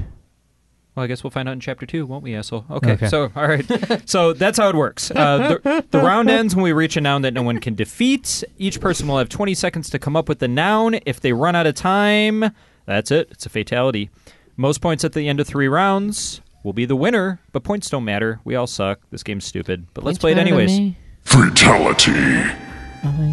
Speaker 2: Well, I guess we'll find out in chapter two, won't we, asshole? Okay.
Speaker 4: Okay.
Speaker 2: So, all right. so that's how it works. Uh, the, the round ends when we reach a noun that no one can defeat. Each person will have 20 seconds to come up with the noun. If they run out of time, that's it. It's a fatality. Most points at the end of three rounds will be the winner, but points don't matter. We all suck. This game's stupid, but let's play it anyways.
Speaker 11: Fatality.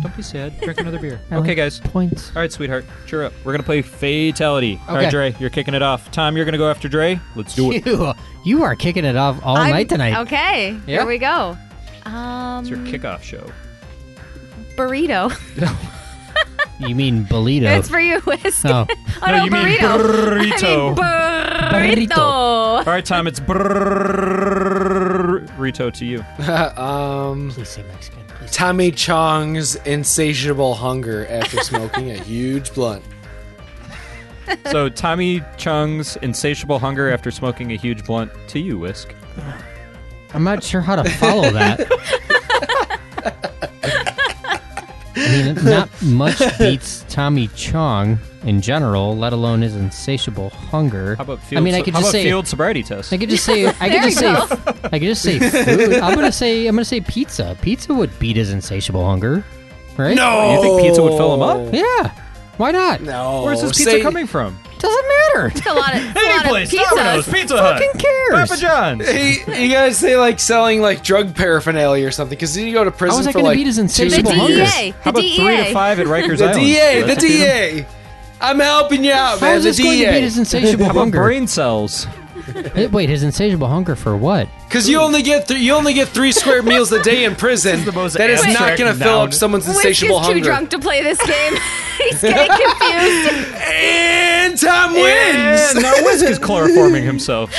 Speaker 2: Don't be sad. Drink another beer.
Speaker 4: I
Speaker 2: okay,
Speaker 4: like
Speaker 2: guys.
Speaker 4: Points.
Speaker 2: All right, sweetheart. Cheer up. We're going to play Fatality. All right,
Speaker 4: Okay.
Speaker 2: Dre, you're kicking it off. Tom, you're going to go after Dre. Let's do it.
Speaker 4: You, you are kicking it off all
Speaker 3: I'm-
Speaker 4: night tonight.
Speaker 3: Okay,
Speaker 2: Yeah.
Speaker 3: here we go. Um,
Speaker 2: It's your kickoff show.
Speaker 3: burrito.
Speaker 4: You mean bolito?
Speaker 3: It's for you, Whisk.
Speaker 4: Oh.
Speaker 3: oh no, burrito. I mean, burrito.
Speaker 2: All right, Tom, it's burrito to you.
Speaker 10: um,
Speaker 4: please say Mexican. Please.
Speaker 10: Tommy Chong's insatiable hunger after smoking a huge blunt.
Speaker 2: So, Tommy Chung's insatiable hunger after smoking a huge blunt to you, Whisk.
Speaker 4: I'm not sure how to follow that. I mean, not much beats Tommy Chong in general, let alone his insatiable hunger.
Speaker 2: How about field?
Speaker 4: I mean, I
Speaker 2: so-
Speaker 4: could
Speaker 2: how
Speaker 4: just
Speaker 2: about
Speaker 4: say.
Speaker 2: field sobriety test?
Speaker 4: I could just say. I could
Speaker 3: There
Speaker 4: just
Speaker 3: you
Speaker 4: say.
Speaker 3: go.
Speaker 4: I could just say food. I'm gonna say. I'm gonna say pizza. Pizza would beat his insatiable hunger, right?
Speaker 10: Oh,
Speaker 2: You think pizza would fill him up?
Speaker 4: Yeah. Why not?
Speaker 10: No.
Speaker 2: Where's this pizza
Speaker 10: Oh, say-
Speaker 2: coming from?
Speaker 4: Doesn't matter.
Speaker 3: It's a lot of, it's a
Speaker 2: Any
Speaker 3: lot
Speaker 2: place,
Speaker 3: of Uh, pizza.
Speaker 2: Domino's, Pizza Hut,
Speaker 4: Who cares?
Speaker 2: Papa John's.
Speaker 10: Hey, you guys say like selling like drug paraphernalia or something because you go to prison
Speaker 4: How is that
Speaker 10: for
Speaker 4: gonna
Speaker 10: like
Speaker 4: beat his
Speaker 10: two
Speaker 3: The
Speaker 4: insatiable hunger?
Speaker 3: DEA.
Speaker 2: How
Speaker 3: The
Speaker 2: about three to
Speaker 3: DEA.
Speaker 2: five at Rikers
Speaker 10: The
Speaker 2: Island?
Speaker 10: DA, the E
Speaker 2: That's two.
Speaker 10: DA. I'm helping you out,
Speaker 4: How
Speaker 10: man.
Speaker 4: is
Speaker 10: The
Speaker 4: this going to beat
Speaker 10: DA.
Speaker 4: his insatiable
Speaker 2: How about
Speaker 4: hunger?
Speaker 2: brain cells?
Speaker 4: Eh, Wait, his insatiable hunger for what?
Speaker 10: Because you only get th- you only get three square meals a day in prison.
Speaker 2: the most
Speaker 10: that is not
Speaker 2: abstract
Speaker 10: going to fill
Speaker 2: noun.
Speaker 10: up someone's
Speaker 3: Whisk is
Speaker 10: insatiable
Speaker 3: too
Speaker 10: hunger.
Speaker 3: drunk to play this game. He's getting confused.
Speaker 10: Ten time wins.
Speaker 2: And now Whisk is chloroforming himself.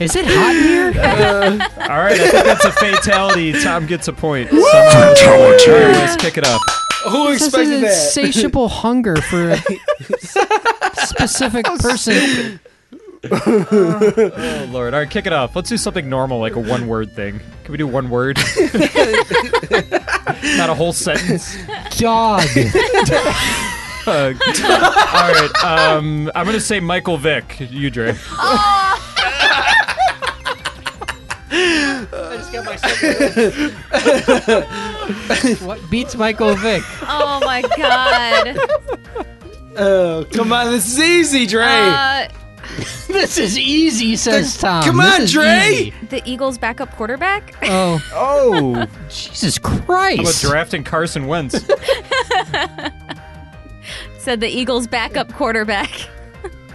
Speaker 4: Is it hot in here?
Speaker 2: all right, I think that's a fatality. Tom gets a point. Somehow.
Speaker 10: Fatality.
Speaker 2: All right, let's kick it up.
Speaker 10: Who
Speaker 4: This is
Speaker 10: expected
Speaker 4: an
Speaker 10: that?
Speaker 4: Insatiable hunger for a specific person.
Speaker 2: Oh lord! All right, kick it off. Let's do something normal, like a one-word thing. Can we do one word? Not a whole sentence.
Speaker 4: Dog.
Speaker 2: Uh, all right. Um, I'm gonna say Michael Vick. You, Dre.
Speaker 4: I just got myself. what beats Michael Vick?
Speaker 3: Oh my god.
Speaker 10: Oh, come on, this is easy, Dre.
Speaker 3: Uh,
Speaker 4: This is easy, says Tom.
Speaker 10: come
Speaker 4: This
Speaker 10: on,
Speaker 4: is
Speaker 10: Dre.
Speaker 4: easy.
Speaker 3: the Eagles backup quarterback?
Speaker 4: Oh,
Speaker 2: Oh,
Speaker 4: Jesus
Speaker 2: how about
Speaker 4: Christ!
Speaker 2: drafting Carson Wentz?
Speaker 3: Said the Eagles backup quarterback.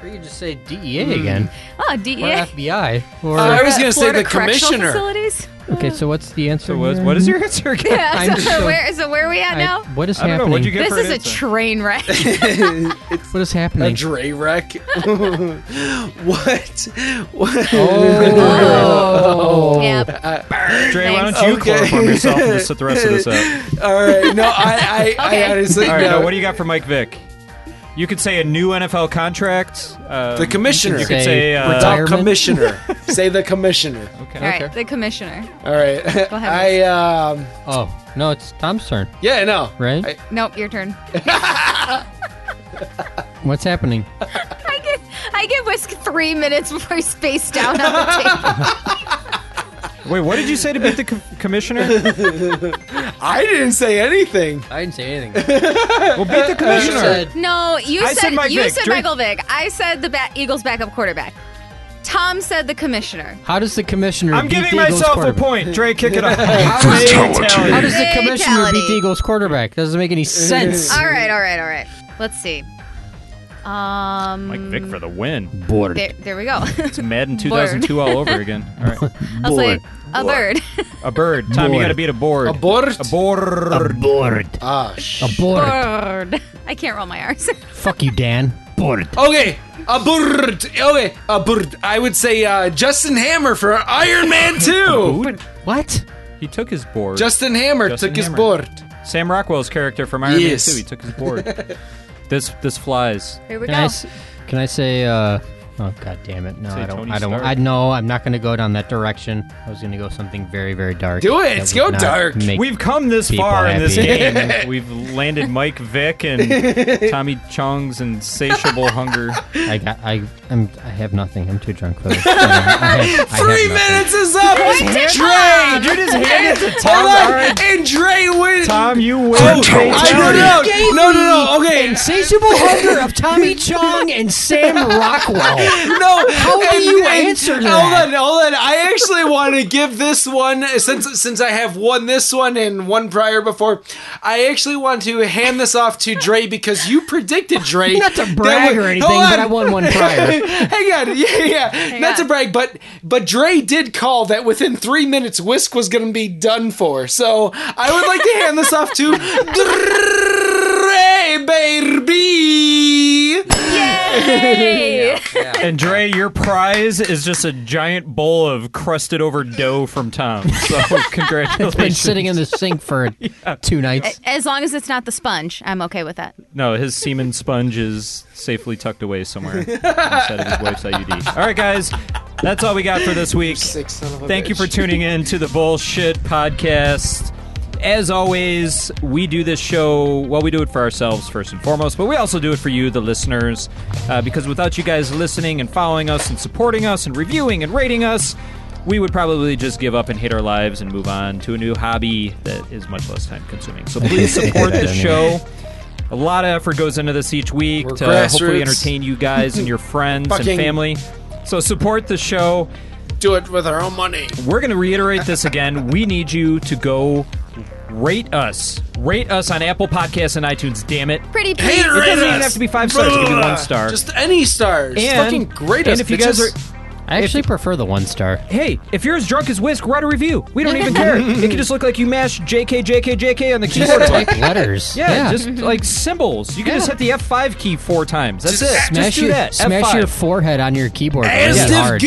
Speaker 4: Or you just say DEA again,
Speaker 3: Oh,
Speaker 4: or
Speaker 3: DEA.
Speaker 4: FBI, or
Speaker 10: I was gonna say
Speaker 3: Florida
Speaker 10: the
Speaker 3: Correctional
Speaker 10: commissioner.
Speaker 3: Facilities?
Speaker 4: okay. So what's the answer?
Speaker 2: So what,
Speaker 4: here?
Speaker 2: what is your answer again?
Speaker 3: Yeah,
Speaker 4: I'm
Speaker 3: so,
Speaker 4: so-
Speaker 3: where, so where are we at
Speaker 4: I-
Speaker 3: now?
Speaker 4: what is
Speaker 2: I don't know. What'd you
Speaker 4: happening?
Speaker 2: get for an
Speaker 3: This is a
Speaker 2: answer?
Speaker 3: train wreck.
Speaker 4: What is
Speaker 10: A
Speaker 4: happening?
Speaker 10: Dre wreck. what? What?
Speaker 4: Oh.
Speaker 3: Yep.
Speaker 2: Dre, why
Speaker 3: Thanks.
Speaker 2: don't you
Speaker 10: Okay.
Speaker 2: chloroform yourself and just sit the rest of this up?
Speaker 10: All right. No, I, I,
Speaker 3: Okay.
Speaker 10: I honestly
Speaker 2: All right,
Speaker 10: no.
Speaker 2: now what do you got for Mike Vick? You could say a new NFL contract. Uh,
Speaker 10: the commissioner.
Speaker 2: You could say uh,
Speaker 4: Retire-
Speaker 10: The
Speaker 4: Retirement?
Speaker 10: commissioner. say the commissioner.
Speaker 2: Okay,
Speaker 3: All right,
Speaker 2: okay.
Speaker 3: the commissioner.
Speaker 10: All right.
Speaker 3: Go ahead.
Speaker 10: I um.
Speaker 4: Oh no, it's Tom's turn,
Speaker 10: Yeah. No.
Speaker 4: right?
Speaker 10: I-
Speaker 3: Nope, your turn.
Speaker 4: What's happening?
Speaker 3: I give I give Whisk three minutes before he's face down on the table.
Speaker 2: Wait, what did you say to beat the co- commissioner?
Speaker 10: I didn't say anything.
Speaker 4: I didn't say anything.
Speaker 2: well, beat the commissioner.
Speaker 3: No, you
Speaker 2: I said
Speaker 3: said,
Speaker 2: Mike
Speaker 3: you
Speaker 2: Vick.
Speaker 3: said
Speaker 2: Drink-
Speaker 3: Michael Vick. I said the ba- Eagles backup quarterback. Tom said the commissioner.
Speaker 4: How does the commissioner?
Speaker 2: I'm
Speaker 4: beat
Speaker 2: giving
Speaker 4: the Eagles
Speaker 2: myself a
Speaker 4: quarterback?
Speaker 2: point. Dre, kick it up.
Speaker 4: How
Speaker 2: Fatality.
Speaker 4: does the commissioner
Speaker 3: Fatality. Ah,
Speaker 4: beat the Eagles quarterback? Doesn't make any sense.
Speaker 3: All right, all right, all right. Let's see. Um,
Speaker 2: Mike Vick for the win.
Speaker 4: Bored.
Speaker 3: there, there we go.
Speaker 2: It's Madden 2002 all over again. All right,
Speaker 3: I'll say a bird.
Speaker 2: a bird. Tom, you got to beat a board.
Speaker 10: Abort.
Speaker 2: A board.
Speaker 14: Bored.
Speaker 10: Ah. sh-
Speaker 14: Bored.
Speaker 3: bird. I can't roll my R's.
Speaker 14: Fuck you, Dan. Bored.
Speaker 10: Okay. Abort. Okay. Abort. I would say uh, Justin Hammer for Iron Man Two.
Speaker 4: What?
Speaker 2: He took his board.
Speaker 10: Justin Hammer
Speaker 2: Justin
Speaker 10: took his
Speaker 2: Hammer.
Speaker 10: board.
Speaker 2: Sam Rockwell's character from Iron
Speaker 10: Yes.
Speaker 2: Man 2. He took his board. this this flies.
Speaker 3: Here we
Speaker 4: Can I,
Speaker 3: go.
Speaker 4: s- can I say? Uh, oh god damn it! No,
Speaker 2: Say
Speaker 4: I don't.
Speaker 2: Tony
Speaker 4: I don't.
Speaker 2: Stark.
Speaker 4: I no. I'm not going to go down that direction. I was going to go something very, very dark.
Speaker 10: Do it,
Speaker 4: That
Speaker 10: it's
Speaker 4: would
Speaker 10: go
Speaker 4: not
Speaker 10: dark.
Speaker 4: make-
Speaker 2: We've come this
Speaker 4: people
Speaker 2: far in this
Speaker 4: happy.
Speaker 2: game. We've landed Mike Vick and Tommy Chong's insatiable hunger.
Speaker 4: I got. I. I'm. I have nothing. I'm too drunk for this. I have- I have
Speaker 10: Three
Speaker 4: nothing.
Speaker 10: minutes is up. Dre.
Speaker 2: Dude is handed to Tom.
Speaker 10: Hold
Speaker 2: All
Speaker 10: on.
Speaker 2: right,
Speaker 10: And Dre wins.
Speaker 2: Tom, you win.
Speaker 10: Oh,
Speaker 2: Fatality.
Speaker 10: I wrote out. No, no, no. Okay.
Speaker 4: Insatiable hunger of Tommy Chong and Sam Rockwell.
Speaker 10: No, how
Speaker 4: do you answer that?
Speaker 10: Hold on, hold on. I actually want to give this one since since I have won this one and one prior before. I actually want to hand this off to Dre because you predicted Dre.
Speaker 4: Not to
Speaker 10: that
Speaker 4: brag
Speaker 10: would-
Speaker 4: or anything,
Speaker 10: Hold
Speaker 4: but
Speaker 10: on.
Speaker 4: I won one prior.
Speaker 10: Hang on, yeah, yeah. Not to
Speaker 3: on.
Speaker 10: brag, but but Dre did call that within three minutes Whisk was going to be done for. So I would like to hand this off to Dre, baby.
Speaker 3: Yay!
Speaker 2: And Dre, your prize is just a giant bowl of crusted over dough from Tom. So
Speaker 4: Been
Speaker 2: congratulations.
Speaker 4: sitting in the sink for two nights.
Speaker 3: As long as it's not the sponge, I'm okay with that.
Speaker 2: No, his semen sponge is safely tucked away somewhere inside of his wife's IUD. All right, guys, that's all we got for this week.
Speaker 10: Sick son of a
Speaker 2: Thank you
Speaker 10: bitch.
Speaker 2: for tuning in to the Bullshit Podcast. As always, we do this show, well, we do it for ourselves first and foremost, but we also do it for you, the listeners, uh, because without you guys listening and following us and supporting us and reviewing and rating us, we would probably just give up and hate our lives and move on to a new hobby that is much less time consuming. So please support the show. A lot of effort goes into this each week
Speaker 10: We're
Speaker 2: to hopefully
Speaker 10: grassroots.
Speaker 2: entertain you guys and your friends and
Speaker 10: Fucking-
Speaker 2: family. So support the show
Speaker 10: Do it with our own money.
Speaker 2: we're going to reiterate this again. We need you to go rate us. Rate us on Apple Podcasts and iTunes, damn it.
Speaker 3: Pretty
Speaker 10: Hey,
Speaker 3: please.
Speaker 2: It
Speaker 10: rate
Speaker 2: doesn't even
Speaker 10: us.
Speaker 2: have to be five stars. It could be one star.
Speaker 10: Just any stars.
Speaker 2: and,
Speaker 10: Fucking great.
Speaker 2: and if you guys are
Speaker 4: I actually prefer the one star.
Speaker 2: Hey, if you're as drunk as Whisk, write a review. We don't even care. It can just look like you mashed JK, JK, JK on the
Speaker 4: Just
Speaker 2: keyboard.
Speaker 4: like letters.
Speaker 2: Yeah,
Speaker 4: Yeah.
Speaker 2: just like symbols. You can just hit the F5 key four times. That's
Speaker 4: Just
Speaker 2: it.
Speaker 4: Smash
Speaker 2: just do
Speaker 4: your,
Speaker 2: that.
Speaker 4: Smash
Speaker 2: F5.
Speaker 4: your forehead on your keyboard.
Speaker 2: As if
Speaker 4: really hard.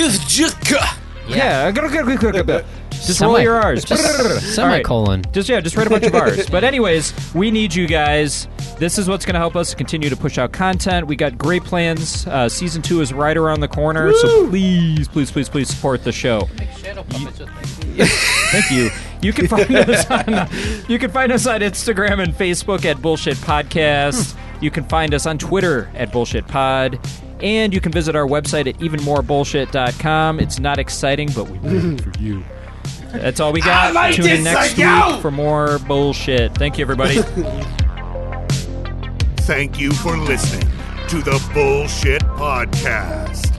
Speaker 2: Yeah, I gotta- gotta- gotta- gotta- just
Speaker 4: Uh, Semi-
Speaker 2: roll your R's.
Speaker 4: just
Speaker 2: All right.
Speaker 4: semicolon.
Speaker 2: Just yeah, just write a bunch of R's. But anyways, we need you guys. This is what's gonna help us continue to push out content. We got great plans. Uh, season two is right around the corner, so please, please, please, please support the show. Thank you. You can find us on you can find us on Instagram and Facebook at Bullshit Podcast. You can find us on Twitter at Bullshit Pod. And you can visit our website at evenmorebullshit.com. It's not exciting, but we do it for you. That's all we
Speaker 11: I
Speaker 2: got.
Speaker 11: like
Speaker 2: Tune
Speaker 11: this,
Speaker 2: in next
Speaker 11: like, yo!
Speaker 2: week for more bullshit. Thank you, everybody.
Speaker 8: Thank you for listening to the Bullshit Podcast.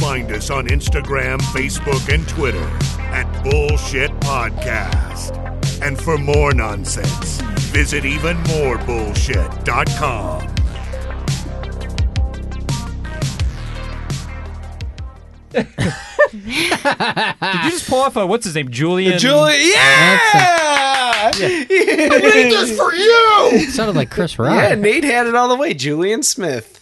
Speaker 8: Find us on Instagram, Facebook, and Twitter at Bullshit Podcast. And for more nonsense, visit evenmorebullshit.com.
Speaker 2: Did you just pull off a what's his name, Julian?
Speaker 10: Julian- yeah!
Speaker 2: I made this for
Speaker 10: you!
Speaker 4: Sounded like Chris Rock.
Speaker 10: Yeah, Nate had it all the way. Julian Smith.